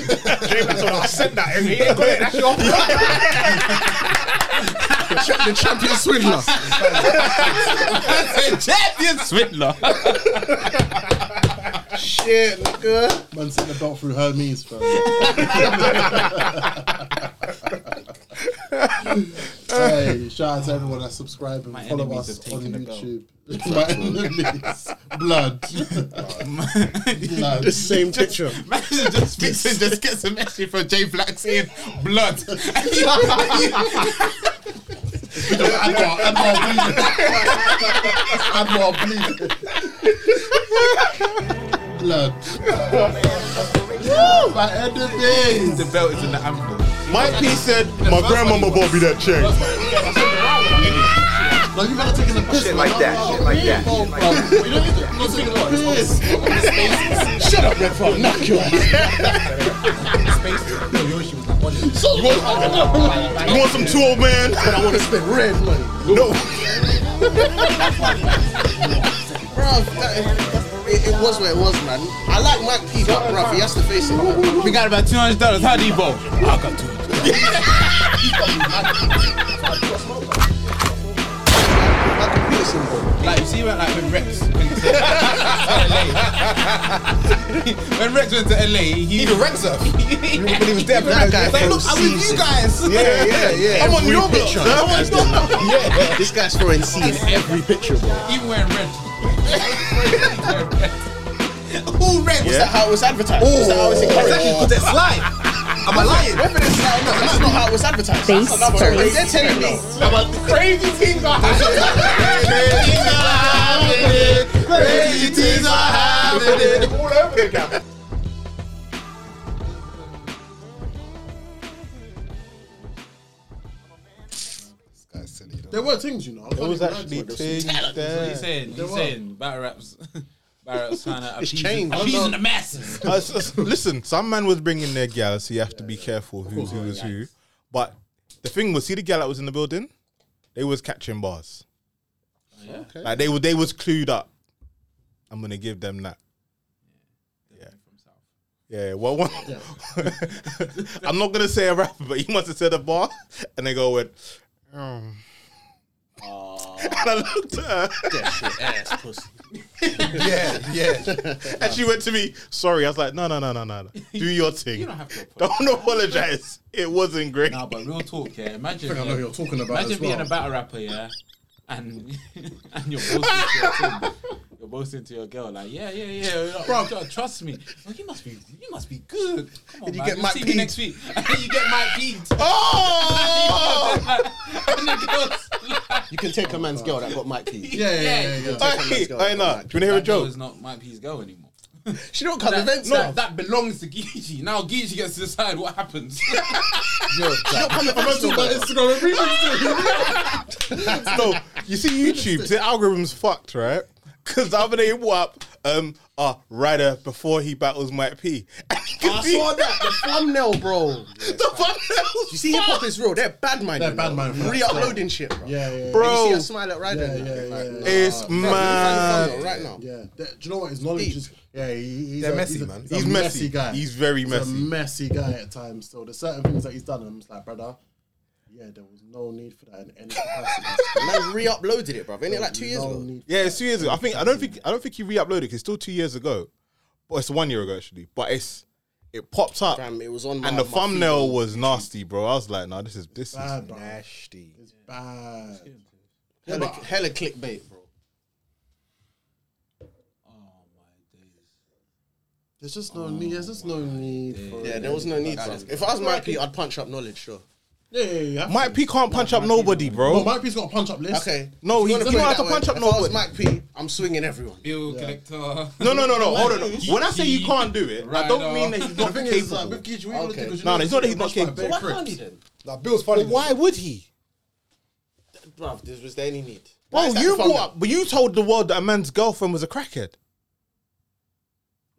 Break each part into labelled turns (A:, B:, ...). A: James told him, I said that. If he ain't got it, that's your problem.
B: the champion swindler.
C: champion swindler.
D: Shit, nigga.
B: Man sent the belt through her means, fam. hey, shout out to everyone that subscribe and
C: My
B: follow
C: enemies
B: us
C: have
B: on
C: taken the belt.
B: YouTube. My enemies. blood. blood.
D: The same picture.
C: Imagine just Vixen just gets a message from Jay Black saying blood. That's
B: Admiral, Admiral, bleed it. Admiral, bleed it. Blood. Woo, my enemies.
C: the belt is in the anvil.
E: My P said my grandmama bought me that chain.
B: No, you gotta take in the piss. Shit
F: like that, shit like that, shit like that.
B: You don't need to. I'm not taking the piss.
E: Shut up, Red Farm. Knock you out.
B: So
E: You want some two old man? But I want to spend red money. No.
D: Bruv, that is- it, it was what it was, man. I like Mike P, but bruv, he has to face it. man.
C: We got about two hundred dollars. How do you bowl? I got two hundred.
D: Michael Peterson, bro.
C: Like you see when like when Rex went to LA. when Rex went to LA, he
A: Even Rex up. You wouldn't believe it's there, but that guy.
C: He's like, look, I'm with you guys.
A: Yeah, yeah, yeah.
E: I'm on your block. I want your block.
D: This guy's throwing C in every picture, bro.
C: Even wearing red. All red.
D: Is that how it was advertised? Is that how
E: Oh.
D: it's encouraged?
C: Because it's live.
D: Am I lying? That's not how it was advertised.
G: Base
D: That's another
G: story.
D: story. They're telling me.
C: Crazy things are happening. Crazy things are happening.
A: All over the gap.
B: There were things, you know. There
E: was actually things
C: What he's saying, he's saying, battle raps, battle raps trying to appease,
D: changed.
C: appeasing the masses.
E: Uh, s- s- listen, some man was bringing their gal, so you have to be careful who's who is who. But the thing was, see the gal that was in the building, they was catching bars. Like they were, they was clued up. I'm gonna give them that. Yeah, well, one, I'm not gonna say a rapper, but he must have said a bar, and they go with. Mm.
C: Ah.
E: and I looked at her,
D: Ass pussy.
E: yeah, yeah, and she went to me. Sorry, I was like, no, no, no, no, no, no. do your thing.
C: You don't have to apologize.
E: Don't apologize. It wasn't great.
C: Nah, but real talk, yeah. Imagine,
B: I know
C: yeah,
B: who you're talking about
C: imagine
B: as
C: being
B: well.
C: a battle rapper, yeah, and and you're boasting to your team. You're boasting to your girl, like, yeah, yeah, yeah, you know, you gotta trust me. Like, you must be, you must be good. Come on,
D: you
C: man.
D: get
C: You'll
D: Mike
C: see me
D: Peed.
C: next week. you get Mike Peed.
E: Oh!
C: and the girl's like,
D: You can take a man's girl that got Mike P.
B: Yeah, yeah, yeah, yeah. yeah.
E: Hey, hey, nah. Do you want to hear a
C: that girl
E: joke?
C: is not Mike Peed's girl anymore.
D: She don't come
C: That,
D: events
C: no,
D: now.
C: that belongs to Geechee. Now Geechee gets to decide what happens.
D: She don't come
B: I'm not
D: events
B: talking
D: no more.
B: about Instagram and
E: No, you see YouTube, the algorithm's fucked, right? Because the other day it up um, uh, Ryder before he battles Mike P. And you can
D: Ah, I
E: see
D: saw that. The thumbnail, bro.
E: the thumbnails.
D: You see, hip hop is real. They're bad mind.
B: They're
D: you
B: bad
D: know.
B: mind, bro.
D: Re-uploading shit, bro.
B: Yeah, yeah, yeah.
E: Bro.
D: You see her smile at Ryder.
B: Yeah,
D: and
B: yeah,
D: that,
B: yeah,
D: like,
B: yeah.
D: nah.
E: It's
D: Find the
E: mad.
D: thumbnail right now.
B: Yeah. that- Do you know what his knowledge
D: Deep.
B: is? Yeah, he, he's
E: They're
B: a,
E: messy,
B: he's a,
E: man.
B: He's,
E: He's
B: a
E: messy.
B: messy. guy.
E: He's very
B: he's
E: messy.
B: a messy guy at times. So there's certain things that he's done, and I'm just like, brother, yeah, there was no need for that in any capacity.
D: Man re-uploaded it, bro. Ain't it like two years
B: no
D: ago?
B: need.
E: Yeah, it's two years ago. I think I don't think I don't think he re-uploaded. 'cause It's still two years ago, but it's one year ago actually. But it's it pops up,
D: Fam, it was on my-
E: and the
D: my feed,
E: thumbnail was nasty, bro. I was like, nah, this is this is
B: Bad, bro.
F: Nasty.
B: It's bad.
D: Hella, hella clickbait, bro.
C: Oh,
B: There's just no need. There's just no need for
D: Yeah,
B: it.
D: there was no need, bro. If I was Mike P, I'd punch up knowledge, sure.
B: Yeah, yeah, yeah.
E: Mike P can't punch up nobody,
B: Well,
E: bro.
B: Mike P's got a punch up list.
D: Okay.
E: No,
D: If you wanna
E: he- he
D: put it
E: don't have
D: that
E: to
D: way,
E: punch up
D: if
E: no
D: I was
E: one.
D: Mike P, I'm swinging everyone.
C: Bill collector.
E: No, no, no, no. Hold on. When I say you can't do it, I
C: Right,
E: don't
C: no.
E: mean that he's
B: The
E: not
B: thing is, like,
E: capable.
B: with Geechee, we wanna
D: Okay.
B: do- 'cause you
E: No,
B: know
E: no,
B: he's
E: it's not
B: getting
E: that he's not
B: rushed by
E: capable.
B: Bear
E: Why
B: Grylls.
C: then?
F: Now, Bill's funny.
E: Why would he?
D: Bruv, this was there any need? Why
E: Bro,
D: is that
E: you
D: thumbnail?
E: brought up, but you told the world that a man's girlfriend was a crackhead.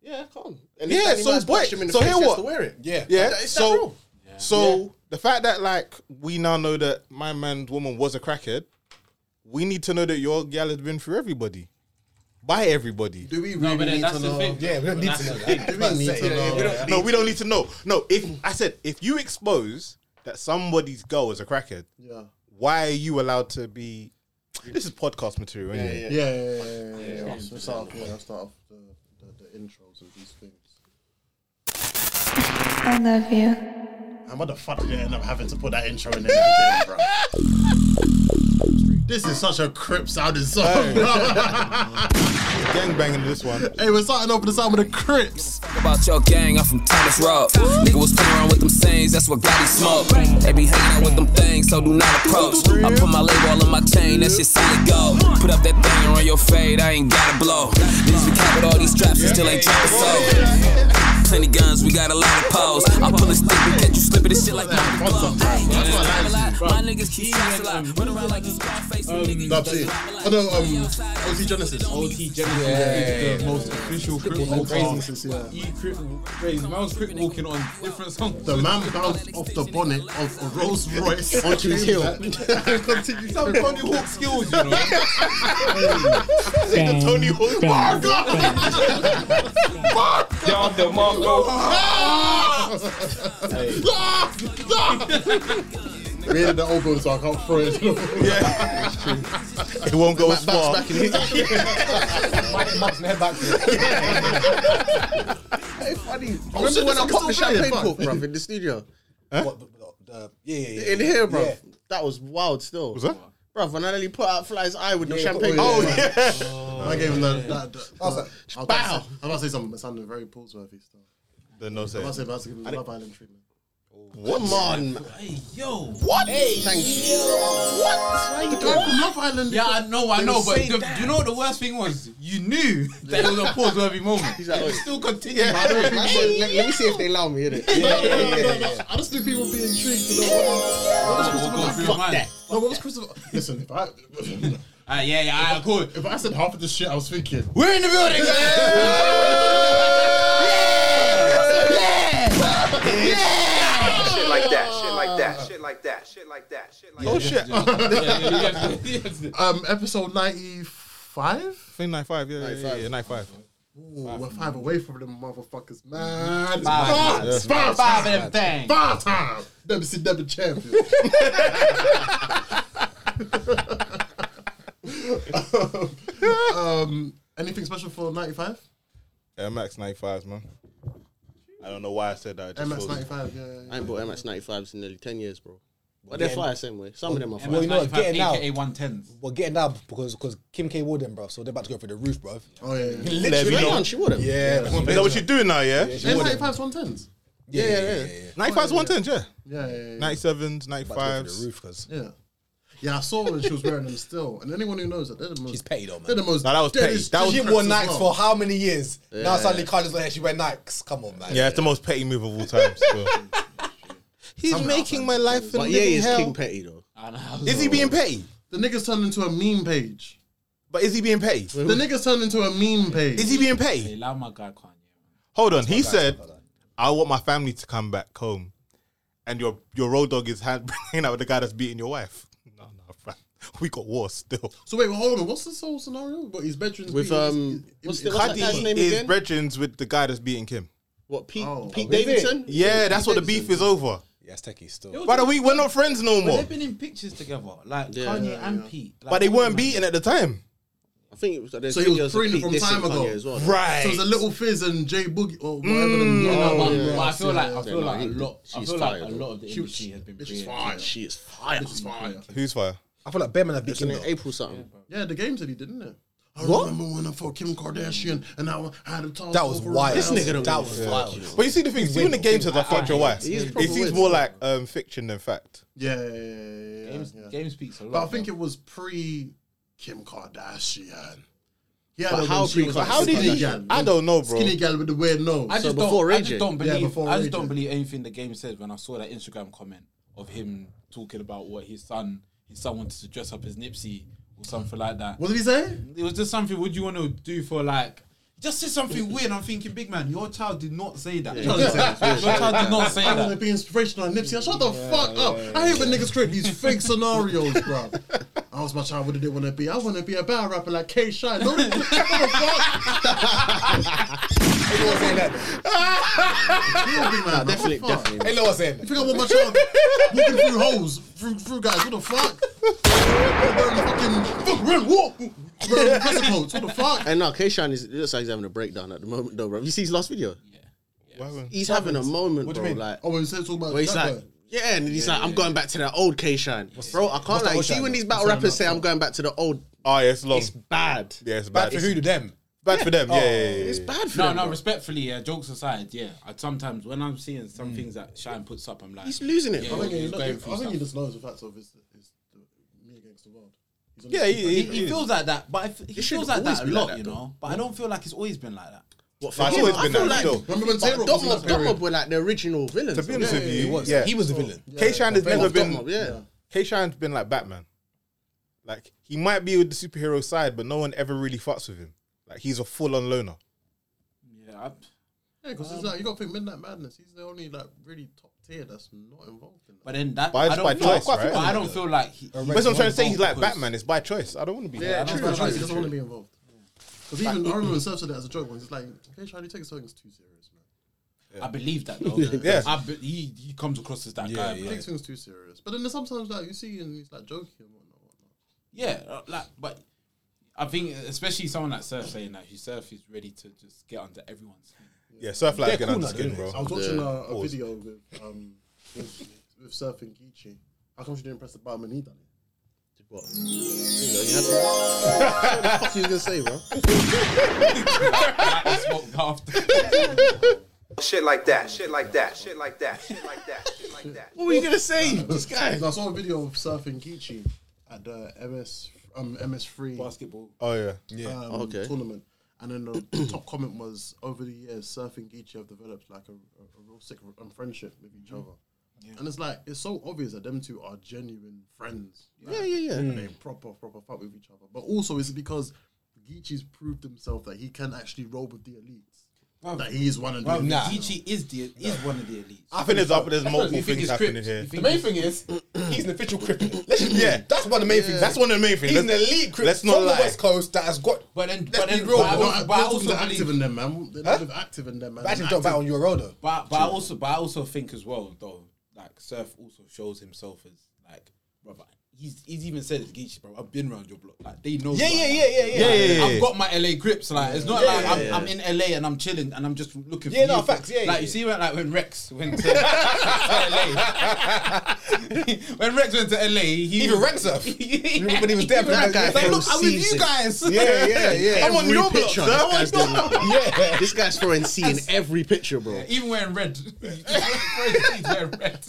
D: Yeah, come on. And
E: Yeah,
D: if Danny
E: so
D: Miles
E: what?
D: punched him in the
E: So
D: face,
E: hear
D: he has
E: what?
D: to wear it.
F: Yeah.
E: Yeah.
D: That- is that
E: so,
D: real?
E: so the fact that like we now know that my man's woman was a crackhead, we need to know that your gal has been through everybody. by everybody.
B: Do we really
C: No, but then
B: need
C: that's
B: to
C: the
B: know?
C: thing.
A: Yeah, we don't need
C: That's
A: to know
C: the
A: that.
C: thing.
B: Do we need to know?
A: we don't-
E: No, we don't need to know. No, if I said if you expose that somebody's girl is a crackhead,
B: Yeah.
E: why are you allowed to be? This is podcast material anyway.
B: Yeah, yeah, yeah, yeah, yeah. yeah. So start off, yeah, let's start off the, the, the intros of these things.
G: I love you.
B: And what the fuck did you end up having to put that intro in there again, bro? This is such a crip sounding song, bro.
E: Gang banging this one.
B: hey, we're starting off with the sound with the crips.
H: About your gang, I'm from Thomas Rock. Nigga was playing around with them things, that's what got me smoked. They be hanging out with them things, so do not approach. I put my label on my chain, that shit solid gold. Put up that thing around your fade, I ain't gotta blow. Niggas be capping all these straps and still ain't dropping so. Plenty guns, we got a lot of poles. I pull a stick and catch you slipping this shit like my glove. Ay, My niggas keep shots a lot. Run around like a Scarface, nigga.
B: Dubsy. Oh no, um, OT Genesis.
C: OT Genesis is the most official Crip Walk
B: Genesis,
C: song.
B: yeah.
C: E Crip crazy. Man was Crip Walking on different songs.
B: The man bounced off the bonnet of a Rolls Royce onto his heel. Continue.
C: Some Tony Hawk skills, you know.
E: The Tony Hawk bar.
F: Y'all the motherfucker.
B: Really, the elbow, so I can't throw it.
E: It won't go as far.
A: Max and head back.
D: funny. Remember when I popped the champagne cork, bruv, in the studio?
A: What the- the- the- Yeah, yeah, yeah.
D: In here, bruv.
A: Yeah.
D: That was wild still.
E: Was that?
D: Bruv, when I nearly put out Fly's eye with the champagne
E: Oh
D: cork.
E: yeah.
B: I gave him the. uh, that- that- I was
A: like,
B: about to say- I was about to say something, but sounded very Paulsworthy still.
E: Then no
B: I was
E: sense.
B: about to say- I was giving him Love Island treatment.
D: Come on, man.
C: Hey, yo.
D: What? Thank you.
B: The guy from Love Island.
C: Yeah, I know, I know, but the, you know what the worst thing was? You knew that it was a pause worthy moment. He's
B: "Oh,
D: like, "Oi."
C: still continuing.
D: Let, let me see if they allow me, innit?
B: No, no, no, no, no. I just knew people would be intrigued to know what, what was
C: We'll go
B: Christopher
C: through your mind.
B: No, what was Christopher? Listen, if I
C: Ah, yeah, yeah, alright, cool.
B: if I said half of the shit I was thinking,
C: We're in the building, guys.
F: Shit like that. Shit like that. Shit like that. Shit like that. Shit like
E: Oh
F: that.
E: shit.
C: Yeah, yeah, yeah, yeah.
B: um, episode ninety-five.
E: Thing nine five. Yeah, yeah, yeah, yeah. Nine five.
B: Ooh, we're five away from them motherfuckers, man. It's
C: Five.
B: bar, it's bar
C: Five
B: time.
C: of them things.
B: Bar time. WCW champion. um, anything special for ninety-five?
E: Yeah, Max 95s, man. I don't know why I said that. I just
B: MS
E: thought-
B: ninety-five. Yeah. yeah, yeah.
D: I ain't bought MX 95s in nearly 10 years, bro. But they're fire, same way. Some of them are fire.
C: Well, you know,
A: what, getting out.
C: AKA 110s.
A: We're getting that because because Kim K wore them, bro. So they're about to go through the roof, bro.
B: Oh yeah. yeah.
D: She went on, she wore them.
A: Yeah,
E: Is that what you're doing now, yeah?
A: she
B: They're
A: wore them.
B: 95s, 110s.
A: Yeah, yeah, yeah.
E: 95s, 110s, yeah.
B: Yeah, yeah, yeah.
A: About
E: 97s,
A: to go through the
E: 95s.
A: roof because
B: Yeah. Yeah, I saw her and she was wearing them still. And anyone who knows that they're the most.
A: she's petty though,
B: They're
A: man.
B: the most.
E: No, that was petty.
B: deadest
E: That was
A: She
B: trips
A: wore
B: as
A: Nikes
B: well.
A: for how many years? Now suddenly Carly's like, she wear Nikes. Come on, man.
E: Yeah, it's the most petty move of all time. still. He's making my life in
D: But yeah, he's
E: hell.
D: King Petty, though.
E: Is he being petty?
B: The niggas turned into a meme page.
E: But is he being petty?
B: The niggas turned into a meme page.
E: Is he being petty?
C: Allow my guy Kanye.
E: Hold on. He said, I want my family to come back home. And your your road dog is hand- hanging out with the guy that's beating your wife. No, no, fam. We got war still.
B: So wait, well, hold on. What's this whole scenario? What his bedroom's
D: With,
B: being-
D: um,
B: it-
D: what's
B: it-
D: the- what's that
E: Cuddy
D: guy's
E: is
D: name again?
E: brethrens with the guy that's beating Kim.
D: What, Pete,
B: Oh.
D: Pete
A: Oh, is it?
D: Davidson?
E: Yeah, that's what the beef is over.
A: Yeah, it's techie still.
E: By the way, we're not friends no
C: But
E: more.
C: they've been in pictures together, like
D: Yeah.
C: Kanye and Pete. Like,
E: But they weren't
C: beating.
E: beating at the time.
D: I think it was, there's
B: So he was
D: videos of
B: freeing
D: Pete
B: from
D: dissing
B: time ago.
D: Kanye as well.
E: Right.
B: So it's a little fizz and Jay Boogie or whatever. them-
C: Yeah, no,
B: Oh,
C: but,
B: yeah.
C: but I feel like I
D: Yeah,
C: feel
D: no,
C: like
D: he-
C: a lot. I
D: she's
C: feel
D: fired,
C: like a
D: bro.
C: lot of the
B: She was-
C: industry has been
B: Bitch is
C: created.
B: fire.
D: She is fire.
B: Bitch is fire.
E: Who's fire?
A: I feel like Bearman had beat
D: It's in
A: him
D: the
A: though.
D: April something.
B: Yeah, the game said he didn't. It. I remember when I fought Kim Kardashian and I had a toss
A: That was
B: over
A: wild.
B: This nigga.
A: that was wild.
E: But you see the thing, see when the game says I fucked your wife,
D: He's
E: it
D: proper
E: seems
D: weird.
E: more like um, fiction than fact.
B: Yeah, yeah, yeah, yeah,
C: Games,
B: yeah.
C: Games speaks a lot.
B: But I think it was pre Kim Kardashian. Yeah,
D: But how pre- but
E: How did he? I don't know, bro.
B: Skinny gal with the weird nose.
C: I just
D: before
C: don't. I just
D: Raging.
C: don't
B: Yeah,
C: believe.
B: before
C: I just
B: Raging.
C: don't believe anything the game said when I saw that Instagram comment of him talking about what his son, his son wanted to dress up as Nipsey or something like that.
B: what did he say?
C: It was just something. Would you want to do for like? Just say something weird. I'm thinking, big man, your child did not say that. Your child did not say
B: I want to
C: that.
B: be inspirational on Nipsey. Shut the fuck up. I hate when niggas create these fake scenarios, bro. I was much I would have want to be. I want to be a battle rapper like K. Shine. No, what the fuck?
A: Ain't no one saying that.
B: You'll be mad.
D: Definitely,
B: What the fuck?
D: definitely.
A: Ain't no one saying
B: You think I want my child walking through holes, through, through guys? What the fuck? Wearing fucking fuck, run, walk, wearing vesicles. What the fuck?
D: And no, Kayshawn is it looks like he's having a breakdown at the moment, though, bro. You see his last video? He's having a moment,
A: What do
D: bro.
A: you mean?
D: Like,
B: Oh, he's talking about
D: where he's
B: that
D: like,
B: guy.
D: yeah, and he's like, I'm going back to the old Kayshawn, bro. I can't
A: the
D: like, you
A: old
D: see
A: Shine?
D: when these battle rappers say, I'm going back to the old,
E: Oh, yeah, it's long.
D: it's bad.
E: yeah, it's bad.
A: Bad for who to them?
E: Bad for them. Yeah, yeah, yeah.
D: It's bad for
C: No,
D: them,
C: no,
D: bro.
C: respectfully, yeah, jokes aside, yeah. I sometimes when I'm seeing some
E: Mm.
C: things that Shine puts up, I'm like,
D: He's losing it,
C: Yeah,
D: bro.
B: I think, he,
C: he's
B: look,
C: going
B: I
C: through
B: think he
C: stuff.
B: just knows the facts of his, his, me against the world. He's on
E: Yeah,
B: his-
E: he-
C: he, he feels like that, but I f- he feels
D: shouldn't
C: like
D: always
C: that a
D: be
C: lot,
D: like that,
C: you know. But I don't feel like it's always been like that.
D: What,
E: Nah, it's
D: him?
E: always
D: I
E: been
D: feel
E: that,
D: like
E: still.
B: Remember when Tay Rock was in
D: Dogmob,
B: that period?
D: Dogmob were like the original villains.
E: To be
D: bro.
E: honest
D: Yeah.
E: with
B: yeah,
E: you,
A: He was.
E: yeah.
A: He was the villain.
E: K Shine has never
D: Dogmob,
E: been.
D: yeah.
E: K Shine's been like Batman. Like he might be with the superhero side, but no one ever really fucks with him. Like he's a full on loner.
C: Yeah, I,
B: Yeah, because it's like you got to think Midnight Madness. He's the only like really top tier that's not involved in that.
C: but then that
E: By-
C: I don't
E: by
C: feel,
E: choice,
C: but
E: right?
C: I don't feel like he,
E: That's what I'm trying to say. He's like Batman. It's by choice. I don't want to be.
D: Yeah,
E: Yeah.
B: That's
D: true,
B: why
D: true,
B: he doesn't want to
D: true.
B: be involved. Because even I remember when Surf said that as a joke once. It's like, hey, Shine, you take something that's too serious, man.
C: I believe that though.
E: Yeah.
C: I be, he he comes across as that guy.
B: He
C: bro.
B: takes things too serious. But then there's sometimes like you see and he's like joking and whatnot. whatnot.
C: Yeah, uh, like, but I think especially someone like Surf saying that, who Surf is ready to just get under everyone's skin.
E: Yeah, surf like get
A: cool
E: under
A: now,
E: skin,
A: don't
E: bro.
A: they?
B: I was watching uh, a, a
E: Pause.
B: video with um with, with Surf and Geechee. How come she didn't press the button and he done it?
D: What? You know, you have to. what the fuck are you gonna say, bro?
C: Like, I smoked after.
F: Shit like that. Shit like that. Shit like that. Shit like that. Shit like that.
D: What were you gonna say, this guy?
B: 'Cause I saw a video of Surf and Geechee at the MS um MS3
C: basketball.
E: Oh yeah,
A: Yeah.
B: um,
D: Okay.
B: tournament. And then the top comment was over the years, Surf and Geechee have developed like a, a, a real sick um, friendship with each other. And it's like it's so obvious that them two are genuine friends.
D: Yeah, yeah, yeah.
B: They proper proper fuck with each other. But also it's because Geechee's proved himself that he can actually roll with the elites. that he is one of the elites.
A: nah.
C: Geechee is the is one of the elites.
E: I think there's up. There's multiple
A: You think
E: things
A: it's
E: happening
A: crypt.
E: here.
A: The main thing is he's an official cryptid. Let's just,
E: Yeah.
A: yeah, that's one of the main things.
E: That's one of the main things.
A: He's an
E: Let's-
A: elite cryptid
E: let's not
A: from
E: lie.
A: the West Coast that has got.
C: But then-
A: let's
C: but
A: be
C: then-
A: real,
C: but I
A: bro.
C: also-
B: Not,
C: but I
B: not not
C: also believe-
B: active in them, man. They're
A: Huh?
B: not active in them, man.
A: But actually,
B: They're
A: don't
B: active.
A: battle on your road though.
C: But but I also but I also think as well though, like Surf also shows himself as like brother. He's he's even said it's Geechee, bro. I've been around your block. Like they know.
A: Yeah,
C: who I
A: yeah,
C: am.
A: yeah, yeah, yeah.
E: Yeah, yeah, yeah.
C: I've got my LA grips. Like it's not like I'm, I'm in LA and I'm chilling and I'm just looking.
A: Yeah,
C: for
A: no,
C: you.
A: facts, yeah,
C: like
A: yeah.
C: you see when like when Rex went to, to LA. when Rex went to LA, he
A: Even Rex Surf.
C: yeah.
A: When he was there,
C: Even Rex
A: that guy
C: was like,
A: fell
C: look, I'm with you
D: season.
C: guys.
A: Yeah, yeah, yeah.
E: I'm on
D: Every
E: your block,
D: picture,
E: sir. I'm on
D: This guy's,
E: your-
D: doing it.
A: Yeah.
D: this guy's throwing C in every picture, bro.
C: Even wearing red. He's wearing red.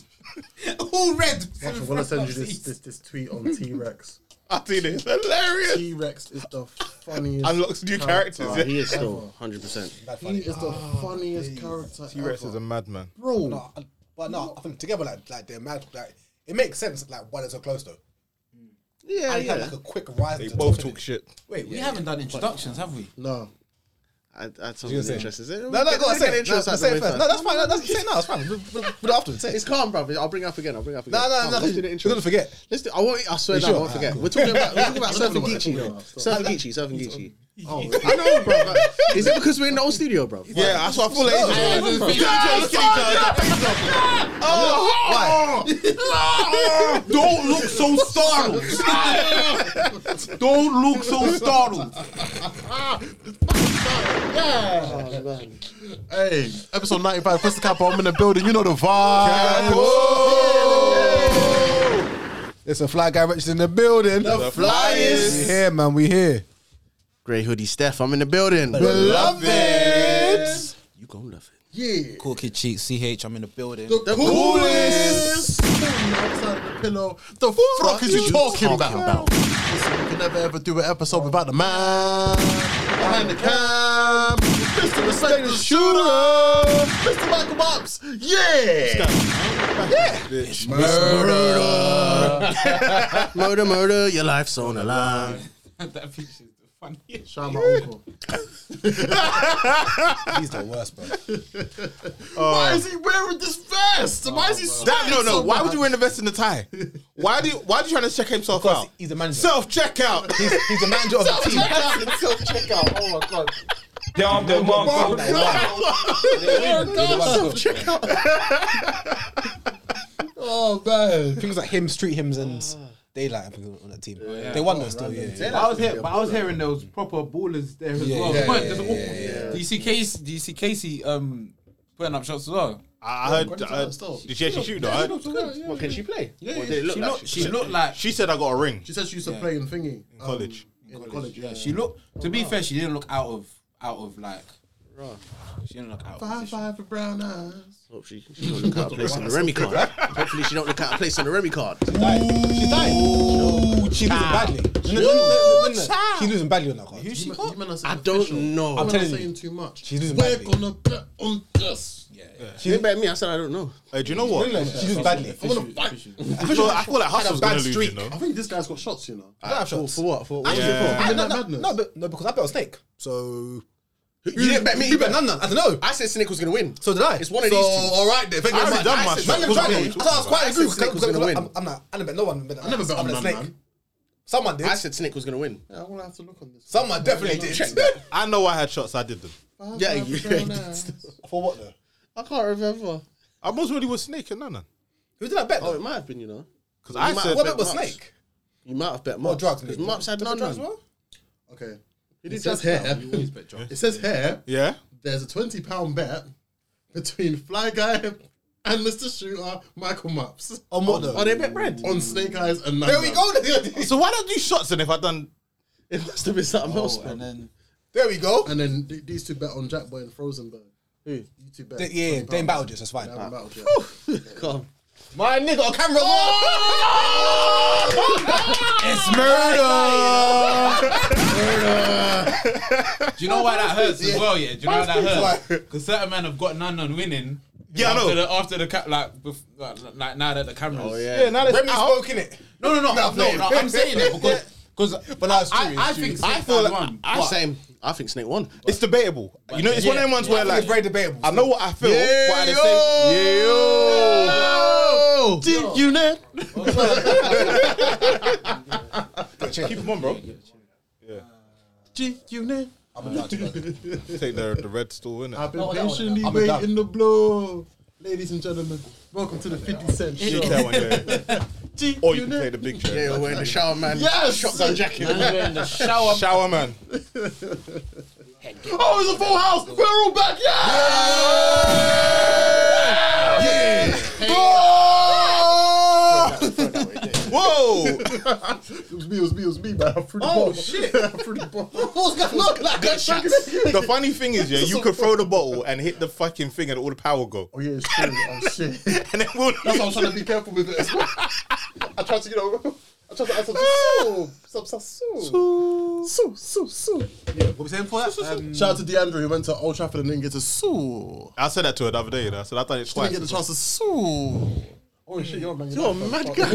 C: All red.
B: I'm gonna send you this this, this tweet on T Rex.
E: I see this. Hilarious.
B: T Rex is the funniest.
E: Unlocks new characters.
D: Oh, he is still 100%.
B: He is the funniest character
E: T-Rex
B: ever.
E: is a madman.
B: bro.
A: No, I- but no, I think together like like they're mad. Like it makes sense like why they're so close though.
D: Yeah,
A: And he had
D: yeah.
A: like a quick rise.
E: They
A: to the
E: both
A: top,
E: talk
A: innit?
E: shit.
A: Wait,
C: We haven't done introductions, have we?
B: No.
D: I, I told him
A: say?
D: interesting. No,
A: No, no, go on, say it. No,
D: interesting.
A: say it first. No, that's fine. No, that's, say it now. It's fine. We'll- We'll we'll do it afterwards. Say it.
D: It's calm, bro. I'll bring it up again. I'll bring it up again.
A: No, no,
D: Calm,
A: no,
D: let's do the
A: you're
D: intro.
A: gonna forget.
D: Listen, I won't. I swear
A: You
D: now, I
A: sure?
D: won't
A: Ah,
D: forget.
A: cool.
D: We're talking about we're talking about Surf and
B: We're talking
D: Geechee,
B: about-
D: though. Surf and Geechee, Surf and Geechee.
B: Oh,
D: I know, bro. But is it because we're in the old studio, bro?
E: Yeah, that's what I feel like.
C: Yeah,
E: Look
C: bro.
E: at each other, look at each other. Oh, oh. don't look so startled.
C: Don't look so startled.
B: hey, episode 95, Chris the Kappa, I'm in the building. You know the vibe.
A: It's a fly guy Richards in the building. The
E: flyest.
A: We here, man. We here.
D: Grey hoodie, Steph. I'm in the building.
A: Beloved.
D: You gonna love it.
B: Yeah.
C: Cool kid cheek, CH, I'm in the building.
B: The coolest. Outside of the pillow. The fuck is you talking about? Listen, we can never ever do an episode without the man. Behind the cam. Mr. Mercedes Shooter. Mr. Michael Mops. Yeah.
D: Murder, murder, your life's on the line.
C: that picture is the funny.
B: Shout out my uncle.
A: He's the worst, bro.
B: Why is he wearing this vest? Why is he
E: That,
B: sweating
E: no, no.
B: so
E: Why
B: much?
E: would you invest in the tie? Why do you, Why are you trying to check himself out?
A: He's the manager.
E: Self checkout.
A: he's, he's the manager of the team.
D: Self checkout. Oh my god.
G: Dom the monk.
B: Oh man.
A: Things like hymns, street hymns, and daylight. I think on that team. They won those still. Yeah, yeah.
C: I was here, but I was hearing those proper ballers there as well.
A: yeah,
C: Come on,
A: yeah,
C: there's a- Do you see Casey? Do you see Casey um, putting up shots as well?
E: I heard.
B: Granddaughter
E: I heard
B: still.
E: did she actually shoot though? I heard-
D: What can she play? Yeah,
C: She looked. She looked like.
E: She said I got a ring.
B: She said she used to play in thingy. um,
E: College.
B: In college, yeah.
C: She looked. To be fair, she didn't look out of out of like. She didn't look out. Of
B: Five
C: position.
B: five for brown eyes.
D: Hope she, she don't look out of place on the Remy card. Hopefully she don't look out of place on the Remy card.
A: She died. Ooh, she's losing badly. No, no, no, no, no, no, no. She's losing badly on that card.
B: You man- you man are saying
D: I don't
B: official.
D: know.
B: You
D: I'm
B: man are
A: telling you.
B: saying too much.
A: She's losing
B: We're
A: badly.
B: gonna bet on this.
D: She didn't bet me. I said I don't know.
E: Hey, do you know what? I
A: She's losing badly.
B: I wanna fight.
E: feel like, I feel like Hustle's
D: bad
E: gonna lose. You
D: streak.
E: know.
B: I think this guy's got shots, you know.
A: I have shots.
D: For what? For what?
E: Yeah.
B: I,
A: No,
B: that
A: no,
B: madness.
A: no, but, no, because I bet on Snake. So
D: You, didn't bet me.
A: you bet none, none. I don't know.
D: I said Snake was gonna win.
A: So did I.
D: It's one of
A: so,
D: these two.
A: All right, then. Thank you
E: I
A: very much.
E: already done my
A: I
E: shit.
A: said- Man, them
E: What
A: tried
E: are
A: it.
E: you
A: I
E: talking
A: thought I was quite
D: I
A: agree
D: said Snake was
A: because
D: gonna
A: I'm,
D: win.
A: I'm not. I didn't bet no one. Bet
B: I never bet
A: I'm
B: on
A: a
B: none,
A: snake.
B: man.
A: Someone did.
D: I said Snake was gonna win.
B: Yeah, I'm gonna have to look on this.
A: Someone definitely did.
E: I know I had shots. I did them.
B: Five
D: Yeah,
B: five
D: you-
B: for brown eyes.
A: For what though?
D: I can't remember.
E: I most really was Snake and Nana
A: Who did I bet?
D: Oh, it
A: though?
D: might have been. You know,
E: because I
D: might-
E: said
A: What bet was
D: Marks.
A: Snake?
D: you might have bet
A: Or
D: Marks.
A: drugs?
D: because
A: maybe.
D: Marks had
A: Did I
D: none.
A: bet drugs
D: none.
A: well?
B: Okay.
D: He
B: It
D: did
B: says
D: just
B: hair.
D: hair.
B: It says hair.
E: yeah.
B: There's a twenty pound bet between Fly Guy and Mr. Shooter Michael Maps
A: On what though?
D: Oh, they bet bread.
B: on Snake Eyes and
A: There
B: Nana.
A: we go. then.
E: So why don't you do shots then if I done?
D: It must have been something else. man.
C: then
A: There we go.
B: And then th- these two bet on Jack Boy and Frozenberg. Who? You two bet.
A: Yeah, yeah, yeah, they in battle just. That's fine.
B: They haven't battled yet.
D: Come.
A: My nigga, on camera. it's murder.
C: Do you know why that hurts as well? Yeah, do you know why that hurts?
A: Why?
C: Because certain men have got none on winning.
E: Yeah, I
C: after
E: know.
C: the after the cap, like, bef- like, like now that the cameras. Oh
E: Yeah, now that's
A: Remy
E: out.
A: spoke in it.
C: No, no, no, no, no, I'm saying that because because
A: But that's true.
C: I, I think
E: I
C: Snake
E: feel
C: had
E: like
C: one.
E: I,
D: Same. I think Snake won.
E: it's debatable. You know, it's one of them ones where
A: it's very
E: like
A: debatable.
E: I know what I feel, but at the same yeah.
D: Oh, did you know?
E: Keep them on, bro. Take the the red stool in
B: I've
E: it.
B: been patiently waiting the blow. Ladies and gentlemen, welcome to the 50 Cent Show.
E: Or you can take the big
D: Yeah,
E: chair.
D: you're wearing the shower man.
B: Yes!
D: Shotgun jacket.
E: Shower, shower man.
B: Oh, it's a full house! We're all back! Yeah!
E: Whoa!
B: It was me, it was me, it was me, man. I threw the ball.
D: shit.
B: I threw the ball.
D: Look like gunshots.
E: the funny thing is, yeah, you could throw the bottle and hit the fucking thing, and all the power go.
B: Oh, yeah, it's true. Oh, shit. That's
E: And then we'll
B: why I'm trying to be careful with it as well. I tried to, you know, I tried to add some sub, sub, sub, sue. Sue, sue, sue.
C: What we saying for that? Um,
B: Shout out to DeAndre who went to Old Trafford and didn't get to sue.
E: I said that to her the other day. You know? I said I done it
B: Didn't
E: twice.
B: get the chance to sue. Oh shit, you're a man.
D: You're a mad guy.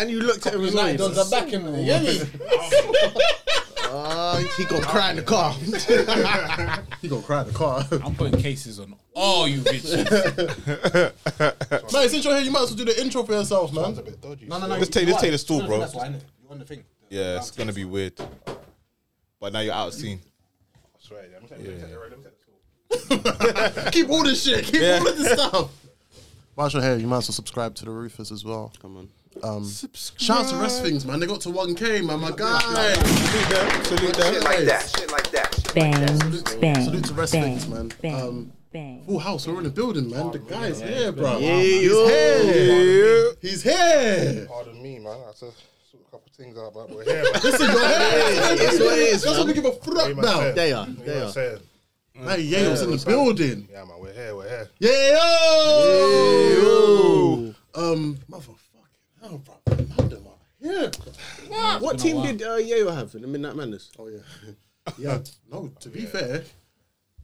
D: and you looked at him as well. you know.
B: back in there. Yeah,
D: Ah, he gonna cry in the car.
B: he gonna cry in the car.
C: I'm putting cases on all you bitches.
B: Man, since you're here, you might as well do the intro for yourself, man.
A: No, no, no.
E: Let's take- let's take the stool, bro.
A: That's why, innit? You're on the thing.
E: Yeah, it's gonna be weird. But now you're out of scene.
B: Keep all this shit. Keep all of this stuff. Whilst you're here, you might as well subscribe to the Roofers as well.
D: Come
B: Um,
D: on.
B: Shout out to Rest Things, man. They got to 1K, man. My guy.
E: Salute them. Salute them.
F: Shit like that. Shit like that. Shit like
I: Bang, bang,
B: Salute to Rest
I: bang,
B: Things, man. Um,
I: bang, bang.
B: Full house, we're in the building, man. The guy's here, bro.
D: yo.
B: He's here.
J: Pardon me, man. I had to sort a couple things out, but we're here. man.
B: Listen, you're here.
D: That's what it is,
B: That's what we
D: man.
B: give a fuck
J: What am I
B: about.
J: saying?
D: They are.
J: What
D: They
J: am I
D: are.
J: saying?
B: Hey, yeah, was in the building.
J: Yeah, man. We're here. We're here.
B: Yeah. yo. Um, motherfucking hell, bro. London, man. Yeah.
D: What team did uh, Yayo have in the Midnight Madness?
B: Oh yeah. Yeah. No, to be fair,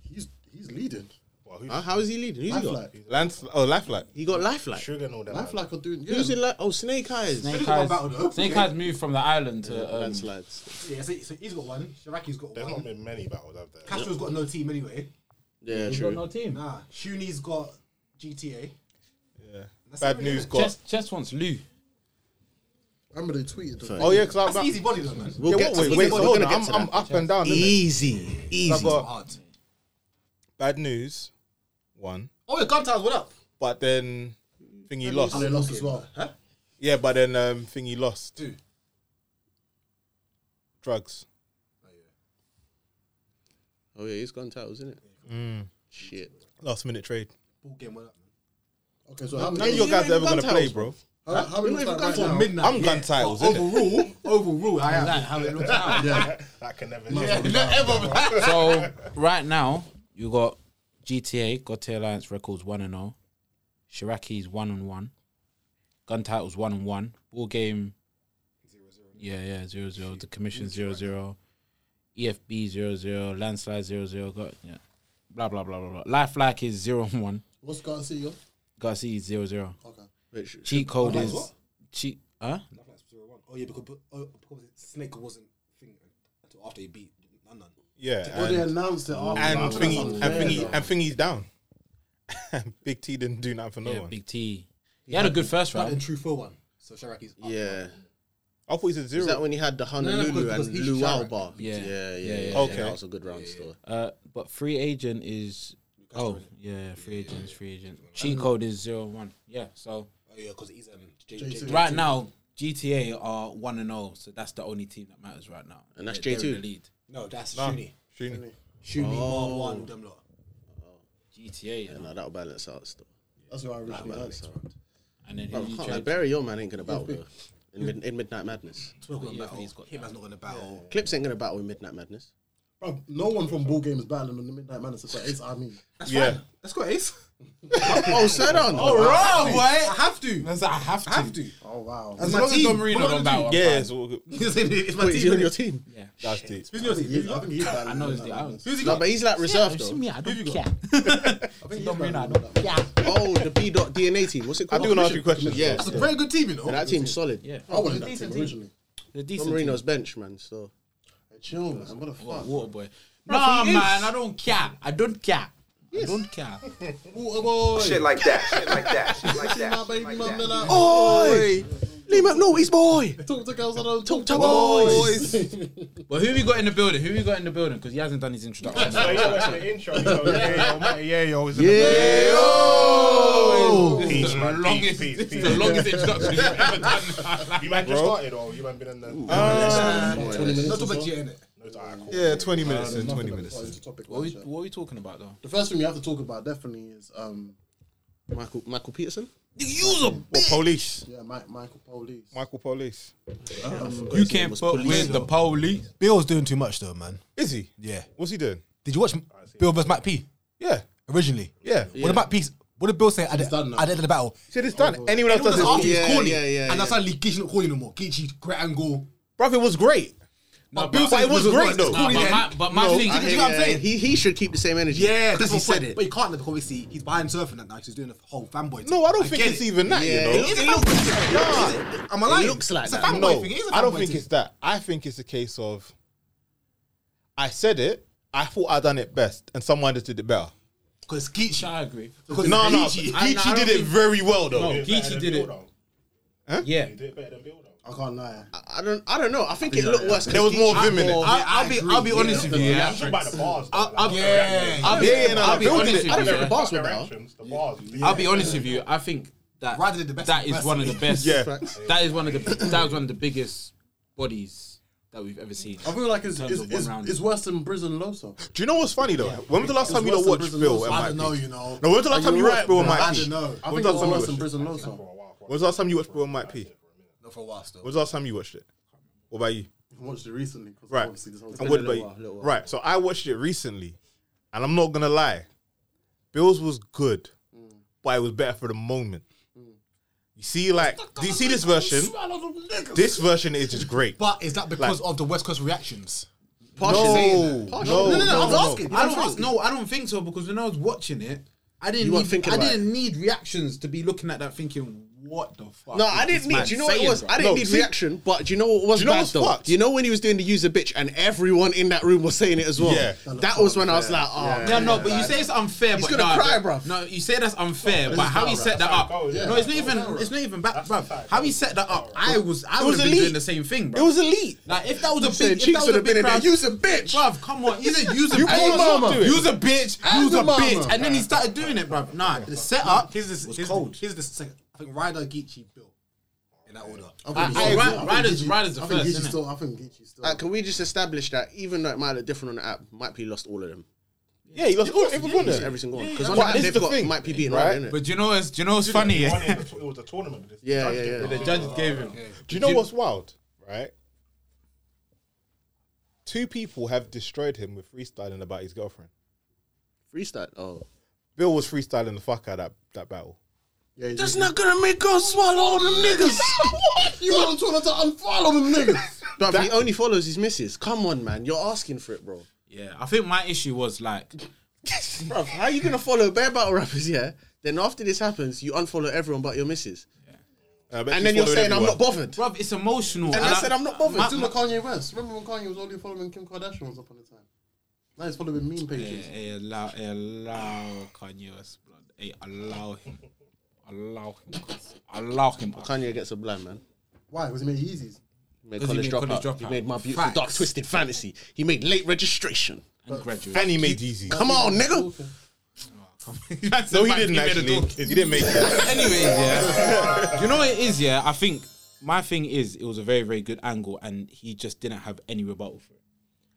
B: he's he's leading.
J: Well, who
D: Huh? How is he leading? Who's he got?
B: Lifelike.
E: Lance, oh, lifelike.
D: He got lifelike.
J: Sugar and all that.
B: Lifelike are doing.
D: Who's
B: Yeah.
D: in like? Oh, Snake Eyes.
C: Snake
B: Who's got battle
C: Eyes.
B: though?
C: Snake Eyes moved from the island to. Um,
D: Landslides.
I: Yeah, so, so he's got one. Shiraki's got
J: There's
I: one.
J: not been many battles, have there?
I: Castro's got no team anyway.
D: Yeah,
C: He's got
D: true.
C: no team.
I: Nah, Shuni's got GTA. That's
E: Bad
I: it,
E: news
I: innit?
E: got.
C: Chess, chess wants Lou.
B: Remember they tweeted. them.
E: oh yeah, because I'm.
I: That's easy body though, man.
D: We'll
E: yeah,
D: get
E: wait,
D: to,
E: wait,
D: we're
E: hold on.
D: gonna get
E: I'm,
D: to
E: I'm
D: that.
E: up and down. innit?
D: Easy,
E: I've
D: easy.
E: got
I: Hard.
E: bad news, one.
I: Oh, yeah, Guntas, what up?
E: But then thingy
B: And they
E: lost.
B: lost as well.
E: Yeah, but then um, thingy lost.
I: Who?
E: Drugs.
D: Oh yeah, he's gone titles, isn't it? Shit.
E: Last minute trade.
I: Ball game, what up, man?
B: Okay, so how
E: None of
B: many?
E: your
D: you
E: guys
D: ain't
E: are ever gonna
D: got
E: play,
D: titles,
E: bro.
B: How how many?
D: even
B: Like
D: got
B: right
D: to
B: now?
I: Midnight.
E: I'm
I: yeah.
E: gun titles, innit?
I: Overrule, overrule, I am.
C: Like how it looks now.
B: Yeah.
J: That can never.
C: So right now you got GTA, Gotte Alliance Records one and zero, Shiraki's one and one, Gun Titles one and one, Ball Game. Yeah, yeah, zero zero. The Commission zero zero, EFB zero zero, Landslide zero zero. Got yeah, blah blah blah blah blah. Lifelike is zero and one.
B: What's Garcia? yo?
C: Garcia is zero zero.
D: Wait, sh-
C: Cheat code
I: Lifelike's
C: is
I: what?
C: cheat. Huh?
I: Lifelike's 0-1. Oh, yeah, because, oh, because Snake wasn't thing until after he beat None None.
E: Yeah.
B: Well, they
E: and-
B: announced it after.
E: and
B: That's
E: thingy and
B: unfair,
E: thingy
B: though.
E: and thingy's down. Big T didn't do nothing for no
C: Yeah,
E: one.
C: Big T. He had a good first
I: But in
C: round.
I: True 4-1. So Shiraki's up.
D: yeah.
E: I thought he said
D: Is that
E: zero.
D: when he had the
I: no,
D: Honolulu
I: because- because
D: and
I: he's
D: Luau
I: Sharon.
D: bar?
C: Yeah.
D: Yeah, yeah, yeah.
C: Yeah, yeah,
E: Okay.
D: Okay, that was a good round still.
C: Uh, but free agent is oh yeah, free agent is free agent. Cheat code is zero one. Yeah, so
I: Oh, yeah, because he's um, J- J-
B: J- J-
C: right now GTA are one and zero, so that's the only team that matters right now.
D: And that's
C: They're- they're in
D: J2?
C: the lead.
I: No, that's
E: Nah,
I: Shuni.
E: Shuni.
I: Shuni, oh. 1 them lot.
C: GTA, you
D: Yeah,
C: know.
D: no, that'll balance out still.
B: That's what I originally heard.
C: and then
D: Bro,
C: who you
D: can't,
C: trade?
D: like, Barry, your man ain't gonna battle though. In, mid, in Midnight Madness,
I: Smoke on
C: Yeah,
I: battle.
C: he's got
I: Hitman's not going to battle.
D: Clips ain't gonna battle in Midnight Madness.
B: Bro, no one from Ball Game is battling in the Midnight Madness except Ace. I mean,
E: Yeah.
I: That's got Ace.
D: oh, set on.
I: Oh, right, boy. Have to.
A: That's like, I have to.
I: Have to.
B: oh wow.
I: That's
C: As long as Don Marino
I: What
C: don't
I: am I
C: battle,
I: gonna
C: I'm
I: do?
E: Yeah, it's all good.
I: it's my
D: Wait, is he on
I: team.
D: your team?
E: That's deep.
I: Who's your team? Who's
B: I
I: your
B: think
I: team?
B: he's battling.
C: I know
B: in
C: it's the
B: Midnight Madness.
C: islands.
I: Who's he
D: No,
I: got?
D: but he's like reserve
C: Yeah, see
D: though.
C: me, I don't care.
I: I think he's
C: Don Marino, I
I: battling.
C: don't care.
D: Oh, the B dot DNA team. What's it
E: I
D: called?
E: do want to ask you a question.
D: Yeah,
I: That's a very good team, you know.
D: that team's solid.
C: Yeah,
B: I wanted that team
C: Decent team.
B: originally.
C: the
D: Don
C: decent
D: Marino's bench, man. So
B: Hey, Chill, man. What the
C: team.
B: fuck?
C: water boy. Nah, man, I don't care. I don't care. I don't care.
F: Shit like that. Shit like that. Shit like
B: See my
F: that. Shit
B: baby
F: like
B: mum,
F: that.
B: they're like,
D: Oi, Lee McNulty's boy.
B: talk to girls I don't talk
D: Talk to boys.
C: But who we got in the building? Who we got in the building? Because he hasn't done his introduction.
J: Oh, yeah, that's the intro. you know, Yeah,
E: oh,
J: yo, mate, yeah, yo. is in the
D: Yeah.
J: building. Peace, man, peace, peace, peace.
C: the longest introduction you've ever done.
J: You man just started, or you man been in the.
D: Uh,
I: Let's talk about G, innit?
J: No, it's alright, cool.
E: Yeah, 20 minutes in 20 minutes.
C: What are, we, what are we talking about though?
B: The first thing we have to talk about definitely is um
D: Michael Michael Peterson.
E: What, police?
B: yeah Mike, Michael Police.
E: Michael Police.
C: You can't fuck with the police.
I: Bill's doing too much, though, man.
E: Is he?
I: Yeah.
E: What's he doing?
I: Did you watch Bill vs. Mac P
E: Yeah.
I: originally?
E: Yeah. He
I: What about P? What did Bill say at the,
B: done now.
I: at the end of the battle?
E: said it's done. Anyone else does
I: Because after
E: it.
I: he's
D: Yeah,
I: corny,
D: yeah, yeah,
I: and that's
D: yeah.
I: why Lee Geach not corny no more. Geach, great angle.
E: Bruv, it was great.
C: No,
I: Bill
E: But
I: said
E: it was great, though.
C: Nah,
I: Corny
C: but
I: then.
C: my, but my thing,
D: I hear
I: you know what I'm
D: you,
I: saying?
D: He he should keep the same energy.
I: Yeah,
D: because
I: because
D: he said it.
I: But he can't because obviously he's behind surfing that now. 'cause He's doing the whole fanboy. Thing.
E: No, I don't think
I: get
E: it's
I: it.
E: even that,
D: Yeah,
E: you
D: it
E: know?
D: is-
I: It's a fanboy. Nah, I'm lying.
D: It looks like
I: it's a
D: that.
I: fanboy
E: no,
I: thing. It is a fanboy
E: I don't think
I: thing.
E: it's that. I think it's a case of I said it, I thought I done it best, and someone just did it better.
I: because Geach.
C: I agree.
I: Because
E: No, no,
I: Geach-
C: I- no, I
E: Geechee
C: don't
E: did it
C: think-
E: very well though.
C: No,
J: Did better
C: Geechee
J: than
C: did
J: Bill,
C: it.
J: though.
C: Yeah.
J: Did better than Bill, though.
B: I can't lie.
D: I don't I don't know. I think it looked worse. 'cause
E: There was more
D: he-
E: vim in it.
C: I'll, I'll be, I'll be honest with you.
J: It's all about the bars. though,
C: I'll-
J: like,
C: I'll-
J: the
C: yeah,
J: directions.
C: I'll be,
E: Yeah, yeah, no,
C: I'll be
E: Bill did
C: honest
E: it.
D: I don't
C: with
D: think the
C: you.
D: bars were better.
J: directions, the bars.
C: I'll be honest with you. I think that
I: Ryder did the best
C: that is
I: impression.
C: one of the best.
E: Yeah.
C: that is one of the that was one of the biggest bodies that we've ever seen.
B: I feel like it's,
C: terms
B: it's,
C: of one
B: it's,
C: round.
B: it's worse than Prison Loso.
E: Do you know what's funny though? When was the last time you
B: worse
E: lot
B: than
E: watched
B: Prison
E: Bill
B: Laws.
E: and
I: I
E: Mike
I: don't
E: P?
I: know, you know.
E: No, when was the last
B: Are
E: time
B: you
E: you watched
B: right,
E: Bill and
B: bro?
E: Mike
I: I
E: P?
I: don't know.
B: I
E: When was
B: think
E: the
B: it's
E: last time you
B: worse than
E: watched it?
B: Prison Loso.
E: When was the last time you watched Bill and Mike P? When
I: Not for a while still.
E: was the last time you watched it? What about you?
B: I watched it recently. 'cause
E: Right.
B: Obviously this whole
E: And
D: been
E: what
D: a
E: about
D: little
E: you?
D: while, little while.
E: Right. So I watched it recently, and I'm not gonna lie, Bills was good, but it was better for the moment. You see, like, do you see this version? This version is just great.
I: But is that because of the West Coast reactions?
D: Partially.
E: No,
D: Partially.
E: no,
D: no, no, no, I'm
E: no.
D: asking.
C: I don't ask, no, I don't think so because when I was watching it, I didn't
D: You
C: need,
D: weren't thinking
C: I
D: about
C: didn't need reactions to be looking at that thinking, what the fuck?
D: No,
C: is
D: I
C: this
D: didn't need.
C: man
D: Do you know what it
C: saying,
D: was?
C: bro?
D: I didn't
E: No,
D: need
E: see-
D: reaction, but do you know what was
E: Do you know
D: bad
E: what's
D: though?
E: fucked?
D: Do you know when he was doing the user bitch and everyone in that room was saying it as well?
E: Yeah.
D: that was when I was like, oh,
C: No, no, but you say it's unfair. He's but
D: gonna
C: nah,
D: cry,
C: but-
D: bruv.
C: No, you say that's unfair, but how he set that up? No, it's not even. It's not even back, bruv. How he set that up? I was. I
E: was
C: would have been doing
E: elite.
C: the same thing, bruv.
E: It was elite.
C: Like if that was a
D: saying
C: big, if
D: cheeks
C: that
D: would
C: was a
D: have been
C: big
D: in there,
C: crowd,
D: "You's a bitch."
C: bruv. Come on, he's a use a
E: You call us up
C: bitch,
E: to it.
C: use a bitch, use a
E: mama.
C: bitch, and then he started doing it, bruv. Nah, the setup
I: Here's this.
C: was
I: here's
C: cold.
I: The, here's the second. I think Ryder Geechee built in that order.
C: I- I agree. Ryder's- Ryder's the
I: I think
C: first,
I: Geechee's
C: innit?
I: still. I think Geechee's still.
D: Uh, can we just establish that even though it might look different on the app, might be lost all of them,
E: Yeah, he lost all every corner.
D: just every single one. Because on
E: But
D: the app
E: this is
D: they've
E: the
D: got
E: thing,
D: might be beating
E: right?
D: right,
C: But do you know what's do you know what's funny?
J: It
C: yeah?
J: was a tournament. This
D: Yeah,
J: judge
D: yeah,
J: did
D: yeah.
J: it.
C: The judges gave him.
E: Do you know what's wild? Right. Two people have destroyed him with freestyling about his girlfriend.
D: Freestyle. Oh,
E: Bill was freestyling the fuck out of that, that battle.
J: Yeah, he's-
D: not gonna make us swallow them niggas.
I: You want to to unfollow them niggas?
D: But he only follows his missus. Come on, man, you're asking for it, bro.
C: Yeah, I think my issue was like,
D: Bro, how you gonna follow bare battle rappers? Yeah. Then after this happens, you unfollow everyone but your missus,
E: I bet
D: and
E: you
D: then you're
E: followed
D: saying I'm not
E: everyone.
D: bothered.
C: bruv, it's emotional.
D: And I said I'm not bothered.
C: my-
D: It's in
C: my-
J: Remember Kanye West? Remember when Kanye was only following Kim Kardashian once upon a time? Now he's following meme pages.
C: Hey, allow, hey, allow Kanye West, blood. Hey, allow him. Allow him. cuz. Allow him.
D: Kanye gets a blind man.
J: Why? Was he made Yeezys?
D: He made
C: 'Cause he
D: college,
C: made
D: dropout.
C: College
D: He
C: Dropout.
D: made my beautiful dark
C: Facts.
D: twisted fantasy. He made late registration.
C: And graduate.
E: And he made Yeezy.
D: Come on, nigga.
E: No, he didn't actually. He didn't make that.
C: Anyways, yeah. Do you know what it is, yeah? I think my thing is it was a very, very good angle and he just didn't have any rebuttal for it.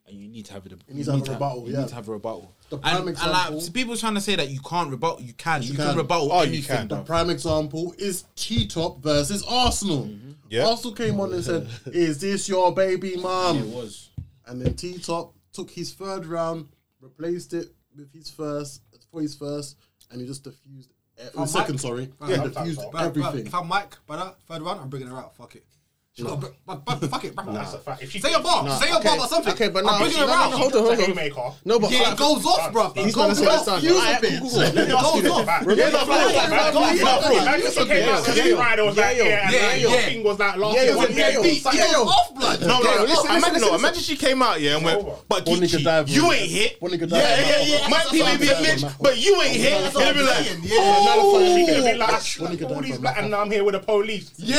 C: And you need to have a, you
J: needs to have a rebuttal,
C: You
J: yeah.
C: need to have a rebuttal.
J: The prime
C: and, and
J: example-
C: like so people trying to say that you can't rebuttal, you can. You, can.
J: can.
C: rebuttal
E: Oh, you
C: anything.
E: can.
J: The
C: bruv.
J: prime example is T Top versus Arsenal.
C: Mm-hmm.
E: Yeah.
J: Arsenal came on and said, Is this your baby
C: It
J: mom?
C: was.
J: And then T Top took his third round, replaced it with his first, for his first, and he just diffused. eh, oh, second, sorry. Yeah, diffused
I: Bruv, bruv,
J: everything.
I: If I'm Mike, brother, third round, I'm bringing her out. Fuck it. She got, br- but, but, fuck it, bruv.
J: That's a fact. If she-
I: say a bar, say a bar,
D: okay,
I: or something.
D: okay, but
I: I'm
D: now-
I: bringing
D: no,
I: her
D: no,
I: out.
D: no, hold on, hold on.
J: Haymaker.
D: No, but
I: Yeah, it goes off, bruv. It
D: He's gonna
I: goes
D: say
I: off.
D: it's done.
I: Use
D: All
I: a
D: right,
I: bitch.
D: cool, cool.
I: It goes off.
E: Remember
I: Yeah,
E: that
I: yeah,
E: black black
I: yeah, yeah,
E: black
I: yeah,
E: black black
I: yeah, yeah,
E: black
I: yeah,
E: black rider was like,
D: yeah,
E: yeah,
C: yeah,
E: and your
C: yeah.
E: thing was like last
D: Yeah,
E: year
D: yo,
E: one
D: yeah,
E: day.
D: yo,
E: Beat.
I: It goes off, blood.
D: Yeah,
E: No, no,
D: listen,
E: no.
D: listen,
E: Imagine, no,
D: listen.
E: imagine she came out here and went, but
J: One nigga died,
E: Geechee, you
J: bro.
E: ain't hit.
J: One nigga died,
E: Yeah,
J: bro.
E: yeah, yeah. My
J: That's
E: P
J: what
E: may
J: I'm
E: be a
J: saying,
E: bitch,
J: man.
E: but you ain't hit. And
I: That's
E: it'll
I: what I'm
E: be like,
I: saying, yeah.
E: oh, she could have been like, I
J: One
E: slapped
J: nigga
E: all
J: died,
E: these
J: bro.
E: black and now I'm here with the police.
I: Yeah.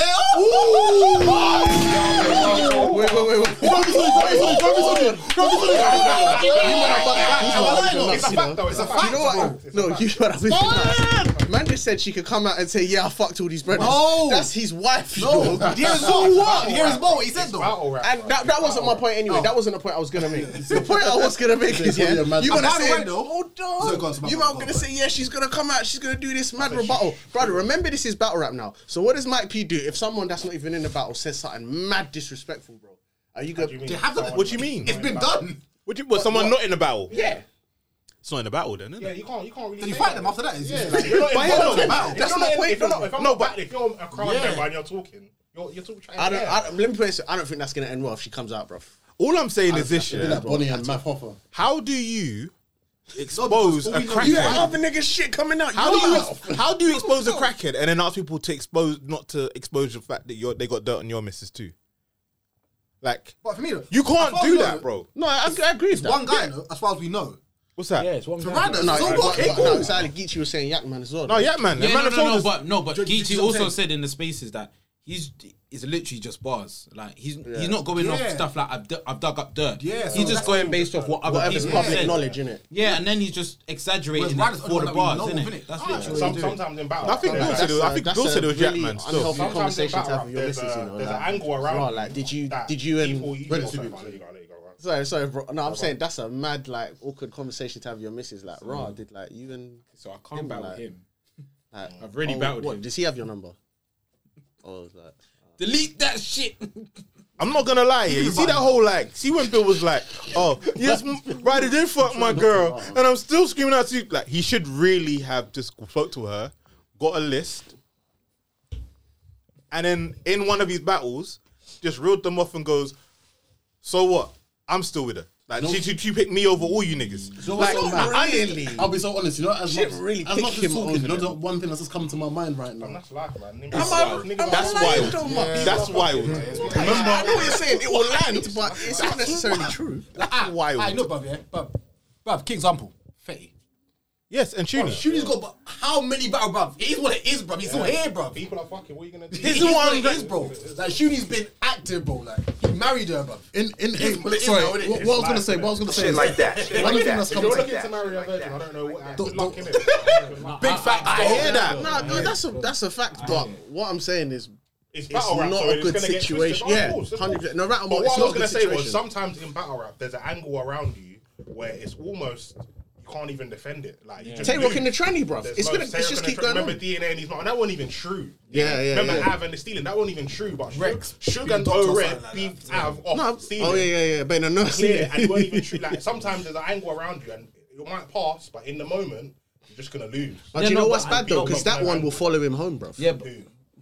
D: Wait, wait, wait, wait.
E: It's a fact though, it's a fact.
D: You know what? No, you know what I'm thinking. Man just said she could come out and say, "Yeah, I fucked all these brothers."
I: No.
D: that's his wife. you know.
I: No, there's more. What? There's more. What he said though.
E: Battle rap.
D: And that, that wasn't my point anyway. That wasn't the point I was gonna make. The point I was gonna make is
J: Yeah,
D: yeah,
J: yeah, man.
D: you
I: And
D: gonna
I: by the
D: say
I: way, though-
D: hold
I: Sorry, go on,
D: on.
I: Samantha,
D: You
I: go
D: are
I: on,
D: gonna
I: go on.
D: say yeah, she's gonna come out. She's gonna do this mad rebuttal, brother. Remember this is battle rap now. So what does Mike P do if someone that's not even in the battle says something mad disrespectful, bro? Are you gonna?
I: They have done it.
E: What do you mean?
I: It's been done.
E: What do you- what, someone not in the battle?
D: Yeah.
E: It's not in the battle then, isn't it?
J: you can't, you can't
I: Then you fight them after that. It's just like-
E: You're not
D: But
E: involved
D: yeah,
E: in the battle.
D: that's my point.
K: If, you're not, if I'm
E: No,
K: not
E: but-
K: back, if you're a crime
I: Yeah.
K: member and you're talking, you're, you're talking.
D: I don't, I don't, let me put it. this way, I don't think that's gonna end well if she comes out, bro.
E: All I'm saying is this,
J: Be
E: yeah.
J: like Bonnie and Math Hoffer.
E: How do you expose a crackhead?
D: other niggas shit coming out.
E: How do you ex- how do you expose a crackhead and then ask people to expose not to expose the fact that you're, they got dirt on your missus too? Like
I: But for me, though,
E: you
I: as
E: can't
I: far as
E: do
I: we
E: that,
I: know-
E: bro.
D: No, I, I agree with that.
I: One guy, though, as far as we know,
E: What's that?
C: Yeah, it's one guy.
I: Miranda.
D: No,
I: so
D: but-
I: what? Okay,
D: but- no,
I: cool.
D: exactly. Geechee was saying Yak Man as well.
E: No, yeah, man. The
C: Yeah,
E: man
C: no, no,
E: that told
C: no,
E: us-
C: but no, but
I: Ju- ju-
C: Geechee
I: ju-
C: also
I: ju-
C: said in the spaces that he's is literally just bars. Like he's he's not going off
I: Yeah.
C: stuff like I've, d- I've dug up dirt.
I: Yeah, so
C: he's just
I: that's
C: going based off what other
D: Whatever's
C: people
D: public
C: said.
D: knowledge, innit?
C: Yeah, and then he's just
I: Whereas
C: exaggerating it
I: Ryder's
C: for the
I: only one
C: bars,
I: that we
C: innit?
I: know of, innit?
C: That's
I: Ah,
C: literally what
K: Some,
C: he's doing.
K: sometimes in battle,
E: I think Bill said it was- I think Bill said it was Yak Man still.
D: Unhealthy
K: Sometimes
D: conversation
K: they
D: to have with your
K: there's
D: missus,
K: a-
D: you know.
K: there's
D: like,
K: an angle around
D: Right, like, did you,
K: that
D: did you,
K: people
D: um,
K: use
J: Wait,
K: also-
J: it's-
K: Let you go, let you go, right.
D: sorry, sorry, bro. No, I'm saying that's a mad, like, awkward conversation to have with your missus.
K: Mm.
D: Like, rah, did, like, you and.
C: So I can't battle
D: like-
C: him.
D: Like,
C: I've already
D: oh,
C: battled
D: what,
C: him.
D: Does he have your number? Oh, it's like.
C: Delete that shit.
E: I'm not gonna lie, yeah. You see that whole like, see when Bill was like, "Oh, yes, m- Ryder did fuck my girl," and I'm still screaming out to you. Like, he should really have just spoke to her, got a list, and then in one of his battles, just reeled them off and goes, "So what? I'm still with her." Like she, she, she picked me over all you niggas.
J: So
E: like,
J: what's so mad?
E: I-
J: I'll be so honest. You know, as
E: Shit
J: much
E: really
J: as much
E: pick him
J: as talking,
E: over
J: you know,
E: them.
J: the one thing that's just come to my mind right now. That's
K: life, man.
E: That's wild. That's wild. That's wild.
D: I know what you're saying. It will land, but it's not necessarily true.
E: That's wild.
I: I Ah, know, bruv, yeah. Bruv, bruv, key example. Fetty.
E: Yes, and Tuna.
I: Tuna's got but how many battle, bruv? It is what it is, bruv. He's still here, bruv.
K: People are fucking. What are you gonna do?
I: This is what it is, bro. Like, Shuni's been active, bro. Like, he married her, bruv.
J: In in
I: It's-
J: in-
I: it's
J: sorry,
I: now,
J: what,
I: innit?
J: what I was gonna say, what I was gonna say,
I: Shit
J: is
I: like that, shit
J: One
I: like
J: thing
I: that,
J: that's
I: shit
J: come
I: like
J: to
I: that.
K: to marry a virgin. I don't know what.
J: Don't-
K: Luck in it.
I: Big fact.
D: I
I: hear that.
D: No, no, that's a that's a fact. But what I'm saying is.
K: It's
D: It's,
K: battle rap,
D: not
K: so
D: a
K: it's
D: good
K: gonna get
D: situation.
K: twisted. Oh,
D: Yeah,
K: of course, of
D: hundred
K: course.
D: percent. No matter
K: But
D: what,
K: what
D: it's
K: I was
D: not a
K: gonna
D: good
K: say was
D: situation.
K: sometimes in battle rap, there's an angle around you where it's almost you can't even defend it. Like you
D: Yeah.
K: just
D: Tay Rock
K: lose.
D: in the tranny, bruv.
K: There's
D: It's
K: no
D: gonna-
K: Tay
D: it's just
K: Rock in the
D: keep
K: tranny.
D: going
K: Remember
D: on.
K: DNA and he's not. And that wasn't even true.
D: Yeah, yeah,
K: Remember
D: yeah.
K: Av and the stealing. That wasn't even true. But Rex, Sugar
D: beat
K: and
D: the doctor or
K: O-Red
D: something like
K: beat Av off
D: No,
K: stealing.
D: oh yeah, yeah, yeah. But no, no,
K: clear and it weren't even true. Like sometimes there's an angle around you and it might pass, but in the moment you're just gonna lose.
D: But you know what's bad though, because that one will follow him home, bruv.
C: Yeah, but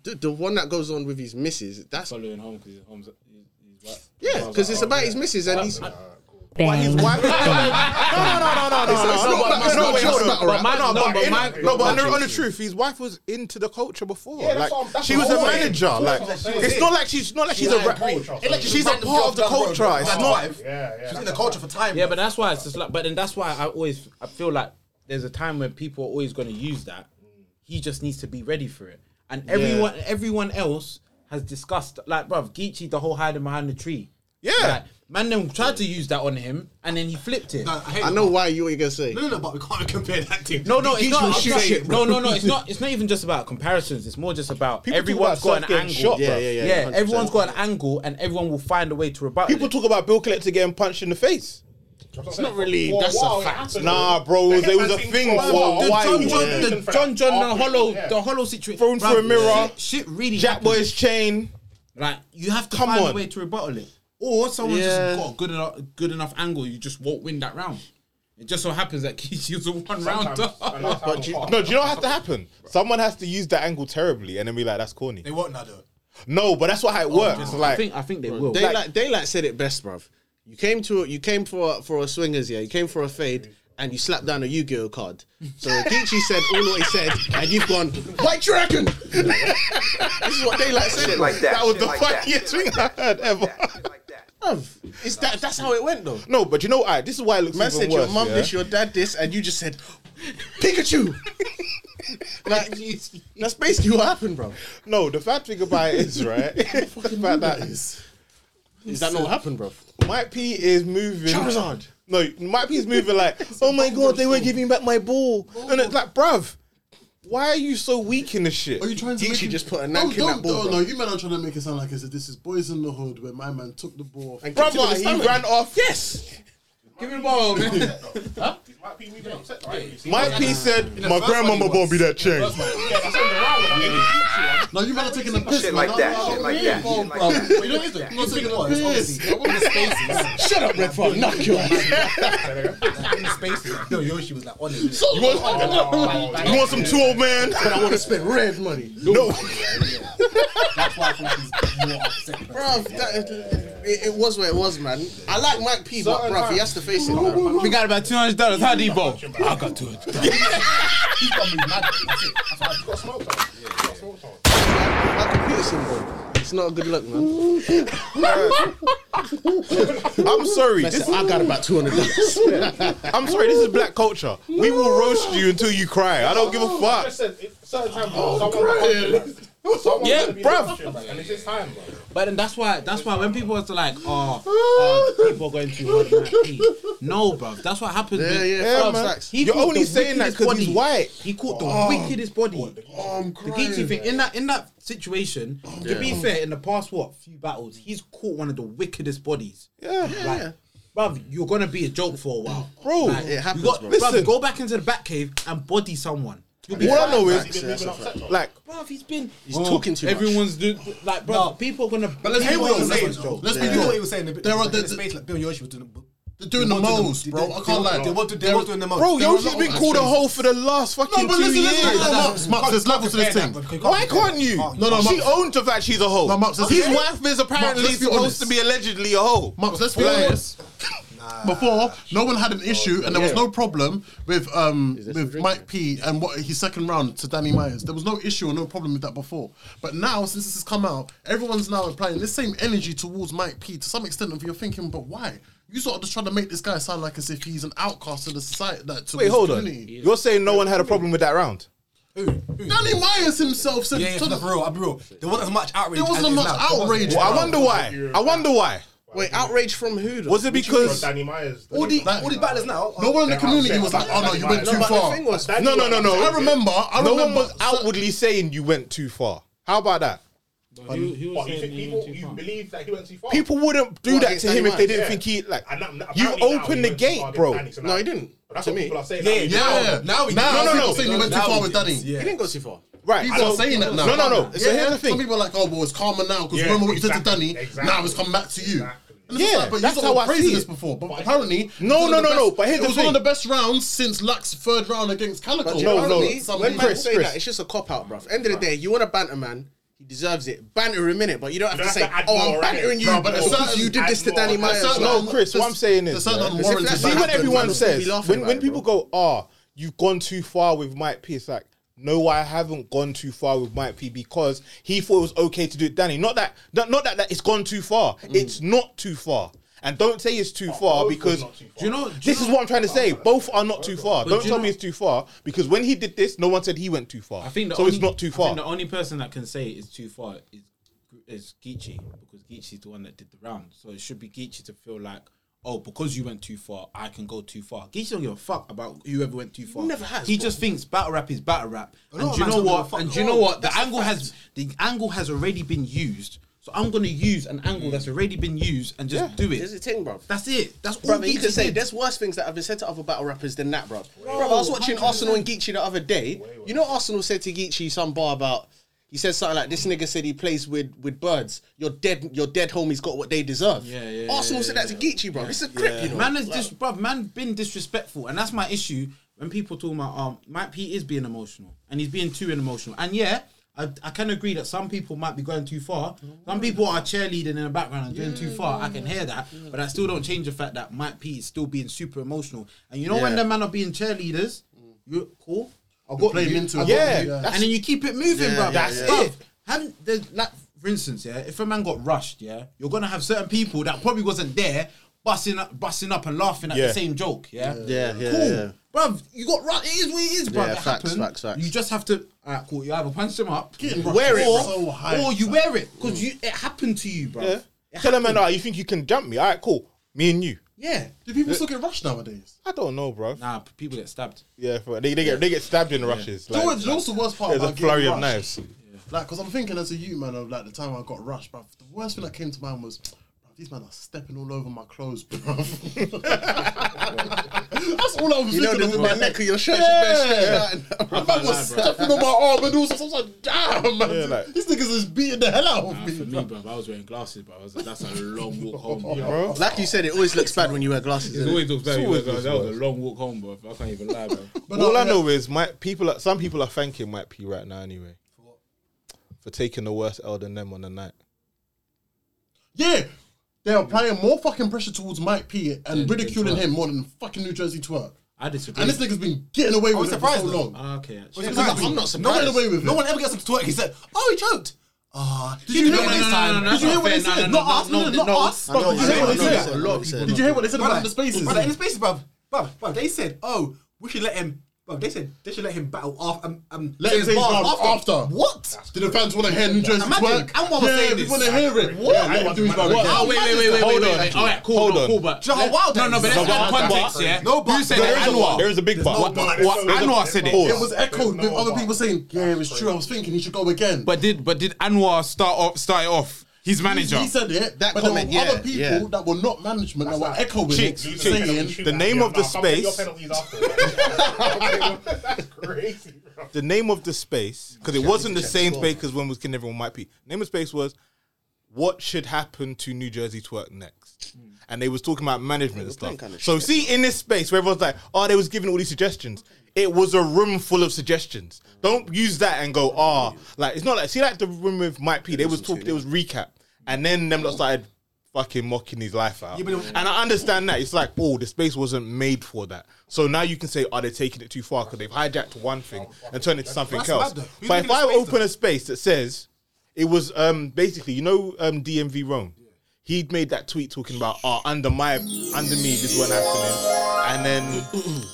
D: the, the one that goes on with his missus, that's
C: following home because his home's he's white.
D: yeah, because it's about his missus and he's.
C: But his wife. no,
E: no, no, no, no,
D: It's- it's
E: no,
D: not-
E: but-
D: it's
E: no,
D: not
E: wait,
D: just
E: hold on.
D: battle
E: But
D: rap.
E: my- no,
D: No,
E: but
D: but
E: in-
D: my-
E: no, but
D: my
E: on the- on the
D: choices.
E: truth, his wife was into the culture before.
D: Yeah, that's
E: like
D: what I'm- that's
E: she
D: what
E: was a
D: I'm saying.
E: manager.
D: That's
E: like
D: what I'm saying.
E: it's not like she's not like she's
C: Yeah,
E: a
C: I
E: ra-
C: agree.
E: It's like
C: She's
E: she's
C: a
E: a
C: random
E: part of the
C: girl down the
E: culture.
C: road.
E: It's
C: That's
E: not.
C: wife.
K: Yeah, yeah.
E: She's
C: in the culture for time. Yeah, but that's why it's just like. But then that's why I always I feel like there's a time when people are always going to use that. He just needs to be ready for it, and everyone everyone else has discussed like, bruv, Geechee the whole hiding behind the tree.
E: Yeah,
C: like, man, then tried to use that on him, and then he flipped it.
D: I know why you were gonna say.
I: No, no, no, but we can't compare that thing.
C: No, no, it's
I: Geechee
C: not.
I: will
C: it's
I: shoot
C: not-
I: shit, bro.
C: no, no, no. It's not. It's not even just about comparisons. It's more just about
E: People talk
C: everyone's
E: about
C: got an
E: South getting
C: angle.
E: shot,
C: yeah,
E: bruv.
C: yeah, yeah,
E: Yeah,
C: Everyone's got an angle, and everyone will find a way to rebut.
E: People
C: it.
E: talk about Bill Collector getting punched in the face.
K: It's
D: not really.
K: For a
D: That's
K: while
D: a
K: it
D: fact.
K: happened.
E: Nah, bro,
K: The
E: it was
K: Hitman
E: a
K: thing
E: thing
K: for a
E: for
K: while.
E: a
C: the John
E: while.
C: John,
K: yeah.
C: the John John,
K: Yeah.
C: the hollow,
K: Yeah.
C: the hollow situation.
E: Thrown through a mirror.
C: Shit, shit really.
E: Jack
C: happened.
E: Boy's chain.
C: Like you have to
E: Come
C: find
E: on.
C: a way to rebuttal it, or someone's
D: Yeah.
C: just got a good enough, good enough angle. You just won't win that round. It just so happens that Kishi was a one rounder.
K: But you,
E: No, do you know what has to happen? Someone has to use that angle terribly and then be like, that's corny.
I: They won't now, though.
E: No, but that's not how it works.
C: I
E: Like,
C: think I think they will.
D: Daylight, Daylight said it best, bruv. You came to you came for for a swingers, yeah. You came for a fade, and you slapped down a Yu-Gi-Oh card. So Geechee said all what he said, and you've gone white dragon. this is what Daylight said it
F: Like that.
E: that was
F: shit
E: the
F: like that,
E: funniest
F: shit
E: thing
F: like
E: I heard ever.
D: Bruv, it's that. That's how it went though.
E: No, but you know, I this is why it looks
D: Man
E: even
D: said
E: worse.
D: your mum
E: yeah?
D: this, your dad this, and you just said Pikachu. like that's basically what happened, bro.
E: No, the fact thing about it is right. the fact that is
D: Is that not what happened, bro?
E: Mike P is moving.
D: Charizard.
E: No, Mike P is moving like, oh my god, they were giving back my ball, and it's like, bruv, why are you so weak in this shit?
J: Are you trying to
D: Geechee
J: make it-
D: just put a
J: No,
D: nank in
J: don't-
D: that ball,
J: No,
D: bro.
J: no, you men are trying to make it sound like it's a, this is boys in the hood where my man took the ball.
D: And kicked him in
E: Brother,
D: the
E: he
D: stomach.
E: ran off.
D: Yes.
C: Give me the ball, man.
K: Might be moving upset, right?
E: Mike P said,
I: the
E: my
I: first one he
E: grandmama
I: was.
E: bought me that chain.
K: Yeah, that's on the round.
J: No, you men are taking the piss.
F: Shit
J: man.
F: like
J: No,
F: that,
J: no,
F: shit
J: no,
F: like
J: no,
F: that,
J: no,
F: shit like
J: bro.
F: that.
J: But you know what it is, you're taking the piss.
I: Obviously, I want the spaces.
D: Shut up, Red Farm. Knock your
I: I want the spaces. No, Yoshi was like, on it.
E: You want, you want some two old man?
D: I want to spend red money.
E: No.
I: That's why I think he's more upset.
D: Bruv, that, it, it was what it was, man. I like Mike P, but bruv, he has to face it. Man.
C: We got about two hundred dollars. How do you bowl? I got two hundred.
I: He's got me mad. That's it. That's why I
K: Got smoked on. Got smoked on.
D: Michael Peterson, bro. It's not a good look, man.
E: I'm sorry. This
D: I got about two hundred dollars.
E: I'm sorry, this is black culture. We will roast you until you cry. I don't give a
K: I
E: fuck.
K: just said, if certain time, someone. Someone's
C: Yeah,
K: gonna be
C: bruv.
K: the option, And it's his time, bro.
C: But then that's why that's why when people was like, oh, oh, people are going too hard on that P. No, bro, that's what happens.
D: Yeah,
C: when-
D: yeah,
C: bruv,
D: yeah,
E: man.
C: He
E: You're
C: caught
E: only
C: the
E: saying that
C: wickedest
E: 'cause he's
C: body.
E: white.
C: He caught the wickedest body.
D: Oh,
C: the Geechee thing in that in that situation. To be fair, in the past what few battles, he's caught one of the wickedest bodies.
E: Yeah.
C: Like, bruv, you're gonna be a joke for a while,
E: Bro,
C: Like,
E: it
D: happens,
C: You got,
D: bro.
C: bruv,
E: Listen.
C: go back into the back cave and body someone. You'll be
E: All I know
K: He's
E: is,
K: been moving upset, though.
E: like,
C: Bruv, he's been.
D: He's talking too much.
C: Everyone's doing like, bro. People are gonna.
I: But let's
C: Hey,
I: be
C: what
I: real.
C: you're
I: Let's,
C: saying, bro.
I: let's be real. What he was saying, they- they were in the space like Bill Yoshi was doing. They're
J: doing the most, bro. I can't lie.
I: They were doing they were doing the most.
E: bro,
I: There
E: Yoshi's
I: was a lot
E: been
I: of
E: called a
I: actions.
E: hoe for the last fucking
J: but
E: two
J: listen, listen,
E: years.
J: listen, listen. Mark, Mark,
I: Can't-
J: there's levels to this
I: compare
J: thing.
I: that, bro.
E: Why can't you?
I: No, no,
E: she
J: Mark-
E: owns the fact she's a hoe.
J: No, Mark, let's-
E: His
J: Okay.
E: wife is apparently
J: Mark, let's be
E: supposed
J: honest.
E: to be allegedly a hoe.
J: Marks, let's be
E: Like,
J: honest.
B: Before, no one had an issue, and there was
J: yeah.
B: no problem with um with Mike P and what his second round to Danny Myers. There was no issue or no problem with that before. But now, since this has come out, everyone's now applying this same energy towards Mike P to some extent. If you're thinking, but why? You sort of just trying to make this guy sound like as if he's an outcast of the society. That to
E: Wait,
B: his
E: hold on.
B: community.
E: You're saying no one had a problem with that round?
B: Danny Myers himself said,
I: Yeah, yeah, for real, I'll be real. There wasn't as much outrage.
B: There wasn't
I: as
B: much
I: now.
B: outrage.
E: Well, I wonder why. I wonder why.
D: Wait, outrage from who? though?
E: Was it
D: What do you
E: because-
D: mean?
K: Danny Myers.
I: All the all the battlers now.
B: No one in the community
K: upset.
B: was like, "Oh no, you
K: No,
B: went
K: but
B: too
D: the
B: far."
D: thing was-
K: Danny
E: No, no, no, no.
B: I remember. I
E: no
B: remember.
E: one was outwardly saying you went too far. How about that?
C: He, he was
K: What, you
C: saying
K: think
C: he
K: people
C: went too
K: you
C: far.
K: believe that he went too far?
E: People wouldn't do
D: Well,
E: that
D: against
E: to him
D: Danny
E: if they
D: Myers,
E: didn't
K: yeah.
E: think he like.
K: And that- apparently
E: You
K: now he
E: opened the
K: went too far
E: gate,
K: against
E: bro.
K: Danny, so
D: No,
K: now-
D: he didn't.
K: That's
D: To
K: what
D: me.
K: people are saying.
I: Yeah,
K: now he-
I: now,
B: Yeah.
I: now we
B: Now
I: now
E: no, no.
I: we-
B: saying you went too
I: now
B: far
I: we-
B: with Danny.
I: Yeah.
D: He didn't go too far.
E: Right.
B: People
E: so-
B: are saying that now.
E: No, no, no. So
B: Yeah,
E: here's the
B: Some
E: thing.
B: people are like, "Oh, well, it's karma now because
K: Yeah,
B: remember what you did to
K: exactly,
B: Danny.
K: exactly.
B: Now it's come back to you."
K: Exactly.
B: And it's
E: Yeah,
B: like, but
E: that's
B: you
E: how
B: sort
E: I
B: of praising
E: see
B: this
E: it.
B: before, but apparently,
E: No,
B: it was one of
E: no,
B: the
E: no, no,
B: best-
E: but here's
B: it
E: the
B: was one of
E: thing.
B: the best rounds since Luck's third round against Calico.
D: But
E: No, no,
D: generally,
E: no.
D: when
E: Chris,
D: people say
E: Chris.
D: that, it's just a cop out, bruv. End of the day, you want to banter man, he deserves it. Banter him in it, but you don't have
K: You
D: to
K: don't
D: say,
K: have to add
D: "Oh, I'm
K: more,
D: bantering
K: innit?
D: you
K: No,
B: but
D: because
B: there's certain-
D: you did this to
K: add
D: Danny
K: more,
D: Myers."
B: there's
D: like,
E: No,
B: Like,
E: Chris, what
B: there's-
E: I'm saying
B: there's
E: is,
B: certain
E: yeah,
B: unwarranted
D: As if
E: see
D: that
E: when
D: happened,
E: everyone
D: man,
E: says,
D: we'd be laughing
E: when,
D: about
E: when
D: it,
E: people go, ah, you've gone too far with Mike P, it's like, no, I haven't gone too far with Mike P because he thought it was okay to do it, Danny. Not that, not, not that, that it's gone too far.
I: Mm.
E: It's not too far. And don't say it's too far
K: both
E: because
K: was not too far.
C: Do you know? Do
E: this
C: you
E: is
C: know-
E: what I'm trying to say. Both are not too far.
C: But
E: Don't
C: do you
E: tell
C: know-
E: me it's too far because when he did this, no one said he went too far.
C: I think the
E: so.
C: only,
E: it's not too
C: I
E: far.
C: think the only person that can say it's too far is is Geechee because Geechee's the one that did the round. So it should be Geechee to feel like, oh, because you went too far, I can go too far. Geechee don't give a fuck about whoever went too far.
D: never has,
C: He
D: bro.
C: just thinks battle rap is battle rap.
I: lot
C: And
I: of
C: do you
I: mans
C: know
I: don't give a
C: what?
I: fuck.
C: And do you
I: No,
C: know
E: Oh,
C: what? The angle has the angle has already been used. So I'm gonna use an angle that's already been used and just do
D: There's a
C: it.
D: thing, bruv.
C: That's it. That's all
D: Brother, you
C: Geechee
D: can say
C: did.
D: there's worse things that have been said to other battle rappers than that, bruv. Bruv, I was watching Arsenal and Geechee the other day. You know, Arsenal said to Geechee some bar about he said something like, "This nigga said he plays with with birds. Your dead, your dead homies got what they deserve."
C: Yeah, yeah,
D: Arsenal
C: yeah,
D: said that to Geechee, bruv. This is a grip, you know.
C: Man is dis- bruv, man been disrespectful, and that's my issue. When people talk about um, Mike P is being emotional, and he's being too emotional, and yeah, I, I can agree that some people might be going too far. Some people are cheerleading in the background and doing too far. I can hear that, but I still don't change the fact that Mike P is still being super emotional. And you know when the man are being cheerleaders, you cool. I got
B: playing
C: you,
B: into it.
C: I got
E: Yeah,
C: you.
E: that's-
C: and then you keep it moving, bruv.
E: that's
C: Bruv,
E: it.
C: haven't there's like for instance, yeah, if a man got rushed, yeah, you're gonna have certain people that probably wasn't there busting up busting up and laughing at
E: Yeah.
C: the same joke, yeah?
D: Yeah, yeah,
C: cool.
D: yeah.
C: Bruv, you got rushed. It is what it is, bruv.
D: Yeah,
C: it
D: facts,
C: happened.
D: facts, facts.
C: You just have to alright, cool, you either punch him up,
B: rushed
C: wear it,
B: is
C: or,
B: so hype,
C: or you wear it. Because you it happened to you, bruv.
E: Yeah.
C: It
E: Tell him,
C: happened.
E: man, ah, you think you can jump me? All right, cool. Me and you.
C: Yeah.
B: Do people still get rushed nowadays?
E: I don't know, bro.
C: Nah, p- people get stabbed.
E: Yeah, for, they, they get they get stabbed in rushes.
B: Do you know what- do you know what's the worst part
E: There's a
B: about getting
E: flurry of
B: rushed?
E: knives.
B: Like, because I'm thinking as a youth man of like the time I got rushed, but the worst thing that came to mind was, "Bruv, these men are stepping all over my clothes, bro. That's all I was
D: You know,
B: thinking
D: the,
B: of
D: the
B: my
D: neck
B: neck.
D: of your shirt
B: Yeah.
D: is bare
B: The man was stepping on my arm and all sorts. I was like, damn, man.
E: Yeah, like-
B: these niggas is beating the hell out of
C: Nah,
B: me.
C: for me, bruv, I was wearing glasses, bruv. I was like, that's a long walk home, bruv.
D: Like you said, it always looks bad when you wear glasses.
C: It
D: innit?
C: always looks bad.
E: always
C: That was
E: this
C: a
E: worst.
C: long walk home, bruv. I can't even lie, bruv.
B: But
E: All
B: no,
E: I
B: yeah,
E: know is Mike. People, are, some people are thanking Mike P right now anyway for, taking the worst L than them on the night.
B: Yeah. They're applying more fucking pressure towards Mike P and ridiculing him more than fucking New Jersey twerk.
C: I disagree.
B: And this nigga's been getting away
I: I
B: with
I: was
B: it for so
I: surprised though.
B: long.
C: Ah, okay, actually.
I: It's
B: Because
I: crazy.
B: I'm not
I: No
B: surprised.
I: one got away with
B: No one
I: it. one ever gets up to work. He said, "Oh, he choked." Ah, did you
B: you
I: hear
B: hear
I: what
B: what
I: this
B: they
I: time?
C: said?
I: Did you hear what
C: No,
I: they
C: no,
I: said?
C: no,
I: Not us.
C: no,
I: No,
C: no,
I: no,
C: no.
I: not us.
D: I know,
I: Did you hear
D: I
I: what
D: know,
I: they
D: I know,
I: said?
D: a lot of people
B: Did you hear what they said about the spaces?
I: Brother, in the spaces, bruv, bruv, bruv, they said, oh, we should let him, bruv, they said they should let him battle off, um, um,
B: Let him
I: James
B: say his
I: Bond
B: round after.
I: What?
B: Did the fans want to hear New Jersey
I: Imagine,
B: twerk?
I: and what was
B: yeah,
I: saying
B: we
I: this.
B: want to hear it.
I: What?
B: Yeah, let him do his round again.
C: Oh, wait, wait, wait, wait,
E: Hold
C: wait,
E: on.
C: wait. All right, cool,
E: Hold
C: no,
E: on.
C: cool, but
I: Jaha
C: let-
I: Wilder.
C: No, no, but let's
I: No,
C: add
I: but-
C: context, yeah.
I: No, but-
C: you said
I: There
C: that
I: is a
C: Anwar.
E: There is a big
I: no
E: bar.
I: bar.
E: What-
I: There's
E: there's a-
C: Anwar said it.
E: Pause.
B: It was echoed
K: No
B: with other
K: bar.
B: people saying, yeah, it was true. I was thinking he should go again.
C: But did but did Anwar start off start it off? His manager.
B: he said it.
D: That
B: but
D: comment,
B: there were
D: yeah,
B: other people
D: yeah.
B: that were not management that were echoing
E: Chicks,
B: it,
E: chicks.
B: saying,
E: The name of the space-
K: That's crazy, bro.
E: The name of the space because it wasn't the same space as when we was killing everyone. Mike P. Name of space was what should happen to New Jersey twerk next. And they was talking about management and stuff.
D: kind of
E: so see in this space where everyone's like, oh, they was giving all these suggestions. It was a room full of suggestions. Don't use that and go, ah, like it's not like see like the room with Mike P. They was talking, it was recap, and then them lot started fucking mocking his life out.
I: Yeah, but it-
E: and I understand that. It's like, oh, the space wasn't made for that. So now you can say, are they taking it too far? Because they've hijacked one thing and turned it to something
A: That's
E: else.
A: mad though. Who's
E: But if
A: making
E: I
A: the space
E: open a space that says, it was um, basically, you know, um, DMV Rome. He'd made that tweet talking about, oh, under my, under me, this wasn't happening. And then,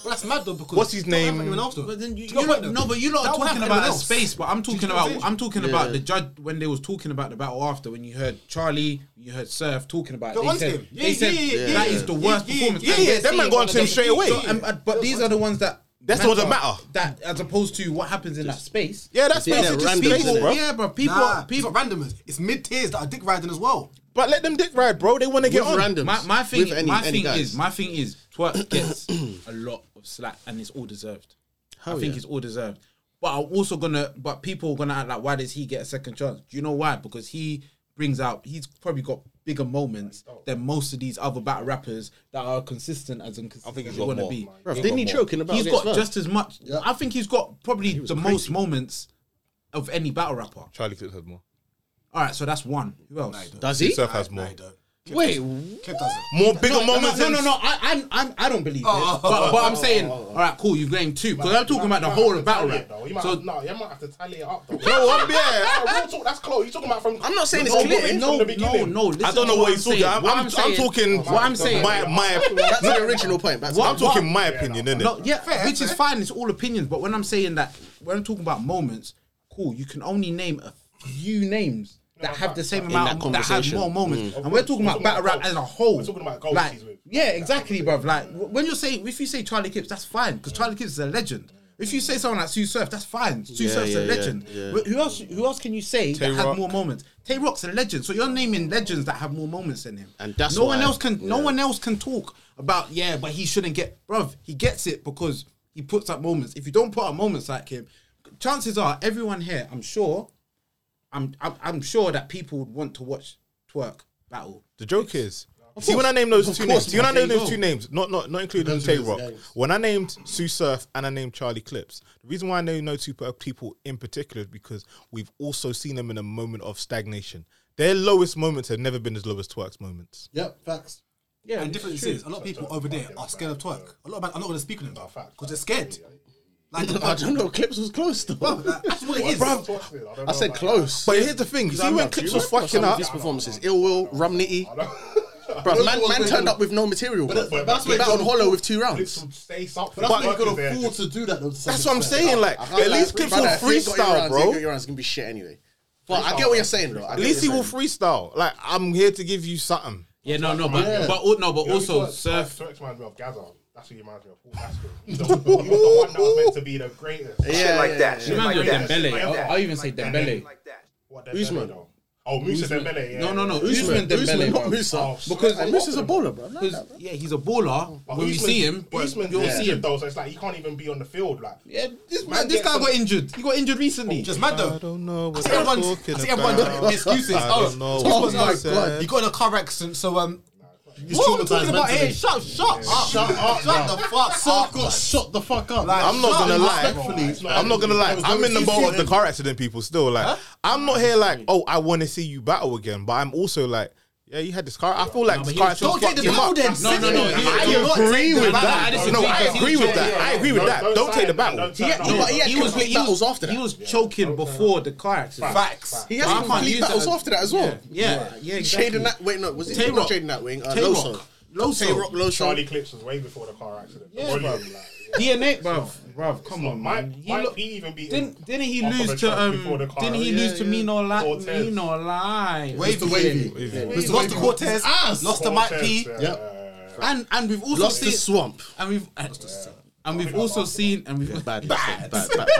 I: But that's mad though because
E: what's his name?
I: But then you,
C: You lot- no, but you lot are talking about a space. But I'm talking about I'm talking
E: Yeah.
C: about the judge when they was talking about the battle after when you heard Charlie, you heard Surf talking about.
I: The
C: it. They
I: ones
C: said,
I: game.
C: they
I: Yeah,
C: said
I: yeah, yeah,
C: that
I: yeah.
C: is the worst
I: Yeah, yeah,
C: performance.
I: yeah,
C: And
I: yeah,
C: they're
I: that man
C: seeing
I: got
C: one
I: onto him
C: of
I: straight away.
C: So, um, uh, but these are the ones that.
E: That's the ones that matter.
C: That as opposed to what happens in that space.
E: Yeah, that's
C: People-
E: basically just people, bro.
C: Yeah, but people,
E: Nah,
C: people,
I: randomers. It's mid tiers that are dick riding as well.
E: But let them dick ride, bro. They want to get on.
C: My, my thing, my thing is, my thing is, twerk gets a lot of slack, and it's all deserved. I
D: Hell
C: think
D: yeah.
C: it's all deserved. But I'm also gonna, but people are gonna act like, why does he get a second chance? Do you know why? Because he brings out, he's probably got bigger moments
D: oh.
C: than most of these other battle rappers that are consistent as inconsistent I think
D: he's
C: as
D: got
C: you want to
D: more.
C: be.
D: Bruv, didn't he choke in the battle
C: He's
D: against
C: got
D: Verve?
C: just as much. I think he's got probably the most moments of any battle rapper.
E: Charlie Clips has more.
C: All right, so that's one. Who else?
E: Does he? Surf has more.
C: Wait,
E: More bigger
C: no,
E: moments
C: No,
E: than-
C: no, no. I, I, I, I don't believe
E: Oh.
C: it. But, but I'm saying, all right, cool. You blame two because I'm talking about the whole of battle rap.
K: Though. oh, You might
C: So
K: have, no, you might have to tally it up. Though.
E: No, I'm- yeah.
K: No, real talk, that's close. You're talking about from.
D: I'm not saying
K: No,
D: it's clear.
K: from the
D: No, no,
K: beginning.
D: no,
E: I don't know what he's talking. I'm, I'm, I'm, talking.
C: what I'm saying.
E: My my.
D: That's the original point. That's
E: I'm
C: What-
E: talking
C: what-
E: my opinion, innit?
C: No, yeah, which is fine. It's all opinions. But when I'm saying that, when I'm talking about moments, cool. You can only name a few names that have the same
D: In
C: amount
D: that
C: that have
D: conversation.
C: more moments,
D: Mm.
C: and we're talking about battle rap as a whole.
K: We're talking about goals
C: like,
K: he's with.
C: yeah, exactly, bruv. Like w- when you say if you say Charlie Kipps, that's fine because Charlie Kipps is a legend. If you say someone like Sue Surf, that's fine. Sue
D: Yeah,
C: Surf's a
D: yeah,
C: legend.
D: yeah, yeah.
C: Wh- Who else? Who else can you say
D: Tay
C: that had
D: Rock.
C: more moments? Tay Rock's a legend, so you're naming legends that have more moments than him.
D: And that's
C: no one
D: why-
C: else can. No
D: yeah.
C: one else can talk about yeah, but he shouldn't get. Bruv, he gets it because he puts up moments. If you don't put up moments like him, chances are everyone here, I'm sure, I'm I'm, I'm sure that people would want to watch twerk battle.
E: The joke is.
C: Of
E: See
C: course.
E: when I name those
C: Of
E: two
C: course,
E: names. See when I
C: man,
E: name
C: there you
E: those
C: go.
E: two names, not not not including
C: Depends on
E: Tay
C: his
E: Rock.
C: names.
E: When I named Sue Surf and I named Charlie Clips, the reason why I know no two per- people in particular is because we've also seen them in a moment of stagnation. Their lowest moments have never been as low as Twerk's moments.
I: Yep, facts.
C: Yeah,
I: and different
C: true.
I: is a lot of people over there are scared of twerk. A lot of man, I'm not going to speak on them because they're scared. Like
D: I don't know. Clips was close though.
I: that's what it is.
D: I said close.
E: But here's the thing, you see when Clips was fucking up-
D: His performances, ill will, Rum Nitty. Bruv,
K: Those
D: man,
K: ones
D: man
K: where
D: turned
K: you-
D: up with no material.
K: But that's- but that's
D: He
K: where
D: battled
K: you-
D: Hollow with two rounds.
K: Say something.
D: But that's what you could
K: Fuck
D: afford
K: it,
I: to do that.
D: That's
E: what I'm saying, like, at least Clips will freestyle, bro.
D: Your rounds gonna be shit anyway. But I get what you're saying, though. I
E: At
D: get
E: least he
D: what
E: will freestyle. Like I'm here to give you something.
C: Yeah, no, no,
E: but- Yeah. but al- no, but
K: You know,
E: also,
K: Turks-
E: Surf-
K: Turks reminds me of Gaza. That's what he reminds me of. Paul Gascoigne. He was the one- he was the one that was meant to be the greatest.
C: Yeah, Shit like yeah, that, yeah. shit Reminds like me of that, Dembele. shit like I'll- that, I'll even say like that. Dembele.
K: Like that. What Dembele?
C: Usman.
K: though? Oh, Musa
C: Usman.
K: Dembele. Yeah.
C: No, no, no.
K: Usman
C: Usman, Dembele.
K: not
C: bro.
K: Musa. Oh,
C: Because
K: Usman.
C: Musa's
K: a
D: baller, bro.
C: Yeah, he's a baller.
K: But
C: when you
K: Usman's-
C: see him, but
K: Usman's
C: you'll
K: injured
C: see him.
K: though, so it's like he can't even be on the field. Like,
C: yeah, this man, this guy got injured. He got injured recently. Just
I: mad though.
E: I don't know what
I: I see
E: you're
I: everyone's,
E: talking
I: I see everyone's
E: about.
I: doing excuses.
E: I
I: oh,
E: don't know
I: excuse
E: what
I: me,
E: you
I: oh,
E: said.
I: You got in a car accident, so um. you
J: What are we
I: traumatized
J: talking about
I: mentally.
J: here? Shut-
I: shut up,
J: Shut up,
I: shut
J: bro.
I: the fuck
J: Surf
I: up,
J: got
I: man.
J: shut the fuck up.
I: Like,
E: I'm not
I: shut
E: gonna
I: up,
E: lie.
I: respectfully.
E: I'm not gonna lie.
I: It was
E: I'm in the
I: going
E: boat of the
I: 15.
E: car accident people still. Like I'm not here like, oh, I want to see you battle again, but I'm also like, yeah, you had this car. I feel like this car accident.
I: Don't take
E: fucked
I: the
E: him up.
I: battle then,
E: No,
I: sit
E: no, no.
I: there.
E: I
I: You don't
E: agree
I: take the
E: with
I: battle.
E: that.
I: I disagree,
E: No, I
I: because he
E: agree
I: was
E: with that.
I: cheating.
E: I agree with
I: Don't-
E: that.
I: don't
E: Don't take the
I: sign, man.
E: battle.
I: Don't sign. No, but he had complete
C: battles after that. He was choking before the car accident.
I: Facts.
D: He has
C: I can't
D: complete
C: use
D: battles
C: that as-
D: after that as well.
C: Yeah, yeah, yeah exactly.
D: Trading that. Wait, no, was it
C: Tay-Rock.
D: not trading that wing? Uh,
C: Tay-Rock.
D: Loso.
C: Loso.
D: Tay-Rock, Loso.
K: Charlie Clips was way before the car accident. The
C: Yeah,
K: volume,
C: bro.
K: like,
C: DNA, bruv, bruv, come on,
K: Might,
C: man. He
K: might
C: look-
K: he even be?
C: Didn't, didn't he
K: off of a
C: lose
K: truck
C: to
K: before
C: um?
K: the car?
C: Didn't he
K: Yeah,
C: lose to
K: yeah.
C: Mino Lie?
K: Cortez.
C: Mino Lie.
I: Wavy. Wavy. Yeah. Mr. Lost to Cortez. Lost to Mike P. Yep.
C: And and we've also
I: Lost to
C: seen
I: Swamp.
C: And we've and, and we've also seen and we've bad,
D: bad, bad,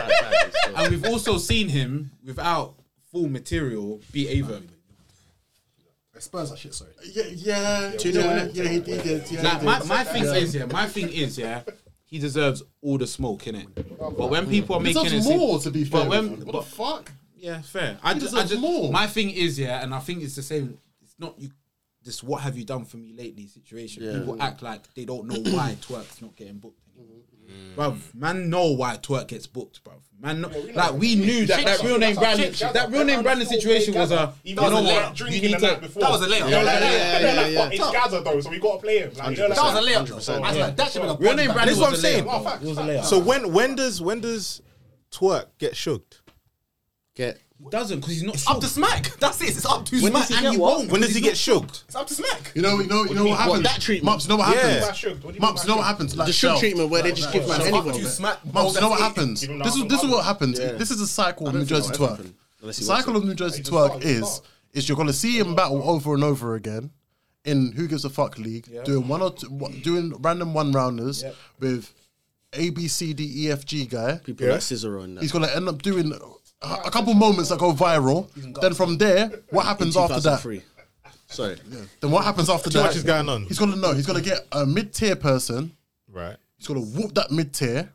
C: and we've also seen him without full material be Ava.
I: Spurs that shit. Sorry.
J: Yeah, yeah,
I: Do you know
J: yeah,
I: what?
J: yeah, he, he did. Yeah,
C: Like,
J: he
C: my
J: did.
C: my thing
J: Yeah.
C: is yeah, my thing is yeah, he deserves all the smoke innit? But when people are
J: He
C: making it
J: deserves
C: seem-
J: more, to be fair
C: but
J: with
C: when
J: you. What
C: but-
J: the fuck?
C: Yeah, fair. I
J: He
C: just, I
J: deserves
C: just
J: more.
C: my thing is yeah, and I think it's the same. It's not you. This what have you done for me lately situation.
D: Yeah.
C: People act like they don't know why twerk's not getting booked.
E: Mm-hmm.
C: Bruv, man, know why twerk gets booked, bruv. Man, know, like we knew that that real name Brandon, that real name Brandon situation was a. You know what? You need to.
K: That was a layup.
C: Yeah, yeah, yeah,
K: yeah,
C: yeah,
K: yeah. It's Gaza though, so we gotta play him. Like, you know, like,
C: That was a
K: layup.
E: I was like, that should've been a
C: Real name
E: That's
C: Brandon
E: what
C: was
E: I'm
C: a
E: saying. Oh,
C: layup. It was a layup.
E: So when when does when does twerk get shooked?
D: Get
C: doesn't because he's not
L: up to smack. That's it. It's up to
E: When
L: smack,
E: does he
L: and
E: get
L: you
E: what?
L: won't.
E: When does he get shooked?
L: It's up to smack.
B: You know, you know, you know what happens.
D: that treatment?
B: Mops, you know what
E: Yeah.
B: happens.
E: What about
K: shook? What do you mean
B: Mops,
K: by
B: you know what
K: shook?
B: happens. Like,
D: The shook
B: Shell.
D: treatment where they just give man
B: Shell.
D: anyone.
B: Mops,
L: You smack.
B: Mops, you know what happens.
K: Give him
B: This is
K: that
B: this is
K: other
B: what
K: one.
B: happens.
D: Yeah.
B: This is a cycle of
D: don't
B: New
D: think
B: Jersey
D: that'll ever
B: twerk.
D: happen, unless he
B: The cycle
D: wants
B: of New Jersey
K: just start,
B: twerk
K: you
B: is
K: start.
B: is you're gonna see him battle over and over again in Who Gives a Fuck League, doing one or two, wa- doing random one rounders with A B C D E F G guy.
D: People like Cicero and
B: He's
D: that.
B: gonna end up doing a, a couple moments that go viral. Then from there, what happens after that?
D: 2003. Sorry.
B: Then what happens after
E: Too
B: that?
E: much is going on.
B: He's gonna know. He's gonna get a mid tier person.
E: Right.
B: He's gonna whoop that mid tier.